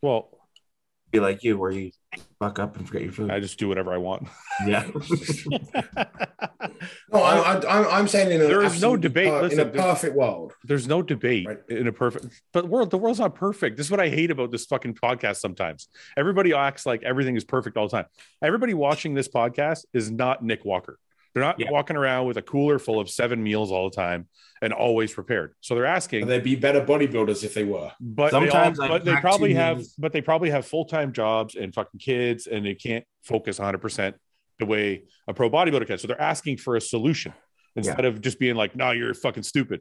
Speaker 1: Well,
Speaker 4: Be like you, where you fuck up and forget your food.
Speaker 1: I just do whatever I want.
Speaker 4: yeah.
Speaker 2: No, I, I, I'm I'm saying in a
Speaker 1: There is no
Speaker 2: absolutely
Speaker 1: debate.
Speaker 2: per- in
Speaker 1: Listen,
Speaker 2: a perfect world.
Speaker 1: There's no debate
Speaker 2: Right.
Speaker 1: in a perfect, but world the world's not perfect. This is what I hate about this fucking podcast. Sometimes everybody acts like everything is perfect all the time. Everybody watching this podcast is not Nick Walker. They're not
Speaker 4: Yeah.
Speaker 1: walking around with a cooler full of seven meals all the time and always prepared. So they're asking,
Speaker 2: They'd be better bodybuilders if they were.
Speaker 1: but
Speaker 4: Sometimes
Speaker 1: they all,
Speaker 4: I
Speaker 1: but they
Speaker 4: pack
Speaker 1: probably
Speaker 4: two
Speaker 1: have
Speaker 4: meals.
Speaker 1: but they probably have full-time jobs and fucking kids and they can't focus 100% the way a pro bodybuilder can so they're asking for a solution instead of just being like no you're fucking stupid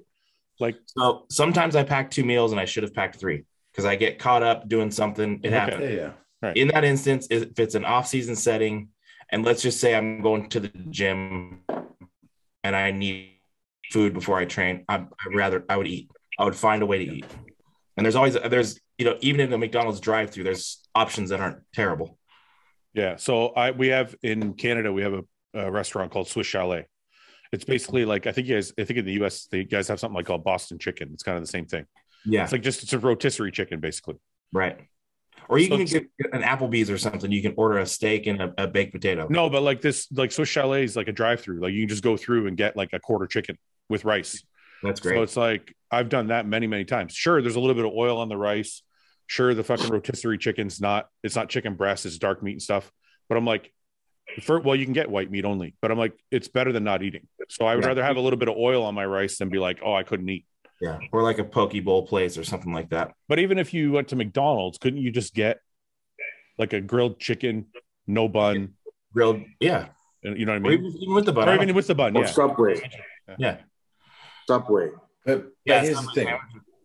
Speaker 4: So sometimes I pack two meals and I should have packed three because I get caught up doing something. It
Speaker 1: Okay.
Speaker 4: happens.
Speaker 2: Yeah, yeah.
Speaker 4: in that instance, if it's an off-season setting, and let's just say I'm going to the gym and I need food before I train, I, I rather I would eat. I would find a way to eat. And there's always there's you know even in the McDonald's drive-through, there's options that aren't terrible.
Speaker 1: yeah so i we have in canada we have a, a restaurant called swiss chalet it's basically like i think you guys i think in the us they guys have something like called boston chicken it's kind of the same thing
Speaker 4: Yeah,
Speaker 1: it's like just it's a rotisserie chicken basically
Speaker 4: right. Or you
Speaker 1: So
Speaker 4: can
Speaker 1: it's-
Speaker 4: get an Applebee's or something. You can order a steak and a, a baked potato.
Speaker 1: no but like this like swiss chalet is like a drive-through like you can just go through and get like a quarter chicken with rice
Speaker 4: that's
Speaker 1: So
Speaker 4: great.
Speaker 1: it's like I've done that many, many times. Sure, there's a little bit of oil on the rice. Sure, the fucking rotisserie chicken's not it's not chicken breast, it's dark meat and stuff. But I'm like, for well, you can get white meat only, but I'm like, it's better than not eating. So I would
Speaker 4: Yeah.
Speaker 1: rather have a little bit of oil on my rice than be like, oh, I couldn't eat.
Speaker 4: yeah, or like a poke bowl place or something like that.
Speaker 1: But even if you went to McDonald's, couldn't you just get like a grilled chicken, no bun?
Speaker 4: Grilled, yeah.
Speaker 1: and You know what I
Speaker 4: Or
Speaker 1: mean?
Speaker 4: even, even with the bun.
Speaker 1: Or
Speaker 4: I
Speaker 1: even
Speaker 4: don't-
Speaker 1: with the bun,
Speaker 3: Or
Speaker 1: yeah.
Speaker 3: Subway,
Speaker 4: yeah,
Speaker 3: Subway.
Speaker 2: But,
Speaker 4: yeah.
Speaker 2: but
Speaker 4: it's
Speaker 2: here's
Speaker 4: not
Speaker 2: the
Speaker 4: my
Speaker 2: thing.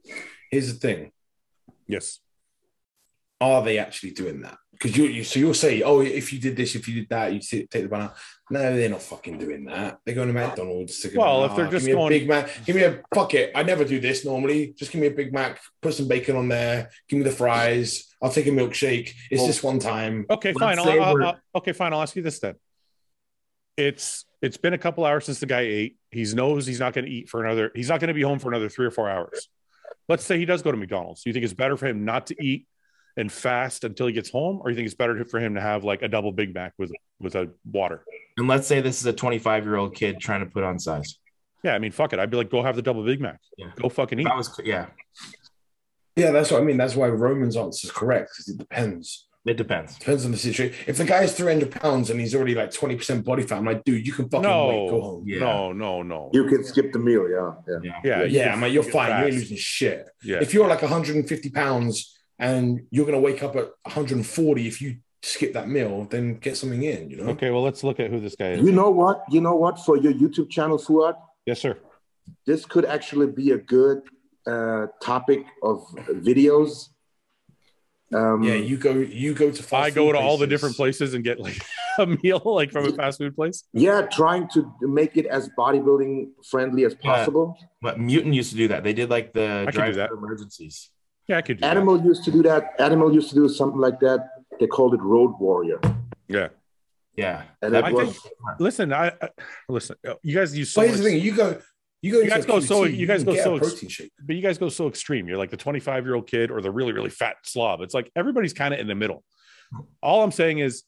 Speaker 4: sandwich.
Speaker 2: Here's the thing.
Speaker 1: Yes.
Speaker 2: Are they actually doing that? Because you, you, so you'll say, oh, if you did this, if you did that, you take the banana. No, they're not fucking doing that. They're going to McDonald's. To go,
Speaker 1: Well, if
Speaker 2: "Ah,
Speaker 1: they're
Speaker 2: give
Speaker 1: just
Speaker 2: me a
Speaker 1: going-
Speaker 2: Big Mac, give me a fuck it. I never do this normally. Just give me a Big Mac, put some bacon on there, give me the fries. I'll take a milkshake. It's
Speaker 4: Well-
Speaker 2: just one time.
Speaker 1: Okay,
Speaker 4: Let's
Speaker 1: fine. I'll,
Speaker 4: say
Speaker 1: I'll-
Speaker 4: we're-
Speaker 1: I'll- okay, fine. I'll ask you this then. It's it's been a couple hours since the guy ate. He knows he's not going to eat for another. He's not going to be home for another three or four hours. Let's say he does go to McDonald's. Do you think it's better for him not to eat and fast until he gets home, or you think it's better for him to have like a double Big Mac with with a water?
Speaker 4: And let's say this is a 25 year old kid trying to put on size.
Speaker 1: Yeah, I mean, fuck it. I'd be like, go have the double Big Mac.
Speaker 4: Yeah.
Speaker 1: Go fucking
Speaker 4: If
Speaker 1: eat.
Speaker 4: I was, yeah,
Speaker 2: Yeah, that's what I mean. That's why Roman's answer is correct because it depends.
Speaker 4: it depends.
Speaker 2: Depends on the situation. If the guy's 300 pounds and he's already like 20% body fat, I'm like, dude, you can fucking wait, go
Speaker 1: No,
Speaker 2: home.
Speaker 4: Yeah.
Speaker 1: no, no, no.
Speaker 3: You can skip the meal, yeah, yeah.
Speaker 1: yeah, you
Speaker 2: Yeah,
Speaker 1: can
Speaker 2: mate, you're
Speaker 1: fucking
Speaker 2: fine. You ain't
Speaker 1: fast.
Speaker 2: losing shit.
Speaker 1: Yeah.
Speaker 2: If you're like 150 pounds and you're gonna wake up at 140 if you skip that meal, then get something in, you know.
Speaker 1: Okay, well, let's look at who this guy is.
Speaker 3: You know what? You know what? For your YouTube channel, Fuad,
Speaker 1: Yes, sir.
Speaker 3: this could actually be a good uh, topic of videos. Um,
Speaker 2: Yeah, you go you go to fast
Speaker 1: Mm. I go
Speaker 2: food
Speaker 1: to all the
Speaker 2: places.
Speaker 1: different places and get like a meal like from a fast food place.
Speaker 3: yeah, trying to make it as bodybuilding friendly as
Speaker 4: Yeah.
Speaker 3: possible.
Speaker 4: But Mutant used to do that. They did like the
Speaker 1: I can do
Speaker 4: drive
Speaker 1: that.
Speaker 4: through emergencies.
Speaker 1: Yeah, I could do that.
Speaker 3: Animal used to do that. Animal used to do something like that. They called it Road Warrior.
Speaker 1: Yeah.
Speaker 4: Yeah.
Speaker 3: And
Speaker 4: That
Speaker 1: I
Speaker 4: was-
Speaker 1: Listen, I, I listen. uh, You guys use so
Speaker 2: But
Speaker 1: much,
Speaker 2: here's the thing, you go you go
Speaker 1: You
Speaker 2: into
Speaker 1: guys
Speaker 2: a
Speaker 1: go
Speaker 2: QT,
Speaker 1: so- you guys
Speaker 2: can
Speaker 1: go
Speaker 2: get a
Speaker 1: so ex-
Speaker 2: protein shake.
Speaker 1: but you guys go so extreme. You're like the 25 year old kid or the really really fat slob. It's like everybody's kind of in the middle. All I'm saying is,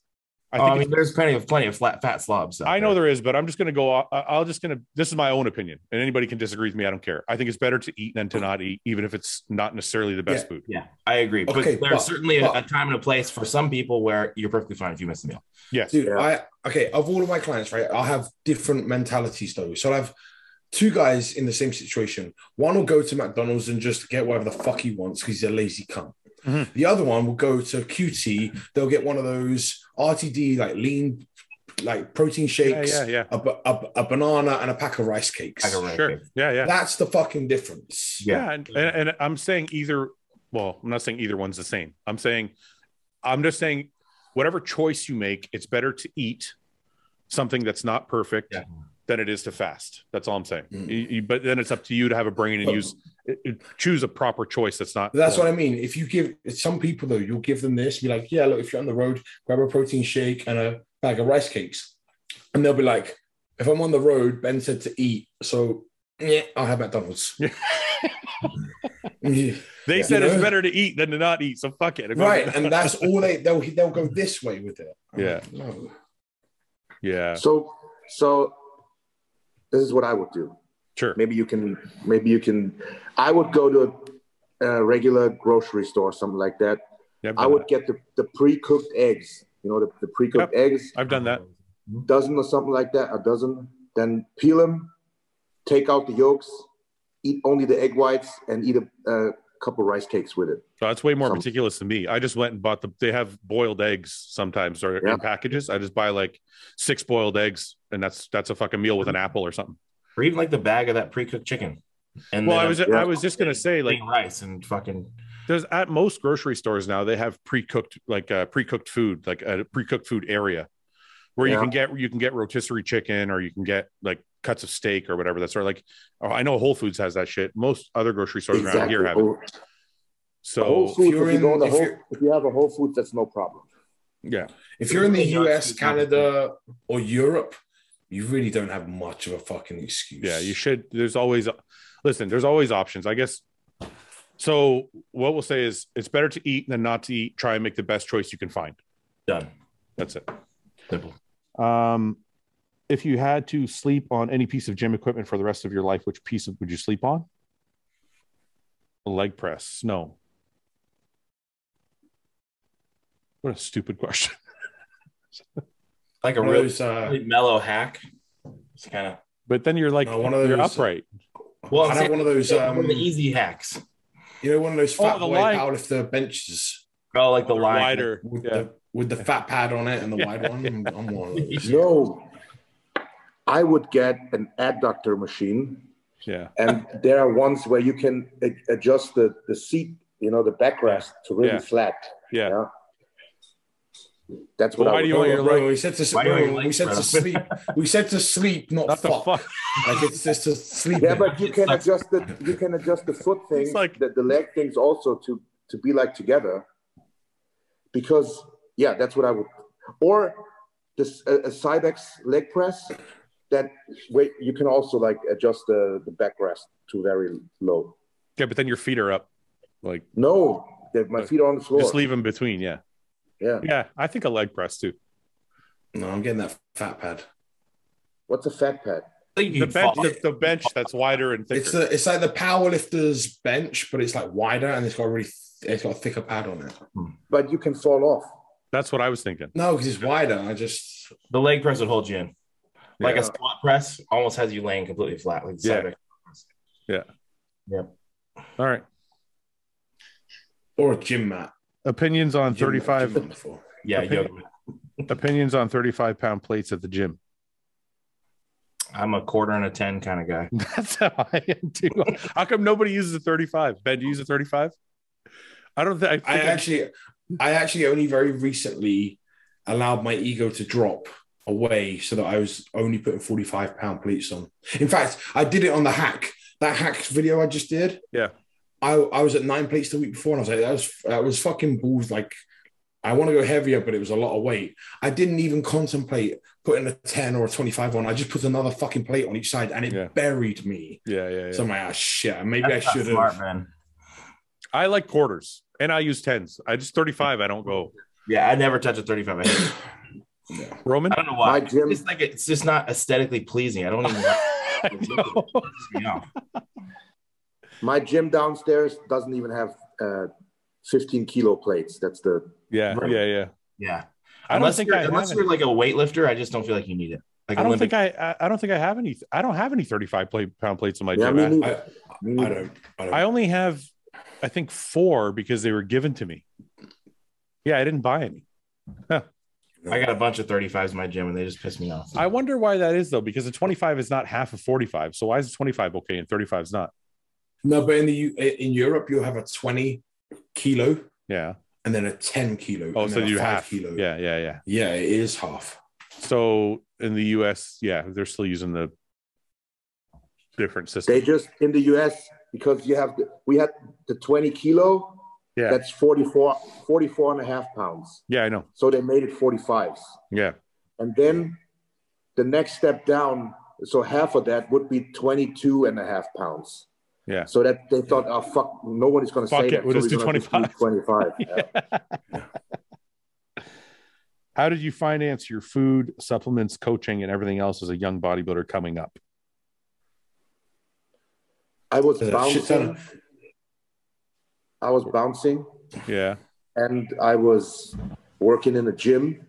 Speaker 1: I
Speaker 4: Oh, I,
Speaker 1: think
Speaker 4: mean,
Speaker 1: it's-
Speaker 4: there's plenty of plenty of flat fat slobs. out
Speaker 1: I know
Speaker 4: there.
Speaker 1: there is, but I'm just gonna go. I- I'll just gonna. This is my own opinion, and anybody can disagree with me. I don't care. I think it's better to eat than to not eat, even if it's not necessarily the best food.
Speaker 4: Yeah, I agree. But
Speaker 2: Okay,
Speaker 4: there's
Speaker 2: but-
Speaker 4: certainly a,
Speaker 2: but-
Speaker 4: a time and a place for some people where you're perfectly fine if you miss the meal.
Speaker 1: Yes.
Speaker 2: Dude, I okay, of all of my clients, right? I'll have different mentalities though. So I'll have two guys in the same situation. One will go to McDonald's and just get whatever the fuck he wants because he's a lazy cunt.
Speaker 1: Mhm.
Speaker 4: Mm-hmm.
Speaker 2: The other one will go to QT, they'll get one of those RTD like lean like protein
Speaker 1: Yeah,
Speaker 2: shakes,
Speaker 1: yeah, yeah.
Speaker 2: A, ba- a, a banana, and a pack of rice cakes.
Speaker 4: Pack of rice.
Speaker 1: Sure. Yeah, yeah.
Speaker 2: That's the fucking difference.
Speaker 4: Yeah.
Speaker 1: Yeah, and, and, and I'm saying either. Well, I'm not saying either one's the same. I'm saying, I'm just saying, whatever choice you make, it's better to eat something that's not perfect
Speaker 4: Yeah.
Speaker 1: than it is to fast. That's all I'm saying.
Speaker 2: Mm.
Speaker 1: You- you- but then it's up to you to have a brain and
Speaker 2: But-
Speaker 1: use choose a proper choice. That's not.
Speaker 2: But That's what I mean. If you give some people though, you'll give them this, be like, yeah, look, if you're on the road, grab a protein shake and a bag of rice cakes, and they'll be like, if I'm on the road, Ben said to eat, so yeah, I'll have McDonald's. Yeah.
Speaker 1: they
Speaker 2: Yeah.
Speaker 1: said.
Speaker 2: You
Speaker 1: It's
Speaker 2: know?
Speaker 1: better to eat than to not eat. So fuck it.
Speaker 2: Right, and that's all they they'll they'll go this way with it. I'm
Speaker 1: Yeah.
Speaker 2: like, no.
Speaker 1: yeah.
Speaker 3: So, so this is what I would do.
Speaker 1: Sure.
Speaker 3: Maybe you can, maybe you can. I would go to a regular grocery store, or something like that.
Speaker 1: Yeah, I've
Speaker 3: I
Speaker 1: done
Speaker 3: would
Speaker 1: that.
Speaker 3: get the, the pre cooked eggs. You know, the, the pre cooked eggs,
Speaker 1: I've done that.
Speaker 3: dozen or something like that, a dozen. Then peel them, take out the yolks, eat only the egg whites, and eat a, a couple rice cakes with it.
Speaker 1: So that's way more
Speaker 3: Some-
Speaker 1: meticulous than me. I just went and bought the. They have boiled eggs sometimes or
Speaker 3: Yeah.
Speaker 1: in packages. I just buy like six boiled eggs, and that's that's a fucking meal with an apple or something.
Speaker 4: Or even like the bag of that pre-cooked chicken. And
Speaker 1: Well,
Speaker 4: then
Speaker 1: I was
Speaker 4: a-
Speaker 1: I was just gonna say like
Speaker 4: rice and fucking
Speaker 1: there's at most grocery stores now they have pre cooked like uh, pre cooked food like a pre cooked food area where you
Speaker 3: Yeah.
Speaker 1: can get you can get rotisserie chicken or you can get like cuts of steak or whatever. That's sort of like oh, I know Whole Foods has that shit. Most other grocery stores around here have it.
Speaker 3: Whole- Oh, Whole
Speaker 1: So
Speaker 3: Foods, if,
Speaker 2: you're
Speaker 3: you
Speaker 2: in-
Speaker 3: go to
Speaker 2: if
Speaker 3: Whole-
Speaker 2: you're-
Speaker 3: if you have a Whole Foods, that's no problem.
Speaker 1: yeah,
Speaker 2: If you're in the US, Canada, or Europe, you really don't have much of a fucking excuse.
Speaker 1: yeah, you should. There's always listen. There's always options. I guess. So what we'll say is it's better to eat than not to eat. Try and make the best choice you can find.
Speaker 4: done.
Speaker 1: That's it.
Speaker 4: Simple.
Speaker 1: Um, if you had to sleep on any piece of gym equipment for the rest of your life, which piece of, would you sleep on? Leg press. No. What a stupid question.
Speaker 4: Like a
Speaker 2: One of
Speaker 4: really,
Speaker 2: those, uh,
Speaker 4: really mellow hack. It's kind of
Speaker 1: But then you're like,
Speaker 2: No, one of
Speaker 1: you're
Speaker 2: those-
Speaker 1: upright.
Speaker 4: Well,
Speaker 2: I
Speaker 4: I'm
Speaker 2: had
Speaker 4: saying-
Speaker 2: one of those,
Speaker 4: one
Speaker 2: um,
Speaker 4: of the easy hacks.
Speaker 2: you know, one of those
Speaker 1: Oh,
Speaker 2: fat
Speaker 1: the
Speaker 2: boy
Speaker 1: line-
Speaker 2: powerlifter benches
Speaker 4: Oh, like the line.
Speaker 1: wider.
Speaker 2: with
Speaker 1: Yeah.
Speaker 2: the with the fat pad on it and the wide one. I'm, I'm one of those.
Speaker 3: No, I would get an adductor machine,
Speaker 1: Yeah.
Speaker 3: and there are ones where you can a- adjust the, the seat, you know, the backrest to really
Speaker 1: Yeah.
Speaker 3: flat.
Speaker 1: Yeah.
Speaker 3: That's what
Speaker 1: Why do
Speaker 3: I would
Speaker 1: you want
Speaker 2: Bro,
Speaker 1: your
Speaker 2: bro,
Speaker 1: leg-
Speaker 2: we said to
Speaker 4: Why do you want
Speaker 2: bro,
Speaker 4: your
Speaker 2: we
Speaker 4: legs
Speaker 2: said
Speaker 4: spread
Speaker 2: to
Speaker 4: out?
Speaker 2: sleep. We said to sleep, not,
Speaker 1: Not the
Speaker 2: fuck.
Speaker 1: fuck.
Speaker 2: Like it's just to sleep.
Speaker 3: Yeah, but you can
Speaker 4: It's
Speaker 3: adjust the you can adjust the foot thing,
Speaker 1: It's like-
Speaker 3: the, the leg things also to to be like together. Because yeah, that's what I would. Or this a, a Cybex leg press that where you can also like adjust the the backrest to very low.
Speaker 1: Yeah. But then your feet are up. Like
Speaker 3: No, that my feet are on the floor.
Speaker 1: just leave them between. Yeah.
Speaker 3: Yeah.
Speaker 1: Yeah. I think a leg press too.
Speaker 2: no, I'm getting that fat pad.
Speaker 3: What's a fat pad?
Speaker 4: I think
Speaker 1: The
Speaker 4: you
Speaker 1: bench,
Speaker 4: fall.
Speaker 1: the, the bench that's wider and
Speaker 2: It's
Speaker 1: thicker.
Speaker 2: the it's like the powerlifter's bench, but it's like wider and it's got a really th- it's got a thicker pad on it.
Speaker 3: But you can fall off.
Speaker 1: That's what I was thinking.
Speaker 2: No, because it's wider. I just
Speaker 4: The leg press would hold you in. Like
Speaker 3: Yeah.
Speaker 4: a squat press almost has you laying completely flat. Like the
Speaker 1: Yeah.
Speaker 4: side back.
Speaker 1: All right.
Speaker 2: or a gym mat.
Speaker 1: Opinions on
Speaker 2: Gym mat,
Speaker 1: 35
Speaker 2: gym mat before.
Speaker 4: Yeah,
Speaker 1: Okay.
Speaker 4: yoga.
Speaker 1: opinions on 35 pound plates at the gym.
Speaker 4: I'm a quarter and a ten kind of guy.
Speaker 1: That's how I am too. How come nobody uses a 35? Ben, do you use a 35? I don't think I, think
Speaker 2: I actually, I actually only very recently allowed my ego to drop away so that I was only putting 45 pound plates on. In fact, I did it on the hack. That hack video I just did.
Speaker 1: Yeah.
Speaker 2: I, I was at nine plates the week before and I was like, that was that was fucking balls. Like I want to go heavier, but it was a lot of weight. I didn't even contemplate putting a 10 or a 25 on. I just put another fucking plate on each side and it
Speaker 1: Yeah.
Speaker 2: buried me.
Speaker 1: yeah, yeah, yeah.
Speaker 2: So I'm like, ah, shit, maybe I
Speaker 4: That's not
Speaker 2: should
Speaker 4: smart,
Speaker 2: have.
Speaker 4: man.
Speaker 1: I like quarters and I use tens. I just 35, I don't go.
Speaker 4: Yeah, I never touch a 35. I, hate it.
Speaker 2: Yeah.
Speaker 1: Roman?
Speaker 4: I don't know why.
Speaker 3: My gym-
Speaker 4: It's just like it's just not aesthetically pleasing. I don't even. like
Speaker 1: I know.
Speaker 4: it. It pisses me off.
Speaker 3: My gym downstairs doesn't even have uh, 15 kilo plates. That's the
Speaker 1: Yeah, yeah, yeah.
Speaker 4: Yeah.
Speaker 1: I don't
Speaker 4: unless
Speaker 1: think
Speaker 4: you're,
Speaker 1: I
Speaker 4: unless
Speaker 1: have
Speaker 4: you're like a weightlifter, I just don't feel like you need it. Like
Speaker 1: I don't
Speaker 4: Olympic-
Speaker 1: think I, I I don't think I have any I don't have any 35 plate, pound plates in my
Speaker 3: yeah,
Speaker 1: gym.
Speaker 3: me
Speaker 1: I-
Speaker 3: neither.
Speaker 2: I-
Speaker 3: Me
Speaker 2: I
Speaker 3: neither.
Speaker 2: don't. I don't.
Speaker 1: I only have I think four because they were given to me. Yeah, I didn't buy any.
Speaker 4: I got a bunch of 35s in my gym and they just piss me off.
Speaker 1: I wonder why that is though, because a 25 is not half of 45. So why is a 25 okay and 35 is not?
Speaker 2: No, but in the U- eh, in Europe, you'll have a 20 kilo
Speaker 1: Yeah.
Speaker 2: and then a 10 kilo.
Speaker 1: Oh,
Speaker 2: and
Speaker 1: so
Speaker 2: then a
Speaker 1: you
Speaker 2: five
Speaker 1: have.
Speaker 2: kilo.
Speaker 1: Yeah, yeah, yeah.
Speaker 2: Yeah, it is half.
Speaker 1: So in the US, yeah, they're still using the different system.
Speaker 3: They just in the US because you have the, we had the 20 kilo.
Speaker 1: Yeah.
Speaker 3: That's 44, 44 and a half pounds.
Speaker 1: yeah, I know.
Speaker 3: So they made it 45s.
Speaker 1: Yeah.
Speaker 3: And then the next step down, so half of that would be 22 and a half pounds.
Speaker 1: Yeah.
Speaker 3: So that they thought, oh, fuck, no one is going to
Speaker 1: Fuck
Speaker 3: say
Speaker 1: it,
Speaker 3: that.
Speaker 1: we'll
Speaker 3: so
Speaker 1: just do
Speaker 3: we're gonna 25. yeah.
Speaker 1: How did you finance your food, supplements, coaching, and everything else as a young bodybuilder coming up?
Speaker 3: I was
Speaker 2: There's a shit ton
Speaker 3: bouncing. I was bouncing
Speaker 1: Yeah.
Speaker 3: and I was working in a gym.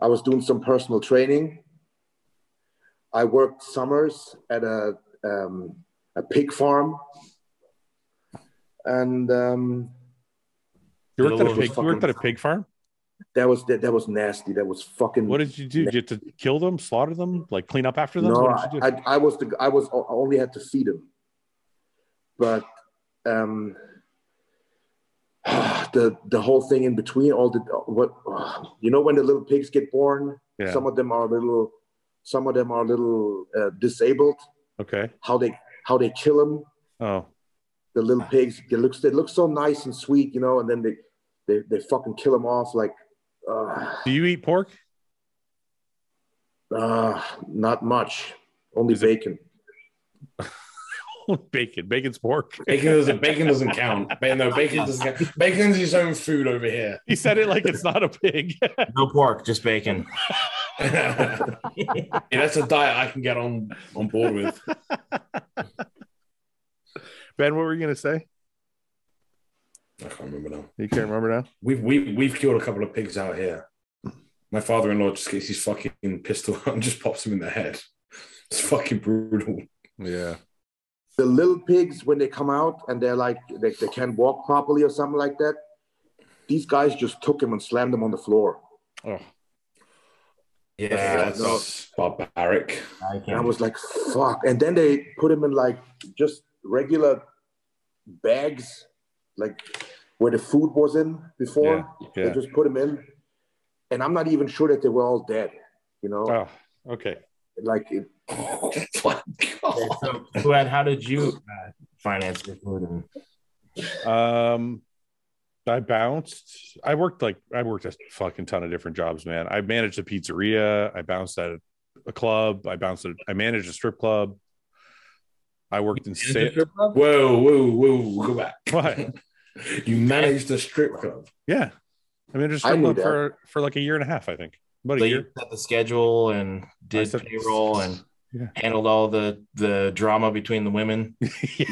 Speaker 3: I was doing some personal training. I worked summers at a, um, a pig farm. And um,
Speaker 1: You worked at a
Speaker 4: Little
Speaker 1: pig, you worked at a pig farm?
Speaker 3: that was that, that was nasty. That was fucking.
Speaker 1: What did you do? Did you have to kill them, slaughter them, like clean up after them?
Speaker 3: no,
Speaker 1: what did you do?
Speaker 3: I, I, I was the I was I only had to feed him, but um, the the whole thing in between, all the what you know when the little pigs get born,
Speaker 1: yeah.
Speaker 3: some of them are little, some of them are little uh, disabled.
Speaker 1: okay.
Speaker 3: How they how they kill them,
Speaker 1: Oh,
Speaker 3: the little pigs. It looks they look so nice and sweet, you know, and then they they, they fucking kill them off like. Uh,
Speaker 1: do you eat pork?
Speaker 3: uh, not much, only
Speaker 1: Is it-
Speaker 3: bacon.
Speaker 1: bacon, bacon's pork.
Speaker 2: Bacon doesn't, bacon doesn't count. Ba- No, bacon doesn't count. Bacon's his own food over here.
Speaker 1: He said it like it's not a pig.
Speaker 4: No pork, just bacon.
Speaker 2: yeah, that's a diet I can get on on board with.
Speaker 1: ben, what were you gonna say?
Speaker 2: I can't remember now.
Speaker 1: You can't remember now.
Speaker 2: We've we, we've killed a couple of pigs out here. My father-in-law just gets his fucking pistol out and just pops him in the head. It's fucking brutal.
Speaker 1: Yeah.
Speaker 3: the little pigs when they come out and they're like they, they can't walk properly or something like that these guys just took him and slammed him on the floor
Speaker 1: Oh,
Speaker 4: Yeah,
Speaker 2: That's barbaric.
Speaker 4: I
Speaker 3: and i
Speaker 4: can't.
Speaker 3: was like fuck and then they put him in like just regular bags like where the food was in before
Speaker 1: yeah.
Speaker 3: they just put him in and i'm not even sure that they were all dead you know
Speaker 1: Oh, okay.
Speaker 3: like it,
Speaker 2: Oh my
Speaker 4: Okay,
Speaker 2: god.
Speaker 4: so, Fuad, how did you uh, finance your food? And,
Speaker 1: Um, I bounced. I worked like I worked a fucking ton of different jobs, man. I managed a pizzeria. I bounced at a, a club. I bounced. At, I managed a strip club. I worked in sales.
Speaker 2: Whoa, whoa, whoa, go back.
Speaker 1: What?
Speaker 2: You managed a strip club.
Speaker 1: Yeah, I managed a
Speaker 3: I
Speaker 1: strip
Speaker 3: knew
Speaker 1: club for for like a year and a half, I think. About
Speaker 4: so
Speaker 1: a
Speaker 4: you
Speaker 1: year.
Speaker 4: set the schedule and
Speaker 1: I
Speaker 4: did
Speaker 1: set-
Speaker 4: payroll and
Speaker 1: Yeah.
Speaker 4: handled all the the drama between the women.
Speaker 2: You,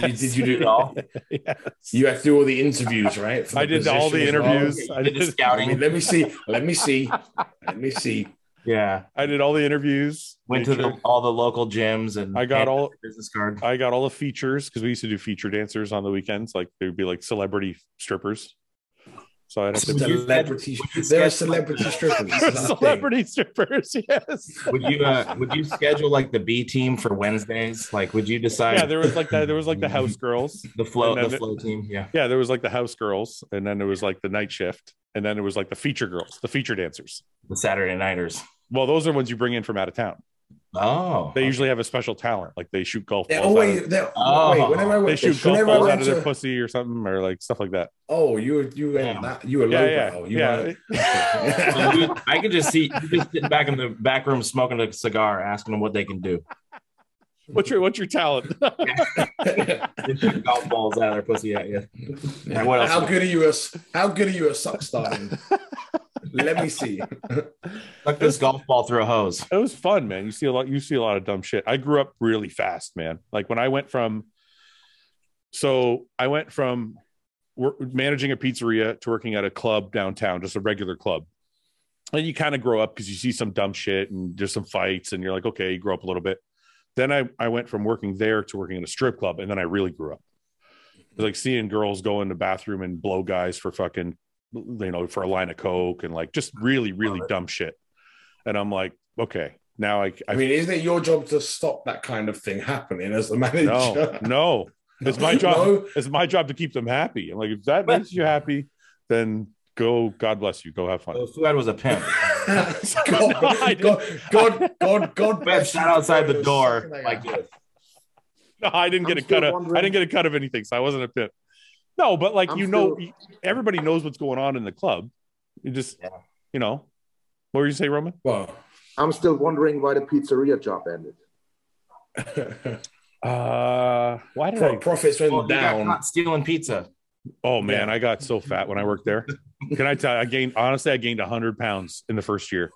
Speaker 1: Yes.
Speaker 2: did you do
Speaker 4: it all?
Speaker 1: Yes.
Speaker 2: You had to do all the interviews, right? for
Speaker 1: I did all the
Speaker 2: position as well?
Speaker 1: interviews.
Speaker 4: You
Speaker 1: I
Speaker 4: did the
Speaker 1: did.
Speaker 2: I mean,
Speaker 4: scouting.
Speaker 2: let me see. Let me see. Let me see.
Speaker 4: Yeah,
Speaker 1: I did all the interviews.
Speaker 4: went to
Speaker 1: Made
Speaker 4: the,
Speaker 1: sure-
Speaker 4: all the local gyms and
Speaker 1: I got
Speaker 4: handed
Speaker 1: all-
Speaker 4: the business card.
Speaker 1: I got all the features because we used to do feature dancers on the weekends. Like they would be like celebrity strippers. So I'd have to
Speaker 4: you-
Speaker 2: Celebrity.
Speaker 4: would you
Speaker 2: There are
Speaker 4: schedule-
Speaker 2: celebrity strippers. It's not a thing.
Speaker 1: celebrity strippers. Yes.
Speaker 4: Would you uh, would you schedule like the B team for Wednesdays? Like, would you decide
Speaker 1: Yeah, there was like that. There was like the house girls.
Speaker 4: the flow
Speaker 1: and then
Speaker 4: the
Speaker 1: it-
Speaker 4: flow team? Yeah,
Speaker 1: Yeah, there was like the house girls, and then there was like the night shift, and then there was like the feature girls, the feature dancers.
Speaker 4: the Saturday nighters.
Speaker 1: Well, those are ones you bring in from out of town.
Speaker 4: Oh,
Speaker 1: They usually have a special talent, like they shoot golf
Speaker 2: They're
Speaker 1: balls. out of-
Speaker 2: always. They're,
Speaker 4: Oh.
Speaker 2: wait, whenever I
Speaker 1: they
Speaker 2: went,
Speaker 1: shoot golf
Speaker 2: whenever I
Speaker 1: balls out
Speaker 2: went
Speaker 1: of their
Speaker 2: to,
Speaker 1: pussy or something, or like stuff like that.
Speaker 2: oh, you you were
Speaker 4: Yeah.
Speaker 2: not, you were
Speaker 1: Yeah,
Speaker 2: lowbrow.
Speaker 1: yeah,
Speaker 2: You
Speaker 1: yeah.
Speaker 2: were-
Speaker 4: So you- I could just see you just sitting back in the back room smoking a cigar, asking them what they can do.
Speaker 1: What's your what's your talent?
Speaker 4: They shoot golf balls out of their pussy at you. And what else?
Speaker 2: How good are you? At, how good are you at suck starting? Let me see.
Speaker 4: Suck this golf ball through a hose.
Speaker 1: it was fun, man. You see a lot. You see a lot of dumb shit. I grew up really fast, man. Like when I went from, so I went from wor- managing a pizzeria to working at a club downtown, just a regular club. And you kind of grow up because you see some dumb shit and there's some fights, and you're like, okay, you grow up a little bit. Then I I went from working there to working in a strip club, and then I really grew up. It was like seeing girls go in the bathroom and blow guys for fucking you know, for a line of coke and like just really, really dumb shit. And I'm like, okay, now I,
Speaker 2: I
Speaker 1: I
Speaker 2: mean, isn't it your job to stop that kind of thing happening as the
Speaker 1: no,
Speaker 2: manager?
Speaker 1: no, it's my job.
Speaker 2: No?
Speaker 1: It's my job to keep them happy. I'm like, if that makes you happy, then go. God bless you. Go have fun.
Speaker 4: So Fuad was a pimp.
Speaker 1: I
Speaker 2: God,
Speaker 1: didn't-
Speaker 2: God, God, God, God
Speaker 4: Pimp
Speaker 2: bless
Speaker 4: sat
Speaker 2: you.
Speaker 4: outside the door
Speaker 2: Second I
Speaker 4: like
Speaker 2: got-
Speaker 4: this.
Speaker 1: No, I didn't
Speaker 3: Oh, I'm
Speaker 1: get a
Speaker 3: still
Speaker 1: cut. Of, I
Speaker 3: wondering-
Speaker 1: didn't get a cut of anything, so I wasn't a pimp. No, but like
Speaker 3: I'm
Speaker 1: you know, everybody knows what's going on in the club. You just,
Speaker 4: Yeah.
Speaker 1: you know, what were you say, Roman?
Speaker 2: well,
Speaker 3: I'm still wondering why the pizzeria job ended.
Speaker 1: Uh, why did
Speaker 2: pro-
Speaker 1: I?
Speaker 2: profits went
Speaker 4: Well, he got
Speaker 2: down.
Speaker 4: caught stealing pizza.
Speaker 1: Oh man, I got so fat when I worked there. Can I tell? you, I gained honestly, I gained hundred pounds in the first year.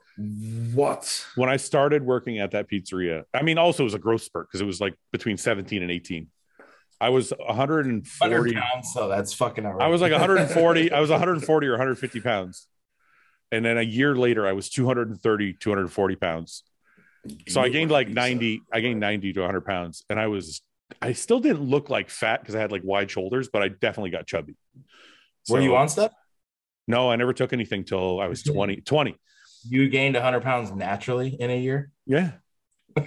Speaker 2: What?
Speaker 1: when I started working at that pizzeria, I mean, also it was a growth spurt because it was like between 17 and 18. I was
Speaker 4: 100
Speaker 1: 140.
Speaker 4: pounds, so that's fucking outrageous.
Speaker 1: I was like 140. I was 140 or 150 pounds. And then a year later, I was 230, 240 pounds. So I gained like 90. I gained 90 to 100 pounds. And I was, I still didn't look like fat because I had like wide shoulders, but I definitely got chubby. So-
Speaker 4: Were you on stuff?
Speaker 1: No, I never took anything till I was 20. 20.
Speaker 4: You gained 100 pounds naturally in a year.
Speaker 1: Yeah.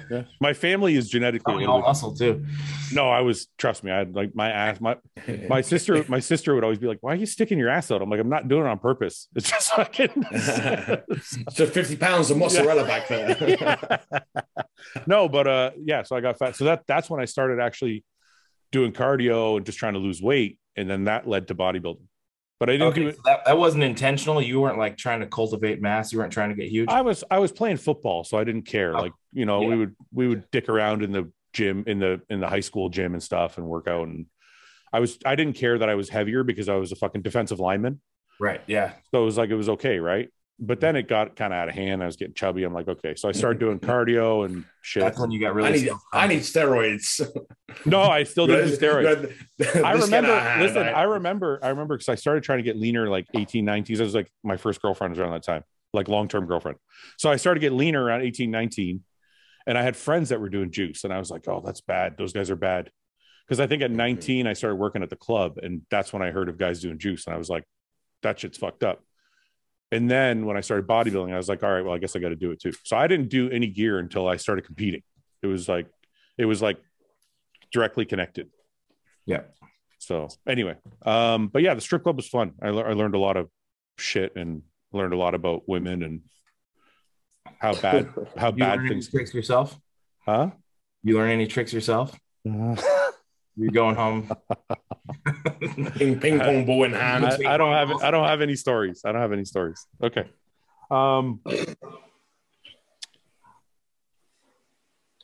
Speaker 1: yeah. My family is genetically.
Speaker 4: Probably
Speaker 1: a little
Speaker 4: all
Speaker 1: bit-
Speaker 4: muscle too.
Speaker 1: No, I was trust me. I had like my ass. My my sister, my sister would always be like, "Why are you sticking your ass out?" I'm like, "I'm not doing it on purpose. It's just fucking."
Speaker 2: so 50 pounds of mozzarella back there.
Speaker 1: no, but uh, yeah. So I got fat. So that that's when I started actually doing cardio and just trying to lose weight, and then that led to bodybuilding. But I didn't do
Speaker 4: Okay,
Speaker 1: it.
Speaker 4: so that, that wasn't intentional. You weren't like trying to cultivate mass. You weren't trying to get huge.
Speaker 1: I was I was playing football, so I didn't care.
Speaker 4: Oh,
Speaker 1: Like you know,
Speaker 4: yeah.
Speaker 1: we would we would dick around in the gym in the in the high school gym and stuff and work out. And I was I didn't care that I was heavier because I was a fucking defensive lineman.
Speaker 4: Right. Yeah.
Speaker 1: So it was like it was okay, right? But then it got kind of out of hand. I was getting chubby. I'm like, okay. So I started doing cardio and shit.
Speaker 4: That's when you got
Speaker 2: I
Speaker 4: really.
Speaker 2: need, I need steroids.
Speaker 1: No, I still didn't do steroids. I
Speaker 2: This uh, get out of
Speaker 1: remember,
Speaker 2: hand,
Speaker 1: listen,
Speaker 2: right?
Speaker 1: I remember, I remember because I started trying to get leaner like 18, 19. I was like, my first girlfriend was around that time, like long term girlfriend. So I started getting leaner around 18, 19. And I had friends that were doing juice. And I was like, oh, that's bad. Those guys are bad. Because I think at 19, I started working at the club. And that's when I heard of guys doing juice. And I was like, that shit's fucked up. And then when I started bodybuilding, I was like, all right, well, I guess I got to do it too. So I didn't do any gear until I started competing. It was like, it was like directly connected.
Speaker 4: Yeah.
Speaker 1: So anyway, um, but yeah, the strip club was fun. I, lear- I learned a lot of shit and learned a lot about women and how bad how
Speaker 4: You
Speaker 1: bad
Speaker 4: learn any
Speaker 1: things.
Speaker 4: tricks yourself?
Speaker 1: Huh?
Speaker 4: You learn any tricks yourself? You're going home.
Speaker 2: ping, ping pong ball in hand.
Speaker 1: I, I don't have I don't have any stories. I don't have any stories. Okay. Um,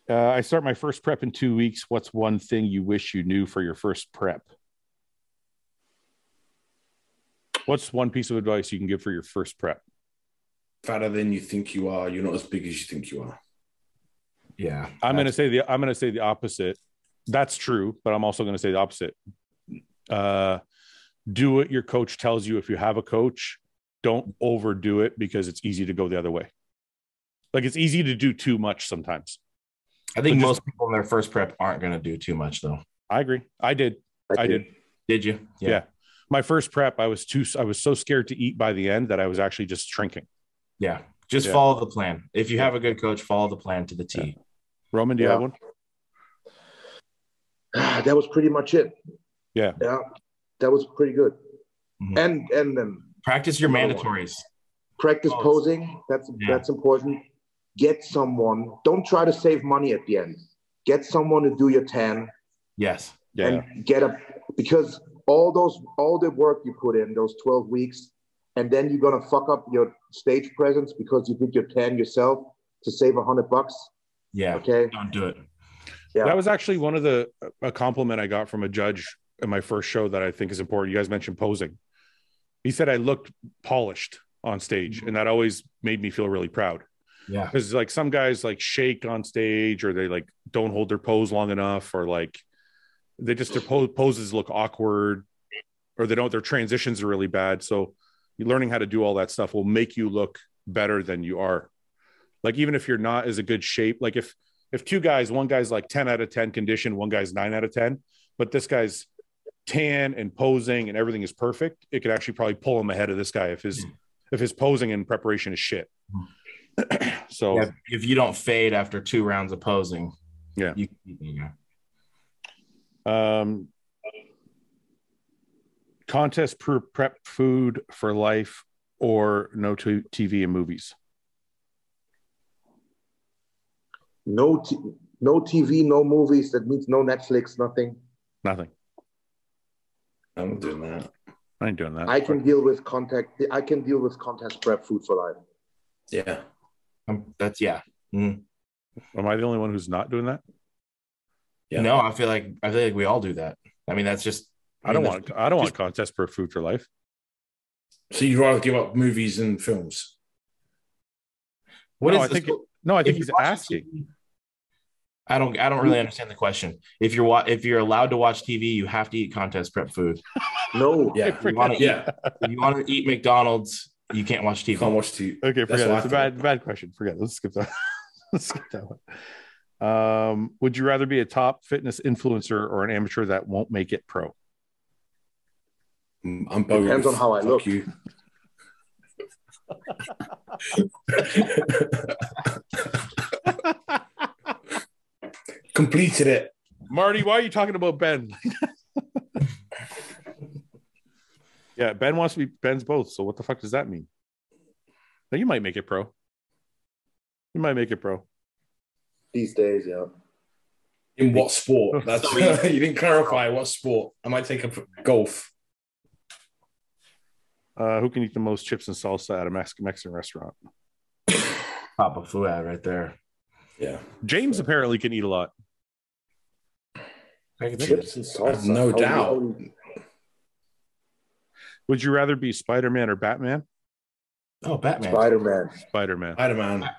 Speaker 1: uh, I start my first prep in two weeks. What's one thing you wish you knew for your first prep? What's one piece of advice you can give for your first prep?
Speaker 2: fatter than you think you are. You're not as big as you think you are.
Speaker 4: yeah.
Speaker 1: I'm going to say the I'm going to say the opposite. That's true, but I'm also going to say the opposite. Uh, do what your coach tells you. If you have a coach, don't overdo it because it's easy to go the other way. Like it's easy to do too much sometimes.
Speaker 4: I think
Speaker 1: But just-
Speaker 4: most people in their first prep aren't going to do too much though.
Speaker 1: I agree. I did. I did.
Speaker 4: Did you?
Speaker 1: Yeah. My first prep, I was too. I was so scared to eat by the end that I was actually just shrinking.
Speaker 4: Yeah. Just
Speaker 1: Yeah.
Speaker 4: follow the plan. If you have a good coach, follow the plan to the T.
Speaker 1: Roman, do you
Speaker 3: Yeah.
Speaker 1: have one?
Speaker 3: that was pretty much it.
Speaker 1: Yeah. Mm-hmm.
Speaker 3: Yeah. That was pretty good.
Speaker 4: Mhm.
Speaker 3: And and um,
Speaker 4: Practice your
Speaker 3: Another one.
Speaker 4: mandatories.
Speaker 3: practice
Speaker 4: Oh,
Speaker 3: posing. That's
Speaker 4: yeah.
Speaker 3: that's important. Get someone. Don't try to save money at the end. Get someone to do your tan
Speaker 4: Yes.
Speaker 1: Yeah.
Speaker 3: and get a because all those all the work you put in those 12 weeks and then you're gonna fuck up your stage presence because you did your tan yourself to save a hundred bucks.
Speaker 4: Yeah.
Speaker 3: Okay.
Speaker 4: Don't do it.
Speaker 3: Yeah.
Speaker 1: That was actually one of the a compliment I got from a judge in my first show that I think is important. You guys mentioned posing. He said I looked polished on stage, and that always made me feel really proud.
Speaker 4: Yeah.
Speaker 1: Because like some guys like shake on stage, or they like don't hold their pose long enough, or like they just their po- poses look awkward, or they don't. Their transitions are really bad. So learning how to do all that stuff will make you look better than you are. Like even if you're not as a good shape, like if if two guys, one guy's like 10 out of 10 condition, one guy's nine out of 10, but this guy's tan and posing and everything is perfect, it could actually probably pull him ahead of this guy if his if his posing and preparation is shit. so
Speaker 4: Yeah, if you don't fade after two rounds of posing,
Speaker 1: Yeah.
Speaker 4: you, you know.
Speaker 1: Um, contest per prep food for life or no t- TV and movies.
Speaker 3: No, t- no TV, no movies. That means no Netflix, nothing.
Speaker 1: Nothing.
Speaker 2: I'm not doing that.
Speaker 1: I ain't doing that.
Speaker 3: I can deal with contact. I can deal with contest prep food for life.
Speaker 2: Yeah.
Speaker 4: Um, that's yeah. Mhm.
Speaker 1: Am I the only one who's not doing that?
Speaker 2: Yeah.
Speaker 4: No, I feel like I feel like we all do that. I mean, that's just
Speaker 1: I don't
Speaker 4: mean,
Speaker 1: want. I don't want
Speaker 4: just-
Speaker 1: contest per food for life.
Speaker 2: So you'd rather give up movies and films?
Speaker 4: What
Speaker 1: No,
Speaker 4: is
Speaker 1: I
Speaker 4: this?
Speaker 1: think- No, I think
Speaker 4: If
Speaker 1: he's
Speaker 4: you're watching
Speaker 1: asking.
Speaker 4: TV I don't. I don't really understand the question. If you're wa- if you're allowed to watch TV, you have to eat contest prep food.
Speaker 3: No,
Speaker 2: Yeah.
Speaker 4: You want to eat.
Speaker 2: Yeah.
Speaker 4: If you want to eat McDonald's, you can't watch
Speaker 2: You
Speaker 4: TV.
Speaker 2: can't watch TV.
Speaker 1: Okay, forget
Speaker 2: That's
Speaker 1: it.
Speaker 2: what I
Speaker 1: It's a bad bad question. Forget it. Let's skip that. Let's skip that one. Um, would you rather be a top fitness influencer or an amateur that won't make it pro?
Speaker 2: Mm, I'm both.
Speaker 3: Depends on how I
Speaker 2: Fuck
Speaker 3: look.
Speaker 2: You. Completed it.
Speaker 1: Marty, why are you talking about Ben? yeah, Ben wants to be Ben's both. So what the fuck does that mean? Now you might make it pro. You might make it pro.
Speaker 3: these days, yeah.
Speaker 2: In what sport? That's you didn't clarify what sport. I might take up golf.
Speaker 1: Uh, who can eat the most chips and salsa at a Mex- Mexican restaurant?
Speaker 4: Papa Fuad right there.
Speaker 2: Yeah.
Speaker 1: James apparently can eat a lot.
Speaker 4: I can think of-
Speaker 3: Chips and salsa.
Speaker 2: No
Speaker 3: How-
Speaker 2: doubt.
Speaker 3: how-
Speaker 1: Would you rather be Spider Man or Batman?
Speaker 4: Oh, Batman.
Speaker 3: Spider-Man.
Speaker 1: Spider Man.
Speaker 2: Spider Man.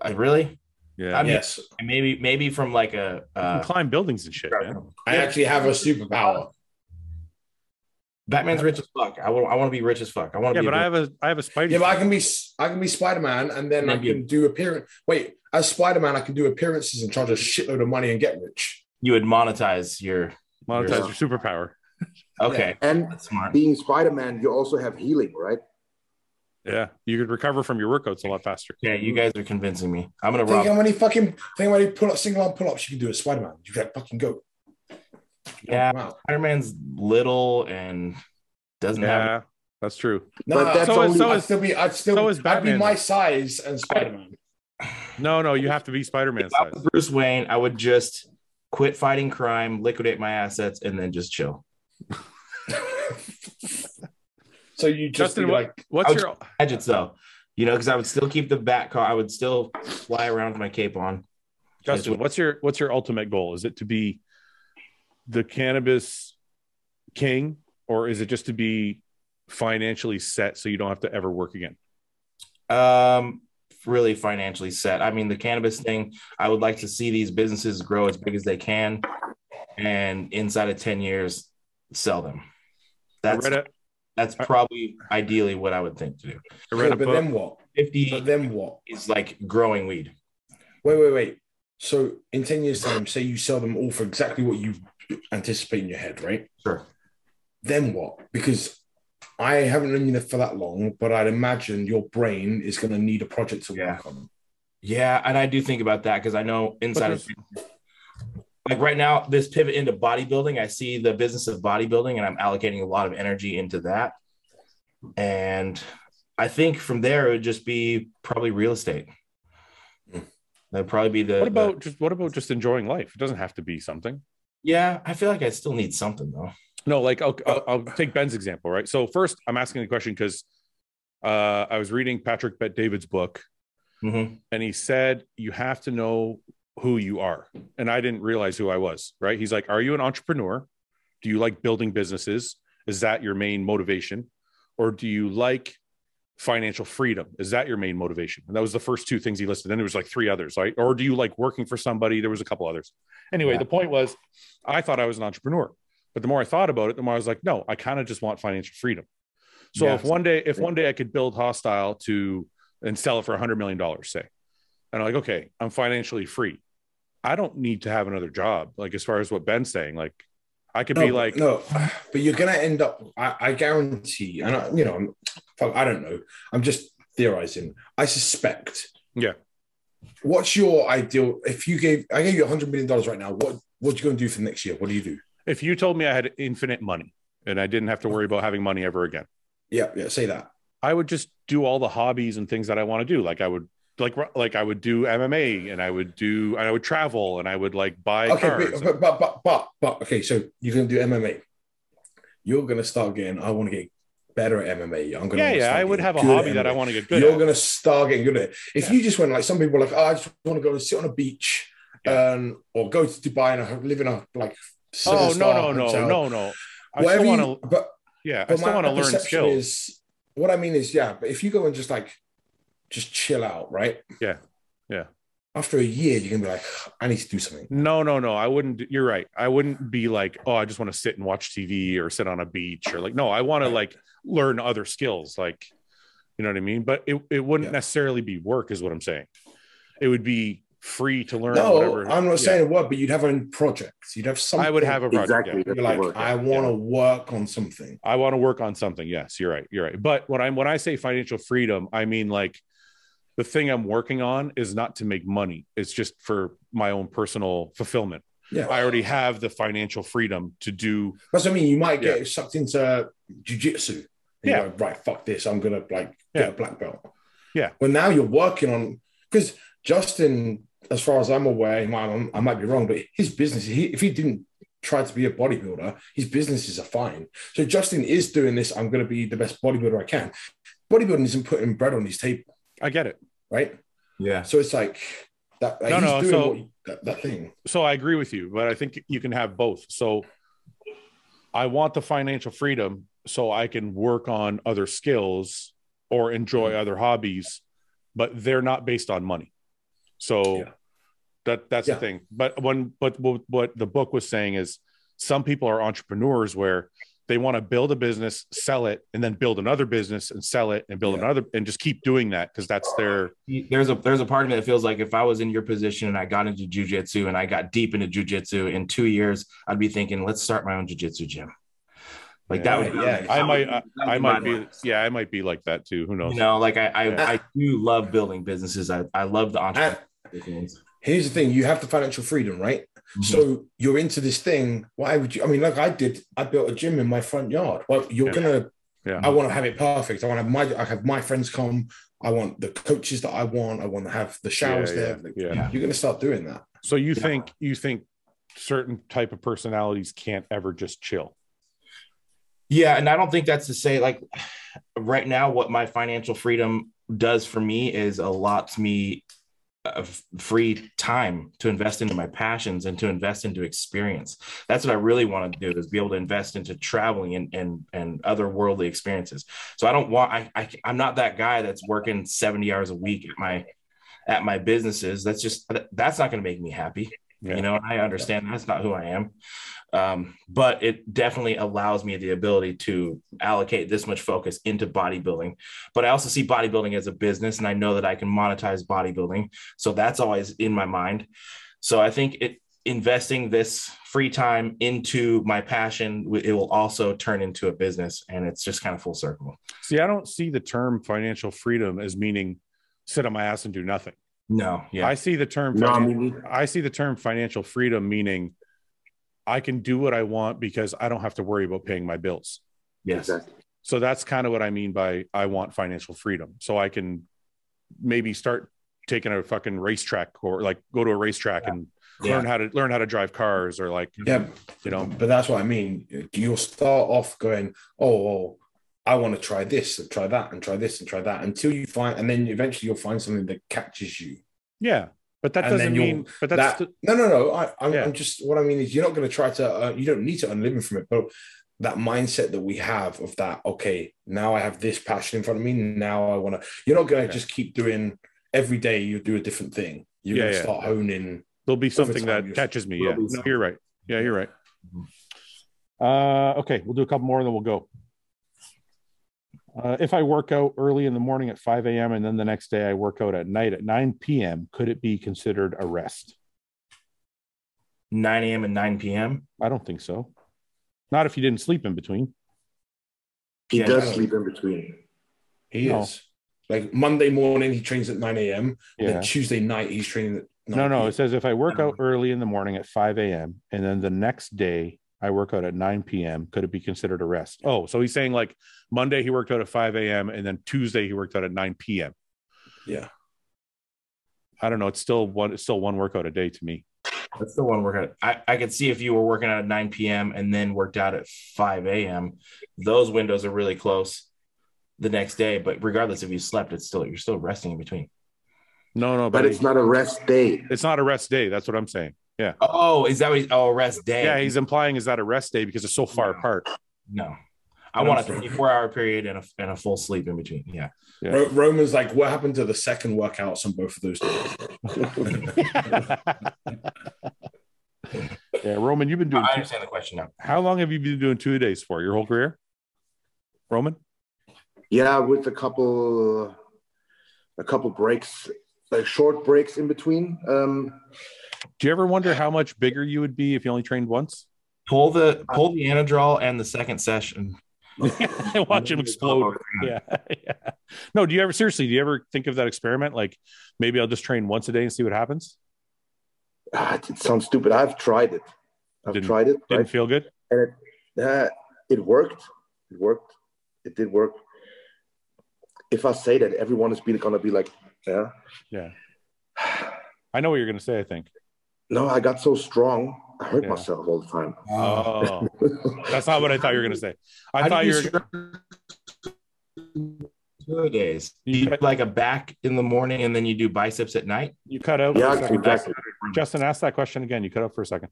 Speaker 4: I really?
Speaker 1: Yeah,
Speaker 4: I'm-
Speaker 2: Yes.
Speaker 4: Maybe maybe from like a.
Speaker 1: you can
Speaker 4: Uh,
Speaker 1: climb buildings and shit, man.
Speaker 2: I actually have a superpower.
Speaker 4: Batman's rich as fuck. I want. I want to be rich as fuck. I want to
Speaker 1: Yeah,
Speaker 4: be.
Speaker 1: but
Speaker 4: a
Speaker 1: I
Speaker 4: rich-
Speaker 1: have a I have a Spidey.
Speaker 2: Yeah, but I can be I can be Spider Man, and then I
Speaker 4: Maybe.
Speaker 2: can do appearance. Wait, as Spider Man, I can do appearances and charge a shitload of money and get rich.
Speaker 4: you would monetize your.
Speaker 1: monetize
Speaker 3: Yeah.
Speaker 1: your superpower.
Speaker 4: Okay,
Speaker 3: And
Speaker 4: that's smart.
Speaker 3: being Spider-Man, you also have healing, right?
Speaker 1: Yeah, you could recover from your workouts a lot faster.
Speaker 4: Okay, you guys are convincing me. I'm gonna
Speaker 2: Think how
Speaker 4: rob.
Speaker 2: many fucking think how many pull up single arm pull ups you can do as Spider Man. You can fucking go.
Speaker 4: Yeah.
Speaker 2: Wow.
Speaker 4: Spider Man's little and doesn't have.
Speaker 1: Yeah, that's true.
Speaker 2: No,
Speaker 3: But that's
Speaker 1: So is-
Speaker 3: only.
Speaker 1: so
Speaker 2: I'd still be. I'd still.
Speaker 1: so is
Speaker 2: I'd be
Speaker 1: Batman.
Speaker 2: my size and Spider Man.
Speaker 1: No, no, you have to be Spider Man
Speaker 4: If I
Speaker 1: size.
Speaker 4: was Bruce Wayne, I would just quit fighting crime, liquidate my assets, and then just chill.
Speaker 2: So you just
Speaker 1: Justin,
Speaker 2: be
Speaker 1: what-
Speaker 2: like
Speaker 1: What's
Speaker 4: I was-
Speaker 1: your
Speaker 4: Gadgets though, you know, because I would still keep the bat car. I would still fly around with my cape on.
Speaker 1: Justin? What's your what's your ultimate goal? Is it to be the cannabis king, or is it just to be financially set so you don't have to ever work again?
Speaker 4: Um, really financially set. I mean, the cannabis thing. I would like to see these businesses grow as big as they can, and inside of ten years, sell them. That's
Speaker 1: I read a
Speaker 4: that's probably ideally what I would think to do.
Speaker 1: I
Speaker 2: "Yeah,
Speaker 1: read a
Speaker 2: but
Speaker 1: book.
Speaker 2: then what? But
Speaker 4: Fifty
Speaker 2: then what?
Speaker 4: is like growing weed.
Speaker 2: Wait, wait, wait. So in ten years' time, say you sell them all for exactly what you anticipate in your head, right?
Speaker 4: Sure.
Speaker 2: Then what? Because I haven't known you for that long, but I'd imagine your brain is going to need a project to work on.
Speaker 4: Yeah, and I do think about that because I know inside of
Speaker 1: there's-
Speaker 4: like right now, this pivot into bodybuilding, I see the business of bodybuilding and I'm allocating a lot of energy into that. And I think from there it would just be probably real estate.
Speaker 2: Mm.
Speaker 4: That'd probably be the
Speaker 1: What
Speaker 4: the-
Speaker 1: about just what about just enjoying life? It doesn't have to be something.
Speaker 4: yeah, I feel like I still need something though.
Speaker 1: No, like I'll, I'll, I'll take Ben's example, right? So first, I'm asking the question because uh, I was reading Patrick Bet David's book,
Speaker 4: Mhm.
Speaker 1: and he said you have to know who you are, and I didn't realize who I was. Right? He's like, are you an entrepreneur? Do you like building businesses? Is that your main motivation, or do you like financial freedom? Is that your main motivation? And that was the first two things he listed. Then there was like three others, right? Or do you like working for somebody? There was a couple others. Anyway,
Speaker 4: Yeah.
Speaker 1: the point was, I thought I was an entrepreneur. But the more I thought about it, the more I was like, no, I kind of just want financial freedom. So
Speaker 4: Yeah.
Speaker 1: if one day, if one day I could build hostile to and sell it for a hundred million dollars, say, and I'm like, okay, I'm financially free. I don't need to have another job. Like as far as what Ben's saying, like I could
Speaker 2: no,
Speaker 1: be like,
Speaker 2: no, but you're gonna end up. I, I guarantee, and I, you know, I'm, fuck, I don't know. I'm just theorizing. I suspect.
Speaker 1: Yeah.
Speaker 2: What's your ideal? If you gave, I gave you hundred million dollars right now. What what you gonna do for next year? What do you do?
Speaker 1: if you told me I had infinite money and I didn't have to worry about having money ever again,
Speaker 2: Yeah, yeah. Say that.
Speaker 1: I would just do all the hobbies and things that I want to do. Like I would like ru- like I would do MMA and I would do and I would travel and I would like buy
Speaker 2: Okay,
Speaker 1: cars.
Speaker 2: but, but but but but but okay. So you're gonna do MMA. You're gonna start getting. I want to get better at MMA. I'm gonna.
Speaker 1: yeah,
Speaker 2: wanna
Speaker 1: yeah.
Speaker 2: start
Speaker 1: I would
Speaker 2: getting
Speaker 1: have a
Speaker 2: good at
Speaker 1: hobby that I
Speaker 2: MMA.
Speaker 1: want to get good
Speaker 2: you're
Speaker 1: at.
Speaker 2: gonna start getting good at it. If you just went like some people are like, oh, I just want to go and sit on a beach um, or go to Dubai and live in a like
Speaker 1: oh no,
Speaker 2: seven-star
Speaker 1: no, no,
Speaker 2: hotel.
Speaker 1: no, no. I
Speaker 2: Whatever
Speaker 1: still want
Speaker 2: you-
Speaker 1: to.
Speaker 2: but,
Speaker 1: Yeah, I
Speaker 2: but
Speaker 1: still
Speaker 2: my
Speaker 1: want to learn
Speaker 2: perception
Speaker 1: skills.
Speaker 2: is what I mean is yeah, but if you go and just like just chill out, right?
Speaker 1: Yeah. Yeah.
Speaker 2: After a year, you're gonna be like, I need to do something.
Speaker 1: No, no, no. I wouldn't. do- You're right. I wouldn't be like, oh, I just want to sit and watch TV or sit on a beach or like, no, I want to like learn other skills. Like, you know what I mean? But it, it wouldn't
Speaker 2: Yeah.
Speaker 1: necessarily be work, is what I'm saying. It would be free to learn.
Speaker 2: No,
Speaker 1: whatever.
Speaker 2: I'm
Speaker 1: Yeah.
Speaker 2: not saying a word, but you'd have a project. You'd have something.
Speaker 1: I would have a project.
Speaker 3: exactly.
Speaker 1: yeah.
Speaker 3: that's
Speaker 2: You're
Speaker 3: the
Speaker 2: like,
Speaker 3: word.
Speaker 2: I want to work on something.
Speaker 1: I want to work on something. Yes, you're right. You're right. But when I'm when I say financial freedom, I mean like the thing I'm working on is not to make money. It's just for my own personal fulfillment.
Speaker 2: Yeah.
Speaker 1: I already have the financial freedom to do.
Speaker 2: That's what I mean. You might get sucked into jujitsu. Yeah.
Speaker 1: Yeah.
Speaker 2: You're like, right, fuck this. I'm gonna like
Speaker 1: Yeah.
Speaker 2: get a black belt.
Speaker 1: Yeah.
Speaker 2: Well, now you're working on because Justin, as far as I'm aware, he might- I might be wrong, but his business, he, if he didn't try to be a bodybuilder, his businesses are fine. So Justin is doing this. I'm gonna be the best bodybuilder I can. Bodybuilding isn't putting bread on his table,
Speaker 1: I get it.
Speaker 2: right?
Speaker 4: Yeah.
Speaker 2: So it's like that. Like
Speaker 1: No,
Speaker 2: he's
Speaker 1: no,
Speaker 2: doing
Speaker 1: so-
Speaker 2: what, that, that thing.
Speaker 1: So I agree with you, but I think you can have both. So I want the financial freedom so I can work on other skills or
Speaker 2: Mm-hmm.
Speaker 1: enjoy other hobbies, but they're not based on money. So
Speaker 2: Yeah.
Speaker 1: that that's
Speaker 2: Yeah.
Speaker 1: the thing. But when but what, what the book was saying is some people are entrepreneurs where they want to build a business, sell it, and then build another business and sell it and build
Speaker 2: Yeah.
Speaker 1: another and just keep doing that because that's their
Speaker 4: There's a there's a part of me that feels like if I was in your position and I got into jujitsu and I got deep into jujitsu in two years, I'd be thinking, let's start my own jujitsu gym. Like that
Speaker 2: Yeah,
Speaker 4: would
Speaker 2: yeah.
Speaker 4: that
Speaker 1: I
Speaker 4: would-
Speaker 1: might-
Speaker 4: that would
Speaker 1: I might
Speaker 4: my
Speaker 1: be yeah, I might be like that too. Who knows?
Speaker 4: you know like i
Speaker 1: Yeah.
Speaker 4: i, I do love building businesses i, I love the
Speaker 2: And
Speaker 4: entrepreneur
Speaker 2: here's the thing: you have the financial freedom, right?
Speaker 1: Mm-hmm.
Speaker 2: So you're into this thing. Why would you? I mean, like I did, I built a gym in my front yard. Well, you're
Speaker 1: Yeah.
Speaker 2: gonna.
Speaker 1: Yeah.
Speaker 2: I want to have it perfect. I want to have my. I have my friends come. I want the coaches that I want. I want to have the showers
Speaker 1: yeah, Mm-hmm.
Speaker 2: there.
Speaker 1: yeah.
Speaker 4: Yeah.
Speaker 2: You're gonna start doing that.
Speaker 1: So you
Speaker 4: Yeah.
Speaker 1: think you think certain type of personalities can't ever just chill?
Speaker 4: yeah and i don't think that's to say like right now what my financial freedom does for me is allots me uh, f- free time to invest into my passions and to invest into experience that's what i really want to do is be able to invest into traveling and and, and other worldly experiences so i don't want I, I i'm not that guy that's working 70 hours a week at my at my businesses that's just that's not going to make me happy
Speaker 1: Yeah.
Speaker 4: you know and i understand that's not who i am um, but it definitely allows me the ability to allocate this much focus into bodybuilding but i also see bodybuilding as a business and i know that i can monetize bodybuilding so that's always in my mind so i think it investing this free time into my passion it will also turn into a business and it's just kind of full circle
Speaker 1: See, I don't see the term financial freedom as meaning sit on my ass and do nothing.
Speaker 4: no yeah
Speaker 1: I see the term
Speaker 3: No, I
Speaker 1: finan-
Speaker 3: mean,
Speaker 1: I see the term financial freedom meaning I can do what I want because I don't have to worry about paying my bills.
Speaker 4: yes
Speaker 3: exactly.
Speaker 1: So that's kind of what I mean by I want financial freedom. So I can maybe start taking a fucking racetrack or like go to a racetrack and
Speaker 4: Yeah.
Speaker 1: learn how to learn how to drive cars or like
Speaker 2: Yeah,
Speaker 1: you know
Speaker 2: but that's what I mean. You'll start off going, oh, oh, I want to try this and try that and try this and try that until you find, and then eventually you'll find something that catches you.
Speaker 1: Yeah, but that
Speaker 2: And
Speaker 1: doesn't
Speaker 2: then you'll-
Speaker 1: mean. But that's
Speaker 2: that no no no I, I'm,
Speaker 1: Yeah.
Speaker 2: I'm just what i mean is you're not going to try to uh, you don't need to earn a living from it but that mindset that we have of that okay now i have this passion in front of me now i want to you're not going to
Speaker 1: Yeah.
Speaker 2: just keep doing every day you do a different thing you're
Speaker 1: Yeah,
Speaker 2: going to
Speaker 1: yeah.
Speaker 2: start honing
Speaker 1: there'll be something
Speaker 2: time
Speaker 1: that
Speaker 2: you'll-
Speaker 1: catches me.
Speaker 4: there'll
Speaker 1: Yeah,
Speaker 4: be
Speaker 1: no,
Speaker 4: something.
Speaker 1: you're right. Yeah, you're right.
Speaker 2: Mm-hmm.
Speaker 1: Uh, okay, we'll do a couple more and then we'll go. Uh, if I work out early in the morning at 5 a.m. and then the next day I work out at night at 9 p.m., could it be considered a rest?
Speaker 4: 9 a.m and 9 p.m
Speaker 1: I don't think so. Not if you didn't sleep in between.
Speaker 3: He
Speaker 4: Yeah.
Speaker 3: does sleep in between.
Speaker 2: He
Speaker 1: No.
Speaker 2: is. Like Monday morning, he trains at 9 a.m. and
Speaker 1: Yeah.
Speaker 2: Then Tuesday night, he's training at 9
Speaker 1: No, no.
Speaker 2: p.m.
Speaker 1: It says if I work out early in the morning at 5 a.m. and then the next day I work out at 9 p.m., could it be considered a rest? Oh, so he's saying like Monday he worked out at 5 a.m. and then Tuesday he worked out at 9 p.m.
Speaker 2: Yeah.
Speaker 1: I don't know. It's still one. It's still one workout a day to me.
Speaker 4: That's the one workout. I, I could see if you were working out at 9 p.m. and then worked out at 5 a.m. Those windows are really close the next day. But regardless if you slept, it's still you're still resting in between.
Speaker 1: No, no,
Speaker 3: But
Speaker 1: buddy.
Speaker 3: it's not a rest day.
Speaker 1: it's not a rest day. That's what I'm saying.
Speaker 4: Oh, is that what he's oh rest day?
Speaker 1: Yeah, he's implying is that a rest day because it's so far
Speaker 4: No.
Speaker 1: apart.
Speaker 4: no. I want a 24 hour period and a and a full sleep in between. Yeah.
Speaker 1: Yeah.
Speaker 2: Ro- Roman's like, what happened to the second workouts on both of those days?
Speaker 1: yeah, Roman, you've been doing.
Speaker 4: I
Speaker 1: two-
Speaker 4: understand the question now.
Speaker 1: how long have you been doing two days for your whole career, Roman?
Speaker 3: Yeah, with a couple, a couple breaks, like short breaks in between. Um,
Speaker 1: Do you ever wonder how much bigger you would be if you only trained once?
Speaker 4: Pull the pull the anadrol and the second session.
Speaker 1: Watch him explode. Yeah. yeah. Oh, No, do you ever seriously? Do you ever think of that experiment? Like maybe I'll just train once a day and see what happens.
Speaker 3: ah, it sounds stupid. I've tried it. I've
Speaker 1: Didn't-
Speaker 3: tried it.
Speaker 1: Didn't
Speaker 3: Right?
Speaker 1: feel good.
Speaker 3: Uh, it worked. It worked. It did work. If I say that, everyone is being, gonna be like, yeah.
Speaker 1: Yeah. I know what you're going to say. I think.
Speaker 3: No, I got so strong. I hurt
Speaker 1: Yeah.
Speaker 3: myself all the time.
Speaker 1: Oh, that's not what I thought you were going to say. I
Speaker 4: How do
Speaker 1: thought
Speaker 4: you
Speaker 1: you were.
Speaker 4: stretch nowadays?
Speaker 1: You
Speaker 4: You, you
Speaker 1: cut-
Speaker 4: like a back in the morning and then you do biceps at night.
Speaker 1: You cut out. for a
Speaker 3: yeah,
Speaker 1: second.
Speaker 3: exactly.
Speaker 1: Justin, ask that question again. You cut out for a second.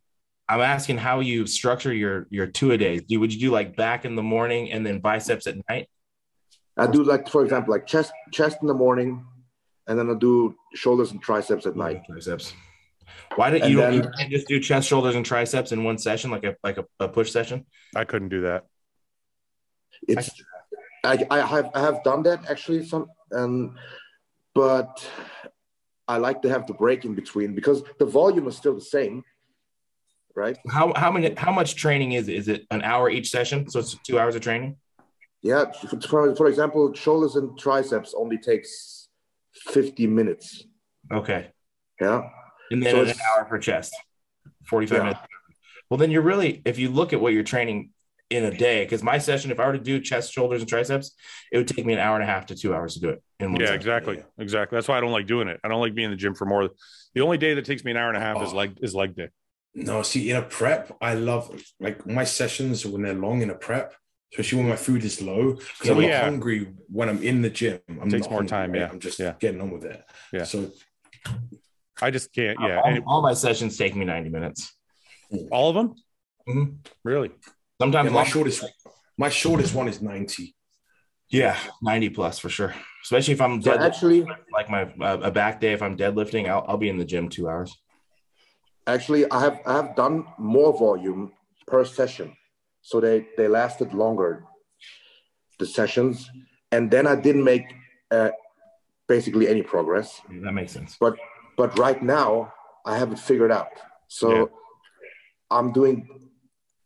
Speaker 4: I'm asking how you structure your your two a days. Do would you do like back in the morning and then biceps at night?
Speaker 3: I do like, for example, like chest chest in the morning, and then I do shoulders and triceps at night.
Speaker 4: biceps. Why don't
Speaker 3: And
Speaker 4: you, don't,
Speaker 3: then-
Speaker 4: you can't just do chest, shoulders, and triceps in one session, like a like a, a push session?
Speaker 1: I couldn't do that.
Speaker 3: It's I, I have I have done that actually some, and but I like to have the break in between because the volume is still the same, right?
Speaker 4: How how many how much training is it? Is it an hour each session? So it's two hours of training.
Speaker 3: Yeah. For, for example, shoulders and triceps only takes fifty minutes.
Speaker 4: Okay,
Speaker 3: Yeah.
Speaker 4: and then
Speaker 3: So
Speaker 4: an
Speaker 3: it's-
Speaker 4: hour for chest, forty five
Speaker 3: Yeah.
Speaker 4: minutes. Well, then you're really if you look at what you're training in a day, because my session, if I were to do chest, shoulders, and triceps, it would take me an hour and a half to two hours to do it. In one
Speaker 1: Yeah,
Speaker 4: session.
Speaker 1: exactly,
Speaker 2: yeah.
Speaker 1: exactly. That's why I don't like doing it. I don't like being in the gym for more. The only day that takes me an hour and a half is
Speaker 2: Oh.
Speaker 1: leg is leg day.
Speaker 2: No, see, in a prep, I love like my sessions when they're long in a prep, especially when my food is low. Because
Speaker 1: Oh,
Speaker 2: I'm not
Speaker 1: yeah.
Speaker 2: hungry when I'm in the gym. I'm
Speaker 1: Takes more
Speaker 2: not hungry,
Speaker 1: time,
Speaker 2: right?
Speaker 1: yeah.
Speaker 2: I'm just
Speaker 1: Yeah.
Speaker 2: getting on with it.
Speaker 1: Yeah.
Speaker 2: So
Speaker 1: I just can't.
Speaker 3: Uh,
Speaker 1: Yeah,
Speaker 3: um,
Speaker 4: all,
Speaker 1: and it-
Speaker 4: all my sessions take me ninety minutes.
Speaker 1: all of them
Speaker 4: Mhm.
Speaker 1: really.
Speaker 4: Sometimes
Speaker 1: Um,
Speaker 2: yeah, my
Speaker 4: longer.
Speaker 2: shortest my shortest one is 90.
Speaker 4: Yeah, ninety plus for sure. Especially if I'm
Speaker 3: So
Speaker 4: deadlifting,
Speaker 3: actually,
Speaker 4: like my uh, a back day. If I'm deadlifting, I'll, I'll be in the gym two hours.
Speaker 3: actually, I have I have done more volume per session, so they they lasted longer, the sessions, and then I didn't make uh, basically any progress.
Speaker 4: That makes sense.
Speaker 3: but right now I haven't figured out. So
Speaker 1: Yeah.
Speaker 3: I'm doing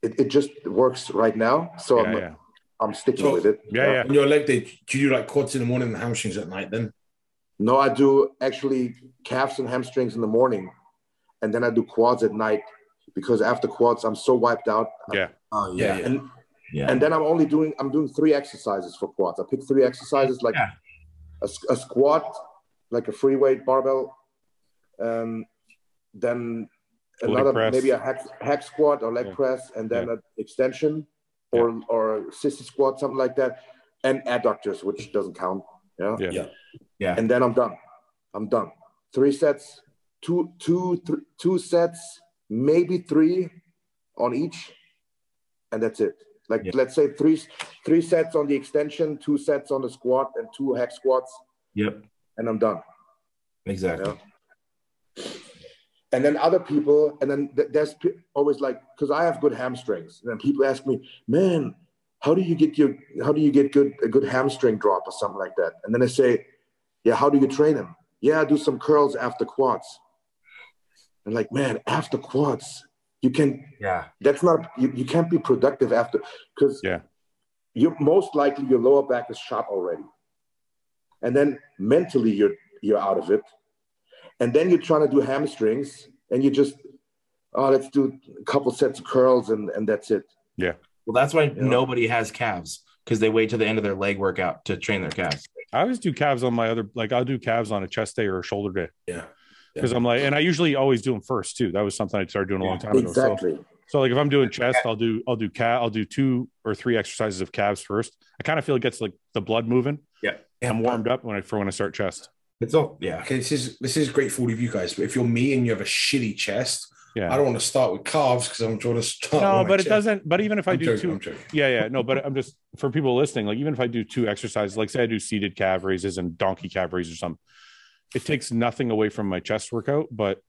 Speaker 3: it, it just works right now. So
Speaker 1: yeah,
Speaker 3: I'm,
Speaker 1: yeah,
Speaker 3: I'm sticking
Speaker 2: So-
Speaker 3: with it.
Speaker 1: yeah, yeah.
Speaker 2: On your leg day, do you do like quads in the morning and hamstrings at night then?
Speaker 3: No, I do actually calves and hamstrings in the morning and then I do quads at night because after quads I'm so wiped out.
Speaker 1: Yeah.
Speaker 3: Oh
Speaker 2: yeah, yeah.
Speaker 3: And
Speaker 4: Yeah,
Speaker 3: and then I'm only doing I'm doing three exercises for quads. I pick three exercises like
Speaker 4: Yeah.
Speaker 3: a, s- a squat, like a free weight barbell, um, then
Speaker 1: Leg
Speaker 3: another
Speaker 1: press.
Speaker 3: maybe a hack, hack squat or leg
Speaker 1: Yeah.
Speaker 3: press, and then an extension or or a sissy squat, something like that, and adductors, which doesn't count. Yeah,
Speaker 1: Yeah.
Speaker 2: Yeah.
Speaker 4: Yeah.
Speaker 3: And then I'm done. I'm done. Three sets, two two thr- two sets, maybe three on each, and that's it. Like
Speaker 4: Yeah.
Speaker 3: let's say three three sets on the extension, two sets on the squat, and two hack squats,
Speaker 4: yep,
Speaker 3: and I'm done.
Speaker 4: exactly.
Speaker 3: Yeah. And then other people, and then th- there's p- always like, because I have good hamstrings, and then people ask me, "Man, how do you get your how do you get good a good hamstring drop or something like that?" And then I say, "Yeah, how do you train them? Yeah, I do some curls after quads." And like, man, after quads, You can
Speaker 4: Yeah.
Speaker 3: that's not you, you can't be productive after because
Speaker 1: Yeah.
Speaker 3: you're most likely your lower back is shot already and then mentally you're you're out of it and then you're trying to do hamstrings and you just oh let's do a couple sets of curls and and that's it
Speaker 4: Well, that's why
Speaker 3: Yeah.
Speaker 4: nobody has calves because they wait till the end of their leg workout to train their calves.
Speaker 1: I always do calves on my other, like I'll do calves on a chest day or a shoulder day
Speaker 2: Yeah.
Speaker 1: because I'm like, and I usually always do them first too. That was something I started doing a long time ago. So,
Speaker 3: exactly
Speaker 1: so like if I'm doing chest, I'll do I'll do cat I'll do two or three exercises of calves first. I kind of feel it gets like the blood moving. I'm warmed up when I for when I start chest.
Speaker 4: It's all, yeah.
Speaker 2: Okay, this is this is great for all of you guys, but if you're me and you have a shitty chest,
Speaker 1: Yeah.
Speaker 2: I don't want to start with calves because I'm trying to
Speaker 1: no,
Speaker 2: start. with Oh, my
Speaker 1: but it
Speaker 2: chest.
Speaker 1: doesn't. But even if I
Speaker 2: I'm
Speaker 1: do
Speaker 2: joking,
Speaker 1: two,
Speaker 2: I'm joking.
Speaker 1: yeah, yeah, no. But I'm just for people listening. Like even if I do two exercises, like say I do seated calf raises and donkey calf raises or something, it takes nothing away from my chest workout, but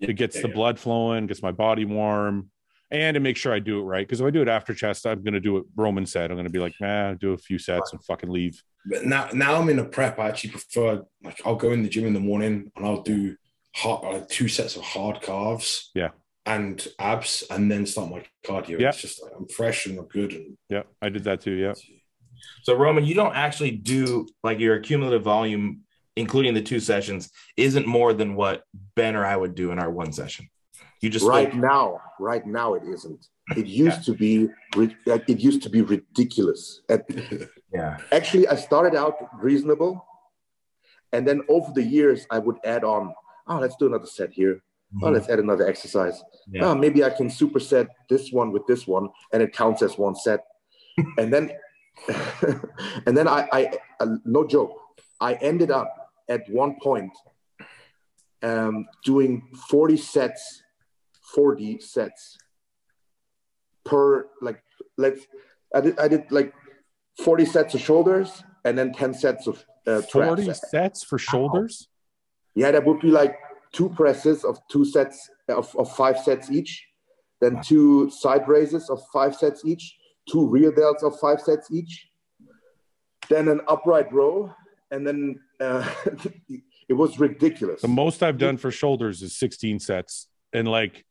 Speaker 1: it gets
Speaker 2: yeah,
Speaker 1: the
Speaker 2: yeah.
Speaker 1: blood flowing, gets my body warm, and to make sure I do it right. Because if I do it after chest, I'm gonna do what Roman said. I'm gonna be like, nah, do a few sets and fucking leave.
Speaker 2: But now, now I'm in a prep. I actually prefer like I'll go in the gym in the morning and I'll do hard, like two sets of hard calves.
Speaker 1: Yeah.
Speaker 2: And abs, and then start my cardio.
Speaker 1: Yeah.
Speaker 2: It's just like I'm fresh and I'm good. And
Speaker 1: Yeah, I did that too. Yeah,
Speaker 4: So, Roman, you don't actually do like your cumulative volume, including the two sessions, isn't more than what Ben or I would do in our one session. You just
Speaker 3: right now right now it isn't it used to be ri- like, it used to be ridiculous at
Speaker 4: yeah.
Speaker 3: actually i started out reasonable and then over the years i would add on oh let's do another set here oh let's add another exercise
Speaker 4: Yeah.
Speaker 3: oh maybe i can superset this one with this one and it counts as one set and then and then I, I uh, no joke i ended up at one point um, doing 40 sets 40 sets per like let's i did, I did like 40 sets of shoulders and then 10 sets of uh,
Speaker 1: forty
Speaker 3: traps.
Speaker 1: sets for shoulders.
Speaker 3: Yeah, that would be like two presses of two sets of, of five sets each, then two side raises of five sets each, two rear delts of five sets each, then an upright row, and then uh, it was ridiculous.
Speaker 1: The most I've done for shoulders is sixteen sets, and like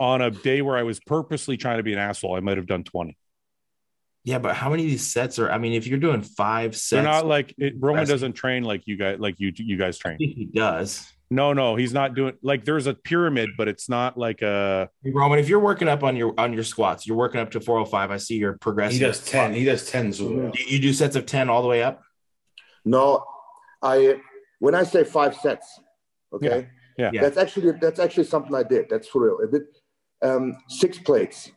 Speaker 1: on a day where I was purposely trying to be an asshole, I might have done twenty.
Speaker 4: Yeah, but how many of these sets are? I mean, if you're doing five sets,
Speaker 1: They're not like it, Roman
Speaker 4: Impressive.
Speaker 1: doesn't train like you guys like you you guys train.
Speaker 4: I think he does.
Speaker 1: No, no, he's not doing like there's a pyramid, but it's not like a
Speaker 4: Hey, Roman, if you're working up on your on your squats, you're working up to 405. I see you're progressing.
Speaker 2: he does ten. He does tens all the
Speaker 3: Mm-hmm.
Speaker 2: way up.
Speaker 4: You, you do sets of 10 all the way up.
Speaker 3: No, I when I say five sets, okay,
Speaker 1: Yeah,
Speaker 4: yeah.
Speaker 3: that's actually that's actually something I did. That's for real. I did um, six plates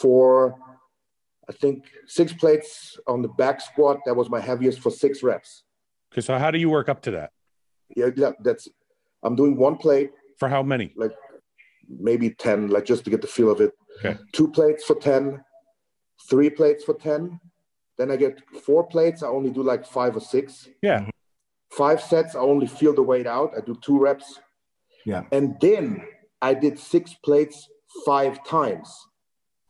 Speaker 3: for I think six plates on the back squat. That was my heaviest for six reps.
Speaker 1: because so how do you work up to that?
Speaker 3: Yeah, yeah, that's I'm doing one plate,
Speaker 1: For how many?
Speaker 3: maybe ten, like just to get the feel of it.
Speaker 1: Okay.
Speaker 3: Two plates for ten, three plates for ten. Then I get four plates. I only do like five or six.
Speaker 1: Yeah.
Speaker 3: five sets. I only feel the weight out. I do two reps.
Speaker 4: Yeah.
Speaker 3: And then I did six plates five times.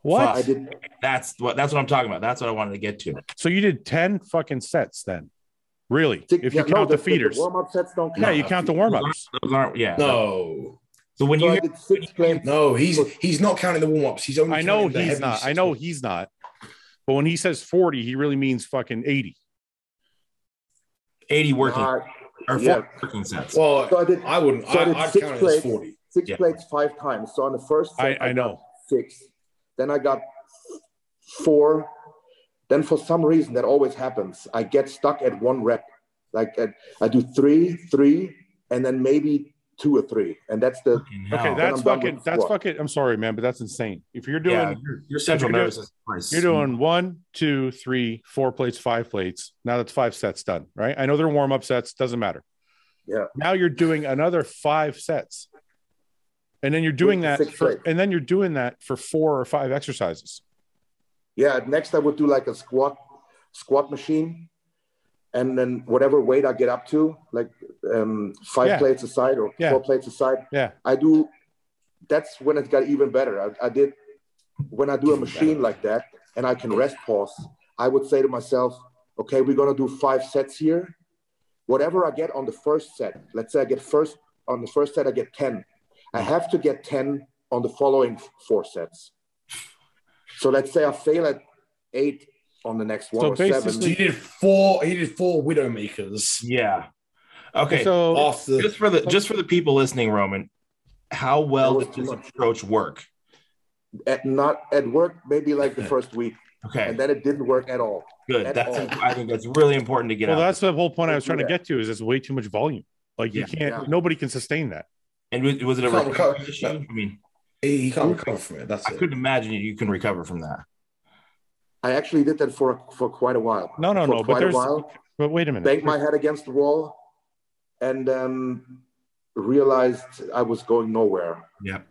Speaker 1: What?
Speaker 3: I did
Speaker 4: That's what that's what I'm talking about. That's what I wanted to get to.
Speaker 1: So you did 10 fucking sets then. Really?
Speaker 3: six.
Speaker 1: if you
Speaker 3: yeah, no,
Speaker 1: count the
Speaker 3: the-
Speaker 1: feeders.
Speaker 3: The warm up sets don't count.
Speaker 1: yeah, you count the warm-ups.
Speaker 4: Those aren't, yeah.
Speaker 2: No,
Speaker 4: So when
Speaker 3: So
Speaker 4: you
Speaker 3: I
Speaker 4: hear,
Speaker 3: did six plates.
Speaker 2: no, he's he's not counting the warm ups. He's only.
Speaker 1: I know
Speaker 2: counting the
Speaker 1: he's
Speaker 2: heavy
Speaker 1: not. I
Speaker 2: sets.
Speaker 1: know he's not. But when he says 40, he really means fucking 80.
Speaker 4: 80 working
Speaker 3: Uh,
Speaker 4: or 40
Speaker 3: yeah.
Speaker 4: working sets.
Speaker 2: Well,
Speaker 3: so I did
Speaker 2: I wouldn't.
Speaker 3: so I
Speaker 2: I,
Speaker 3: did
Speaker 2: I'd
Speaker 3: six
Speaker 2: count it as
Speaker 3: plates.
Speaker 2: forty.
Speaker 3: six
Speaker 4: Yeah.
Speaker 3: plates five times. So on the first set,
Speaker 1: I, I
Speaker 3: got
Speaker 1: know.
Speaker 3: six. Then I got four. Then for some reason that always happens. I get stuck at one rep. Like at, I do three, three, and then maybe two or three, and that's the
Speaker 4: Fucking
Speaker 1: Okay,
Speaker 4: hell.
Speaker 1: that's
Speaker 3: I'm done
Speaker 1: fucking
Speaker 3: with
Speaker 1: that's
Speaker 3: squat.
Speaker 1: fucking I'm sorry, man, but that's insane. If you're doing
Speaker 4: Yeah, your, your central
Speaker 1: you're doing-
Speaker 4: nervous system is
Speaker 1: You're doing one, two, three, four plates, five plates. Now that's five sets done, right? I know they're warm up sets, doesn't matter.
Speaker 3: Yeah.
Speaker 1: Now you're doing another five sets. And then you're doing
Speaker 3: the
Speaker 1: that
Speaker 3: six
Speaker 1: for,
Speaker 3: plates.
Speaker 1: and then you're doing that for four or five exercises.
Speaker 3: Yeah, next I would do like a squat, squat machine, and then whatever weight I get up to, like um, five
Speaker 1: Yeah.
Speaker 3: plates a side or
Speaker 1: Yeah.
Speaker 3: four plates a side.
Speaker 1: Yeah.
Speaker 3: I do. That's when it got even better. I, I did when I do a machine like that, and I can rest pause. I would say to myself, okay, we're gonna do five sets here. Whatever I get on the first set, let's say I get first on the first set, I get ten. I have to get ten on the following four sets. So let's say I fail at eight on the next one
Speaker 1: So
Speaker 3: or seven.
Speaker 1: basically-
Speaker 2: he did four. He did four Widowmakers
Speaker 4: Yeah. Okay.
Speaker 1: So
Speaker 2: after.
Speaker 4: just for the just for the people listening, Roman, how well
Speaker 3: That was
Speaker 4: did
Speaker 3: too
Speaker 4: this
Speaker 3: much.
Speaker 4: approach work?
Speaker 3: At not at work, maybe like the first week,
Speaker 4: Okay,
Speaker 3: and then it didn't work at all.
Speaker 4: good.
Speaker 3: at
Speaker 4: That's
Speaker 3: all.
Speaker 4: I think that's really important to get
Speaker 1: well,
Speaker 4: out.
Speaker 1: that's the whole point I
Speaker 3: Don't
Speaker 1: was
Speaker 3: do
Speaker 1: trying to
Speaker 3: that.
Speaker 1: get to. Is it's way too much volume. Like you
Speaker 4: Yeah.
Speaker 1: can't.
Speaker 3: Yeah.
Speaker 1: Nobody can sustain that.
Speaker 4: and was, was it a
Speaker 2: Can't
Speaker 4: recovery
Speaker 2: recover.
Speaker 4: issue? I mean,
Speaker 2: He, he can't recover from it. That's
Speaker 4: I
Speaker 2: it.
Speaker 4: couldn't imagine you, you can recover from that.
Speaker 3: I actually did that for for quite a while.
Speaker 1: No, no,
Speaker 3: for
Speaker 1: no, but
Speaker 3: Quite
Speaker 1: there's-
Speaker 3: a while.
Speaker 1: But wait a minute.
Speaker 3: banged my head against the wall and um, realized I was going nowhere.
Speaker 4: Yeah.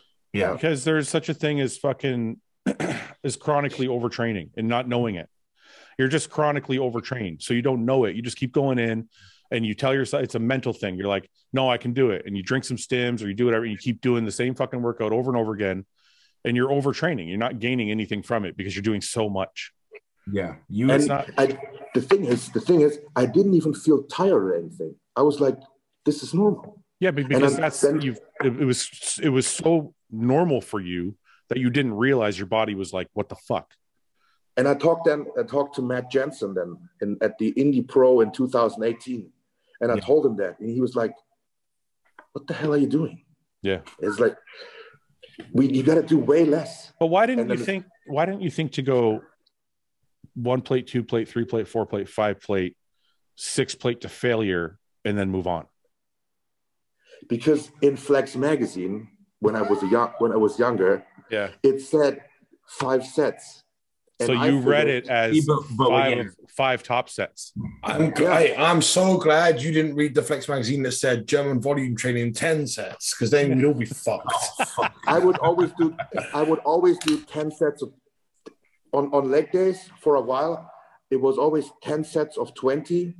Speaker 1: because there's such a thing as fucking is chronically overtraining and not knowing it. You're just chronically overtrained, so you don't know it. You just keep going in, and you tell yourself it's a mental thing. You're like, "No, I can do it," and you drink some stims or you do whatever. And you keep doing the same fucking workout over and over again, and you're overtraining. You're not gaining anything from it because you're doing so much.
Speaker 4: Yeah. You
Speaker 1: It's
Speaker 3: And-
Speaker 1: not.
Speaker 3: I, the thing is, the thing is, I didn't even feel tired or anything. I was like, this is normal.
Speaker 1: Yeah, but because
Speaker 3: I'm-
Speaker 1: that's
Speaker 3: then-
Speaker 1: you've. It, it was it was so normal for you that you didn't realize your body was like, "What the fuck."
Speaker 3: And I talked then, I talked to Matt Jensen then in, at the Indie Pro in 2018, and I
Speaker 4: Yeah.
Speaker 3: told him that, and he was like, "What the hell are you doing?"
Speaker 1: Yeah.
Speaker 3: it's like we you got to do way less.
Speaker 1: But why didn't
Speaker 3: And
Speaker 1: you
Speaker 3: then-
Speaker 1: think? Why didn't you think to go one plate, two plate, three plate, four plate, five plate, six plate to failure, and then move on?
Speaker 3: because in Flex magazine, when I was a young, when I was younger,
Speaker 1: Yeah.
Speaker 3: it said five sets. And
Speaker 1: so
Speaker 3: I
Speaker 1: you read
Speaker 3: figured-
Speaker 1: it as
Speaker 4: but, but
Speaker 1: five,
Speaker 4: yeah,
Speaker 1: five top sets.
Speaker 2: I'm, I, I'm so glad you didn't read the Flex magazine that said German volume training 10 sets because then we'd all be fucked.
Speaker 3: I would always do. I would always do ten sets of, on on leg days for a while. It was always ten sets of twenty.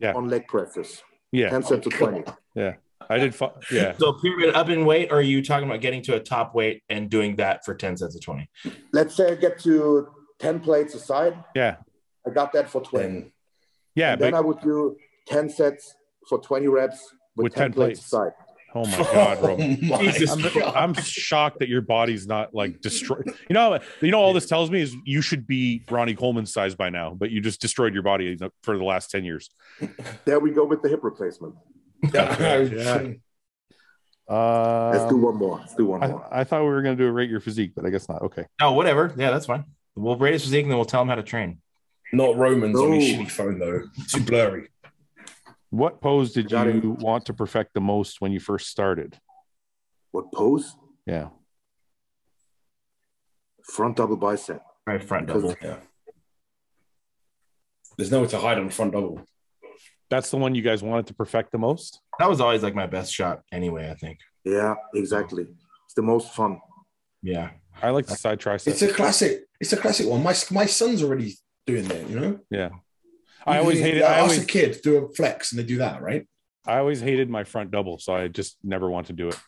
Speaker 1: Yeah.
Speaker 3: On leg presses,
Speaker 1: Yeah,
Speaker 3: ten sets of twenty.
Speaker 1: I did. Fi- yeah,
Speaker 4: So period up in weight, or are you talking about getting to a top weight and doing that for 10 sets of 20?
Speaker 3: Let's say I get to ten plates aside.
Speaker 1: Yeah.
Speaker 3: I got that for twenty.
Speaker 2: then
Speaker 1: yeah.
Speaker 3: and then
Speaker 1: But
Speaker 3: I would do ten sets for twenty reps with,
Speaker 1: With 10
Speaker 3: ten, plates
Speaker 1: plates.
Speaker 3: aside.
Speaker 1: oh my god, Roman.
Speaker 2: my
Speaker 4: Jesus
Speaker 1: I'm,
Speaker 2: God.
Speaker 1: I'm shocked that your body's not like destroyed. You know, you know, all this tells me is you should be Ronnie Coleman's size by now, but you just destroyed your body for the last 10 years.
Speaker 3: There we go with the hip replacement.
Speaker 2: Yeah.
Speaker 1: Yeah. Uh,
Speaker 3: Let's do one more. Let's do one more.
Speaker 1: I, I thought we were going to do a rate your physique, but I guess not. Okay.
Speaker 4: No, whatever. Yeah, that's fine. We'll rate his physique and then we'll tell him how to train.
Speaker 2: Not Romans on his
Speaker 3: No.
Speaker 2: shitty phone, though. Too blurry.
Speaker 1: What pose did
Speaker 3: Got it.
Speaker 1: you want to perfect the most when you first started?
Speaker 3: What pose?
Speaker 1: Yeah.
Speaker 3: Front double bicep.
Speaker 4: Right front double.
Speaker 2: Yeah. There's nowhere to hide on the front double.
Speaker 1: That's the one you guys wanted to perfect the most?
Speaker 4: That was always like my best shot anyway, I think.
Speaker 3: Yeah, exactly. It's the most fun.
Speaker 4: Yeah.
Speaker 1: I like the side
Speaker 2: It's
Speaker 1: tricep.
Speaker 2: a classic. It's a classic one. My, my son's already doing that, you know?
Speaker 1: I always
Speaker 2: Usually,
Speaker 1: hated
Speaker 2: like,
Speaker 1: I
Speaker 2: us a
Speaker 1: always
Speaker 2: kid do a flex and they do that, right?
Speaker 1: I always hated my front double, so I just never want to do it.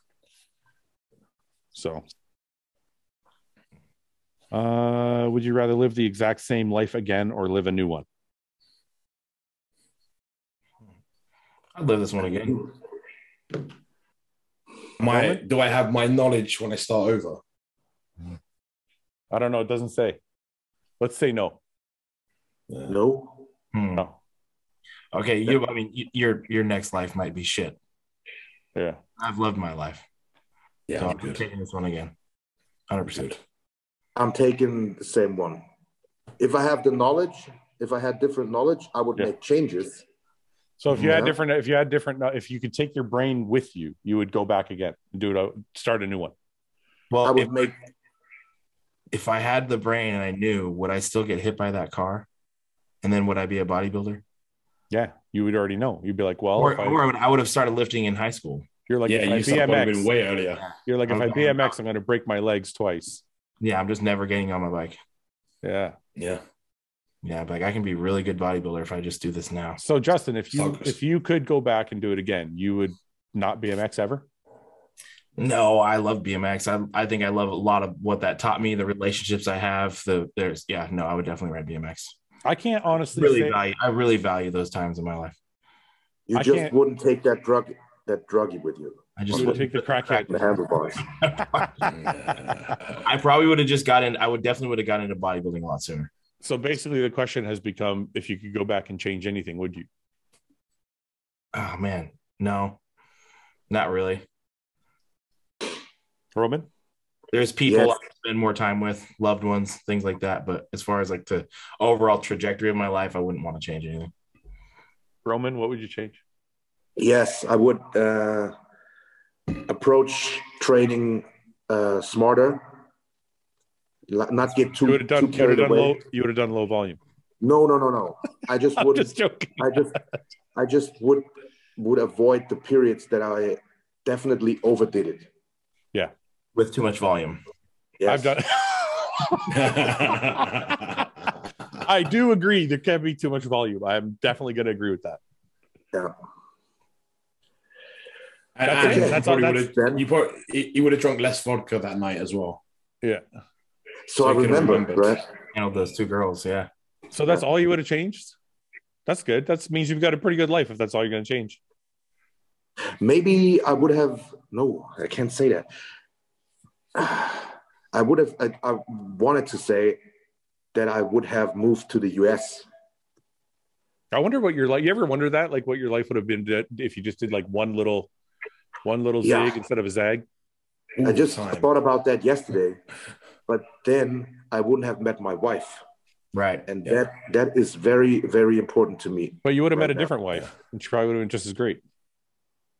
Speaker 1: So uh would you rather live the exact same life again or live a new one?
Speaker 4: I'd live this one again.
Speaker 2: My do I have my knowledge when I start over?
Speaker 1: I don't know, it doesn't say. Let's say no.
Speaker 2: Yeah.
Speaker 3: No.
Speaker 4: Hmm.
Speaker 1: No.
Speaker 4: Okay, you I mean y- your your next life might be shit.
Speaker 1: Yeah.
Speaker 4: I've loved my life.
Speaker 2: Yeah,
Speaker 4: So
Speaker 2: I'm
Speaker 4: I'm
Speaker 2: Oh, good.
Speaker 4: taking this one again. 100%.
Speaker 3: I'm taking the same one. If I have the knowledge, if I had different knowledge, I would
Speaker 1: Yeah.
Speaker 3: make changes.
Speaker 1: So if you had
Speaker 3: Yeah.
Speaker 1: different if you had different if you could take your brain with you, you would go back again and do it out- start a new one.
Speaker 3: I
Speaker 4: Well,
Speaker 3: would
Speaker 4: if,
Speaker 3: make
Speaker 4: if I had the brain and I knew, would I still get hit by that car? And then would I be a bodybuilder?
Speaker 1: Yeah, you would already know. You'd be like, well,
Speaker 4: Or,
Speaker 1: if I,
Speaker 4: or I, would, I would have started lifting in high school.
Speaker 1: you're like,
Speaker 2: yeah, you
Speaker 1: if I
Speaker 2: started
Speaker 1: BMX,
Speaker 2: been way earlier.
Speaker 1: you're like, if I
Speaker 4: Okay.
Speaker 1: BMX, I'm going to break my legs twice.
Speaker 4: Yeah, I'm just never getting on my bike.
Speaker 1: Yeah.
Speaker 2: Yeah.
Speaker 4: Yeah, but like I can be a really good bodybuilder if I just do this now.
Speaker 1: So Justin, if you
Speaker 2: Focus.
Speaker 1: if you could go back and do it again, you would not BMX ever.
Speaker 4: No, I love BMX. I, I think I love a lot of what that taught me, the relationships I have. The there's yeah, no, I would definitely ride BMX.
Speaker 1: I can't honestly
Speaker 4: Really
Speaker 1: say.
Speaker 4: value I really value those times in my life.
Speaker 3: you
Speaker 1: I
Speaker 3: just
Speaker 1: can't-
Speaker 3: wouldn't take that drug that druggy with you.
Speaker 4: I
Speaker 1: I'm
Speaker 4: just
Speaker 1: gonna
Speaker 4: would
Speaker 1: take the crackhead.
Speaker 3: the handlebars.
Speaker 4: I probably would have just got in. I would definitely would have gotten into bodybuilding a lot sooner.
Speaker 1: So basically, the question has become: if you could go back and change anything, would you?
Speaker 4: Oh man, no, not really.
Speaker 1: Roman,
Speaker 4: There's people
Speaker 3: Yes.
Speaker 4: I spend more time with, loved ones, things like that. But as far as like the overall trajectory of my life, I wouldn't want to change anything.
Speaker 1: Roman, what would you change?
Speaker 3: Yes, I would uh, approach training uh, smarter. L- Not get too.
Speaker 1: You would have done.
Speaker 3: too
Speaker 1: You would
Speaker 3: carried
Speaker 1: have done
Speaker 3: away.
Speaker 1: low. You would have done low volume.
Speaker 3: No, no, no, no. I just
Speaker 1: I'm
Speaker 3: would.
Speaker 1: just joking.
Speaker 3: I just, I just would would avoid the periods that I definitely overdid it.
Speaker 4: With too much volume,
Speaker 1: I've
Speaker 3: Yes.
Speaker 1: done. I do agree. There can't be too much volume. I'm definitely going to agree with that.
Speaker 2: And
Speaker 1: okay.
Speaker 2: you
Speaker 1: That's all-
Speaker 2: probably
Speaker 1: that's-
Speaker 2: would have- you probably you would have drunk less vodka that night as well.
Speaker 3: So,
Speaker 2: So
Speaker 3: I
Speaker 2: you can
Speaker 3: remember,
Speaker 2: remember.
Speaker 3: right?
Speaker 4: handled those two girls. Yeah,
Speaker 1: So that's all you would have changed. That's good. That means you've got a pretty good life if that's all you're going to change.
Speaker 3: Maybe I would have. No, I can't say that. I would have. I, I wanted to say that I would have moved to the U.S.
Speaker 1: I wonder what your life. You ever wonder that, like what your life would have been di- if you just did like one little, one little
Speaker 3: Yeah.
Speaker 1: zig instead of a zag.
Speaker 2: All
Speaker 3: I
Speaker 2: the
Speaker 3: just
Speaker 2: time.
Speaker 3: thought about that yesterday, but then I wouldn't have met my wife,
Speaker 4: right.
Speaker 3: and
Speaker 2: Yeah.
Speaker 3: that that is very very important to me.
Speaker 1: But you would have
Speaker 3: Right
Speaker 1: met a
Speaker 3: now,
Speaker 1: different wife,
Speaker 2: yeah.
Speaker 1: which probably would have been just as great.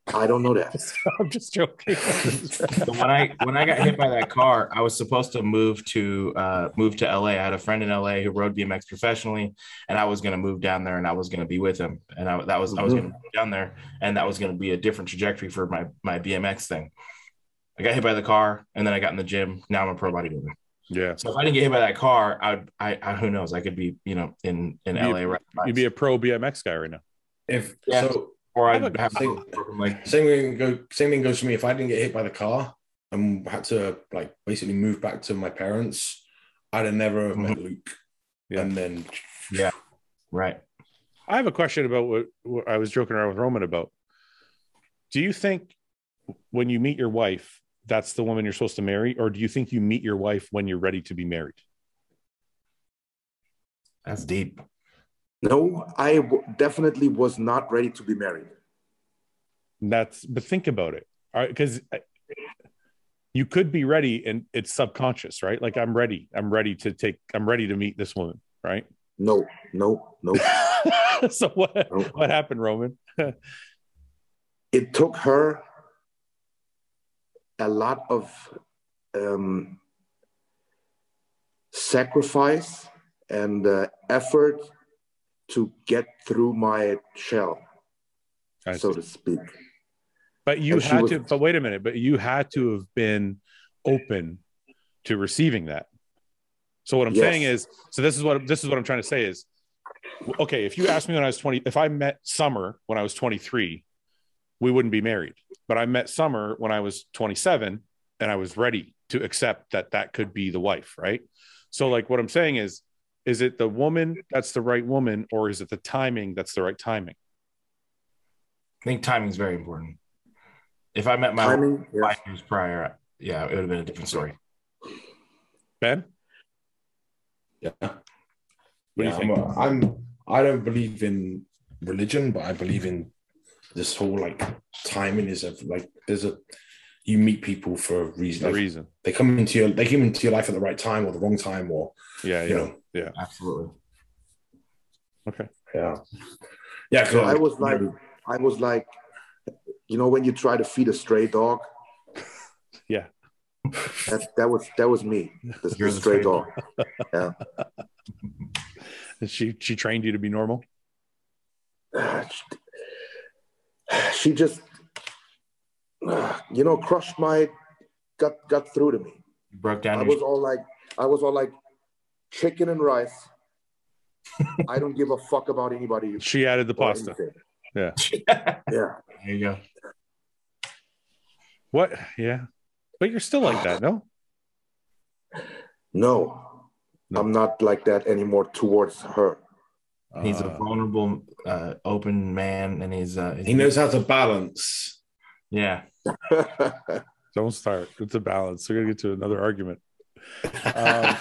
Speaker 3: I don't know that.
Speaker 1: I'm just joking.
Speaker 4: So when I when I got hit by that car, I was supposed to move to uh, move to LA. I had a friend in LA who rode BMX professionally, and I was going to move down there, and I was going to be with him, and I, that was I was
Speaker 3: Mm-hmm.
Speaker 4: going to move down there, and that was going to be a different trajectory for my my BMX thing. I got hit by the car, and then I got in the gym. Now I'm a pro bodybuilder.
Speaker 1: yeah,
Speaker 4: So if I didn't get hit by that car, I'd I, I who knows? I could be you know in in
Speaker 1: You'd-
Speaker 4: LA right now,
Speaker 1: you'd be a pro BMX guy right now.
Speaker 2: If
Speaker 4: Yeah.
Speaker 2: so,
Speaker 4: or
Speaker 1: I would
Speaker 4: I'd have
Speaker 2: think-
Speaker 4: I'm like
Speaker 2: same thing go same thing goes for me. If I didn't get hit by the car and had to like basically move back to my parents, I'd have never met Luke.
Speaker 1: Mm-hmm. Yeah.
Speaker 2: And then
Speaker 4: right.
Speaker 1: I have a question about what, what I was joking around with Roman about. Do you think when you meet your wife, that's the woman you're supposed to marry, or do you think you meet your wife when you're ready to be married?
Speaker 4: That's deep.
Speaker 3: No, I w- definitely was not ready to be married.
Speaker 1: And that's but think about it, because uh, you could be ready, and it's subconscious, right? Like I'm ready, I'm ready to take, I'm ready to meet this woman, right?
Speaker 3: No, no, no.
Speaker 1: so what
Speaker 3: no.
Speaker 1: what happened, Roman?
Speaker 3: It took her a lot of um, sacrifice and uh, effort to get through my shell,
Speaker 1: I
Speaker 3: so to speak.
Speaker 1: But you
Speaker 3: And she
Speaker 1: had
Speaker 3: was-
Speaker 1: to. But wait a minute. But you had to have been open to receiving that. So what I'm
Speaker 3: Yes.
Speaker 1: saying is, so this is what this is what I'm trying to say is, okay. If you asked me when I was 20, if I met Summer when I was 23, we wouldn't be married. But I met Summer when I was 27, and I was ready to accept that that could be the wife, right? So like what I'm saying is, is it the woman that's the right woman, or is it the timing that's the right timing?
Speaker 4: I think timing's very important. If I met my
Speaker 3: Timing, yeah.
Speaker 4: five years prior, yeah, it would have been a different story.
Speaker 1: Ben,
Speaker 2: yeah.
Speaker 1: What do you
Speaker 2: yeah, I'm, a- I'm I don't believe in religion, but I believe in this whole like timing is a like there's a you meet people for a reason.
Speaker 1: the
Speaker 2: Like,
Speaker 1: reason.
Speaker 2: They come into your they come into your life at the right time or the wrong time or
Speaker 1: Yeah,
Speaker 2: you
Speaker 1: yeah.
Speaker 2: know
Speaker 4: Absolutely.
Speaker 2: yeah yeah. 'cause
Speaker 3: So I was like, I was like, you know, when you try to feed a stray dog.
Speaker 1: Yeah.
Speaker 3: That, that was that was me. The, the
Speaker 4: You're the
Speaker 3: stray
Speaker 4: stray
Speaker 3: dog.
Speaker 1: And she she trained you to be normal.
Speaker 3: She just, you know, crushed my, got got through to me.
Speaker 4: You broke down
Speaker 3: I
Speaker 4: your
Speaker 3: was all like, I was all like, chicken and rice. I don't give a fuck about anybody. or
Speaker 1: She added the pasta.
Speaker 3: anything.
Speaker 4: there
Speaker 3: Yeah.
Speaker 4: you go.
Speaker 1: What? Yeah. But you're still like that, no?
Speaker 3: No,
Speaker 1: No.
Speaker 3: I'm not like that anymore towards her.
Speaker 4: He's a
Speaker 1: Uh,
Speaker 4: vulnerable, uh, open man, and he's uh,
Speaker 2: he knows how to balance
Speaker 4: Yeah,
Speaker 1: Don't start. It's a balance. We're gonna get to another argument. Um,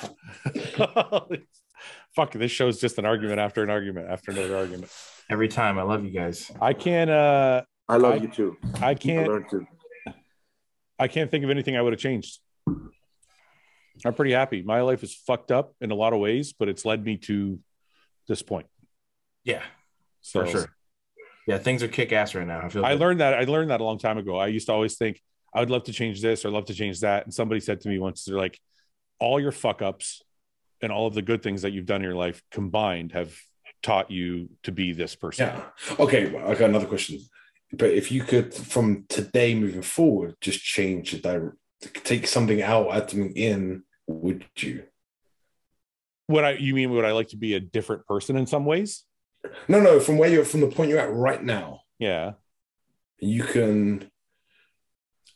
Speaker 1: fuck, this show's just an argument after an argument after another argument.
Speaker 4: Every time. I love you guys.
Speaker 1: I can't. Uh,
Speaker 3: I love
Speaker 1: I
Speaker 3: you too.
Speaker 1: I
Speaker 3: I
Speaker 1: can't.
Speaker 3: learned to.
Speaker 1: I can't think of anything I would have changed. I'm pretty happy. My life is fucked up in a lot of ways, but it's led me to this point.
Speaker 4: Yeah,
Speaker 1: So
Speaker 4: for sure. Yeah, things are kick ass right now. I feel
Speaker 1: I
Speaker 4: good.
Speaker 1: learned that. I learned that a long time ago. I used to always think I would love to change this or love to change that. And somebody said to me once, they're like, all your fuck ups and all of the good things that you've done in your life combined have taught you to be this person.
Speaker 2: Yeah. Okay. well, I got another question. But if you could, from today moving forward, just change the direct, take something out, add something in, would you?
Speaker 1: What I you mean would I like to be a different person in some ways?
Speaker 2: No, no. From where you're, from the point you're at right now,
Speaker 1: Yeah.
Speaker 2: you can,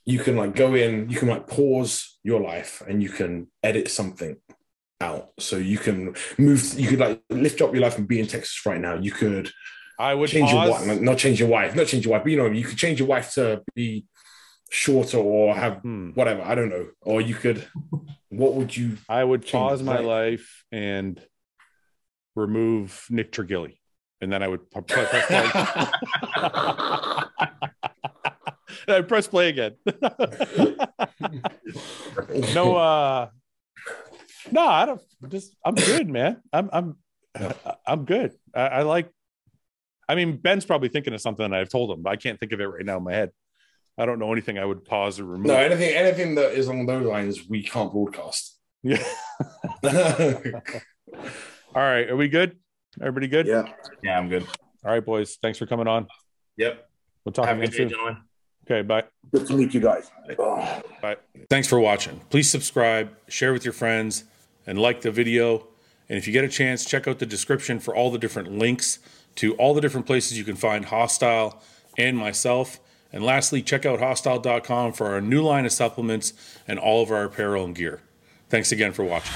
Speaker 2: you can like go in, you can like pause your life, and you can edit something out. So you can move. You could like lift up your life and be in Texas right now. You could
Speaker 1: I would
Speaker 2: change your
Speaker 1: pause.
Speaker 2: wife, not- not change your wife, not change your wife, but you know, you could change your wife to be shorter or have
Speaker 1: Hmm.
Speaker 2: whatever, I don't know. Or you could, what would you?
Speaker 1: I would
Speaker 2: Change
Speaker 1: pause
Speaker 2: the
Speaker 1: my
Speaker 2: plan.
Speaker 1: life and remove Nick Tergilli. And then I would p- p- press play. I press play again. no uh no i don't just i'm good man i'm i'm i'm good I, I like i mean ben's probably thinking of something i've told him but i can't think of it right now in my head i don't know anything i would pause or remove
Speaker 2: no, anything, anything that is along those lines, we can't broadcast.
Speaker 1: yeah
Speaker 2: Thanks,
Speaker 1: all right are we good everybody good
Speaker 3: Yeah.
Speaker 4: Yeah, I'm good.
Speaker 1: all right boys thanks for coming on
Speaker 4: Yep.
Speaker 1: we'll talk
Speaker 4: Have a
Speaker 1: again
Speaker 4: good day,
Speaker 1: soon
Speaker 4: gentlemen.
Speaker 1: okay bye
Speaker 3: Good to meet you guys. Oh.
Speaker 1: Thanks for watching. Please subscribe, share with your friends, and like the video. And if you get a chance, check out the description for all the different links to all the different places you can find Hostile and myself. And lastly, check out hostile.com for our new line of supplements and all of our apparel and gear. Thanks again for watching.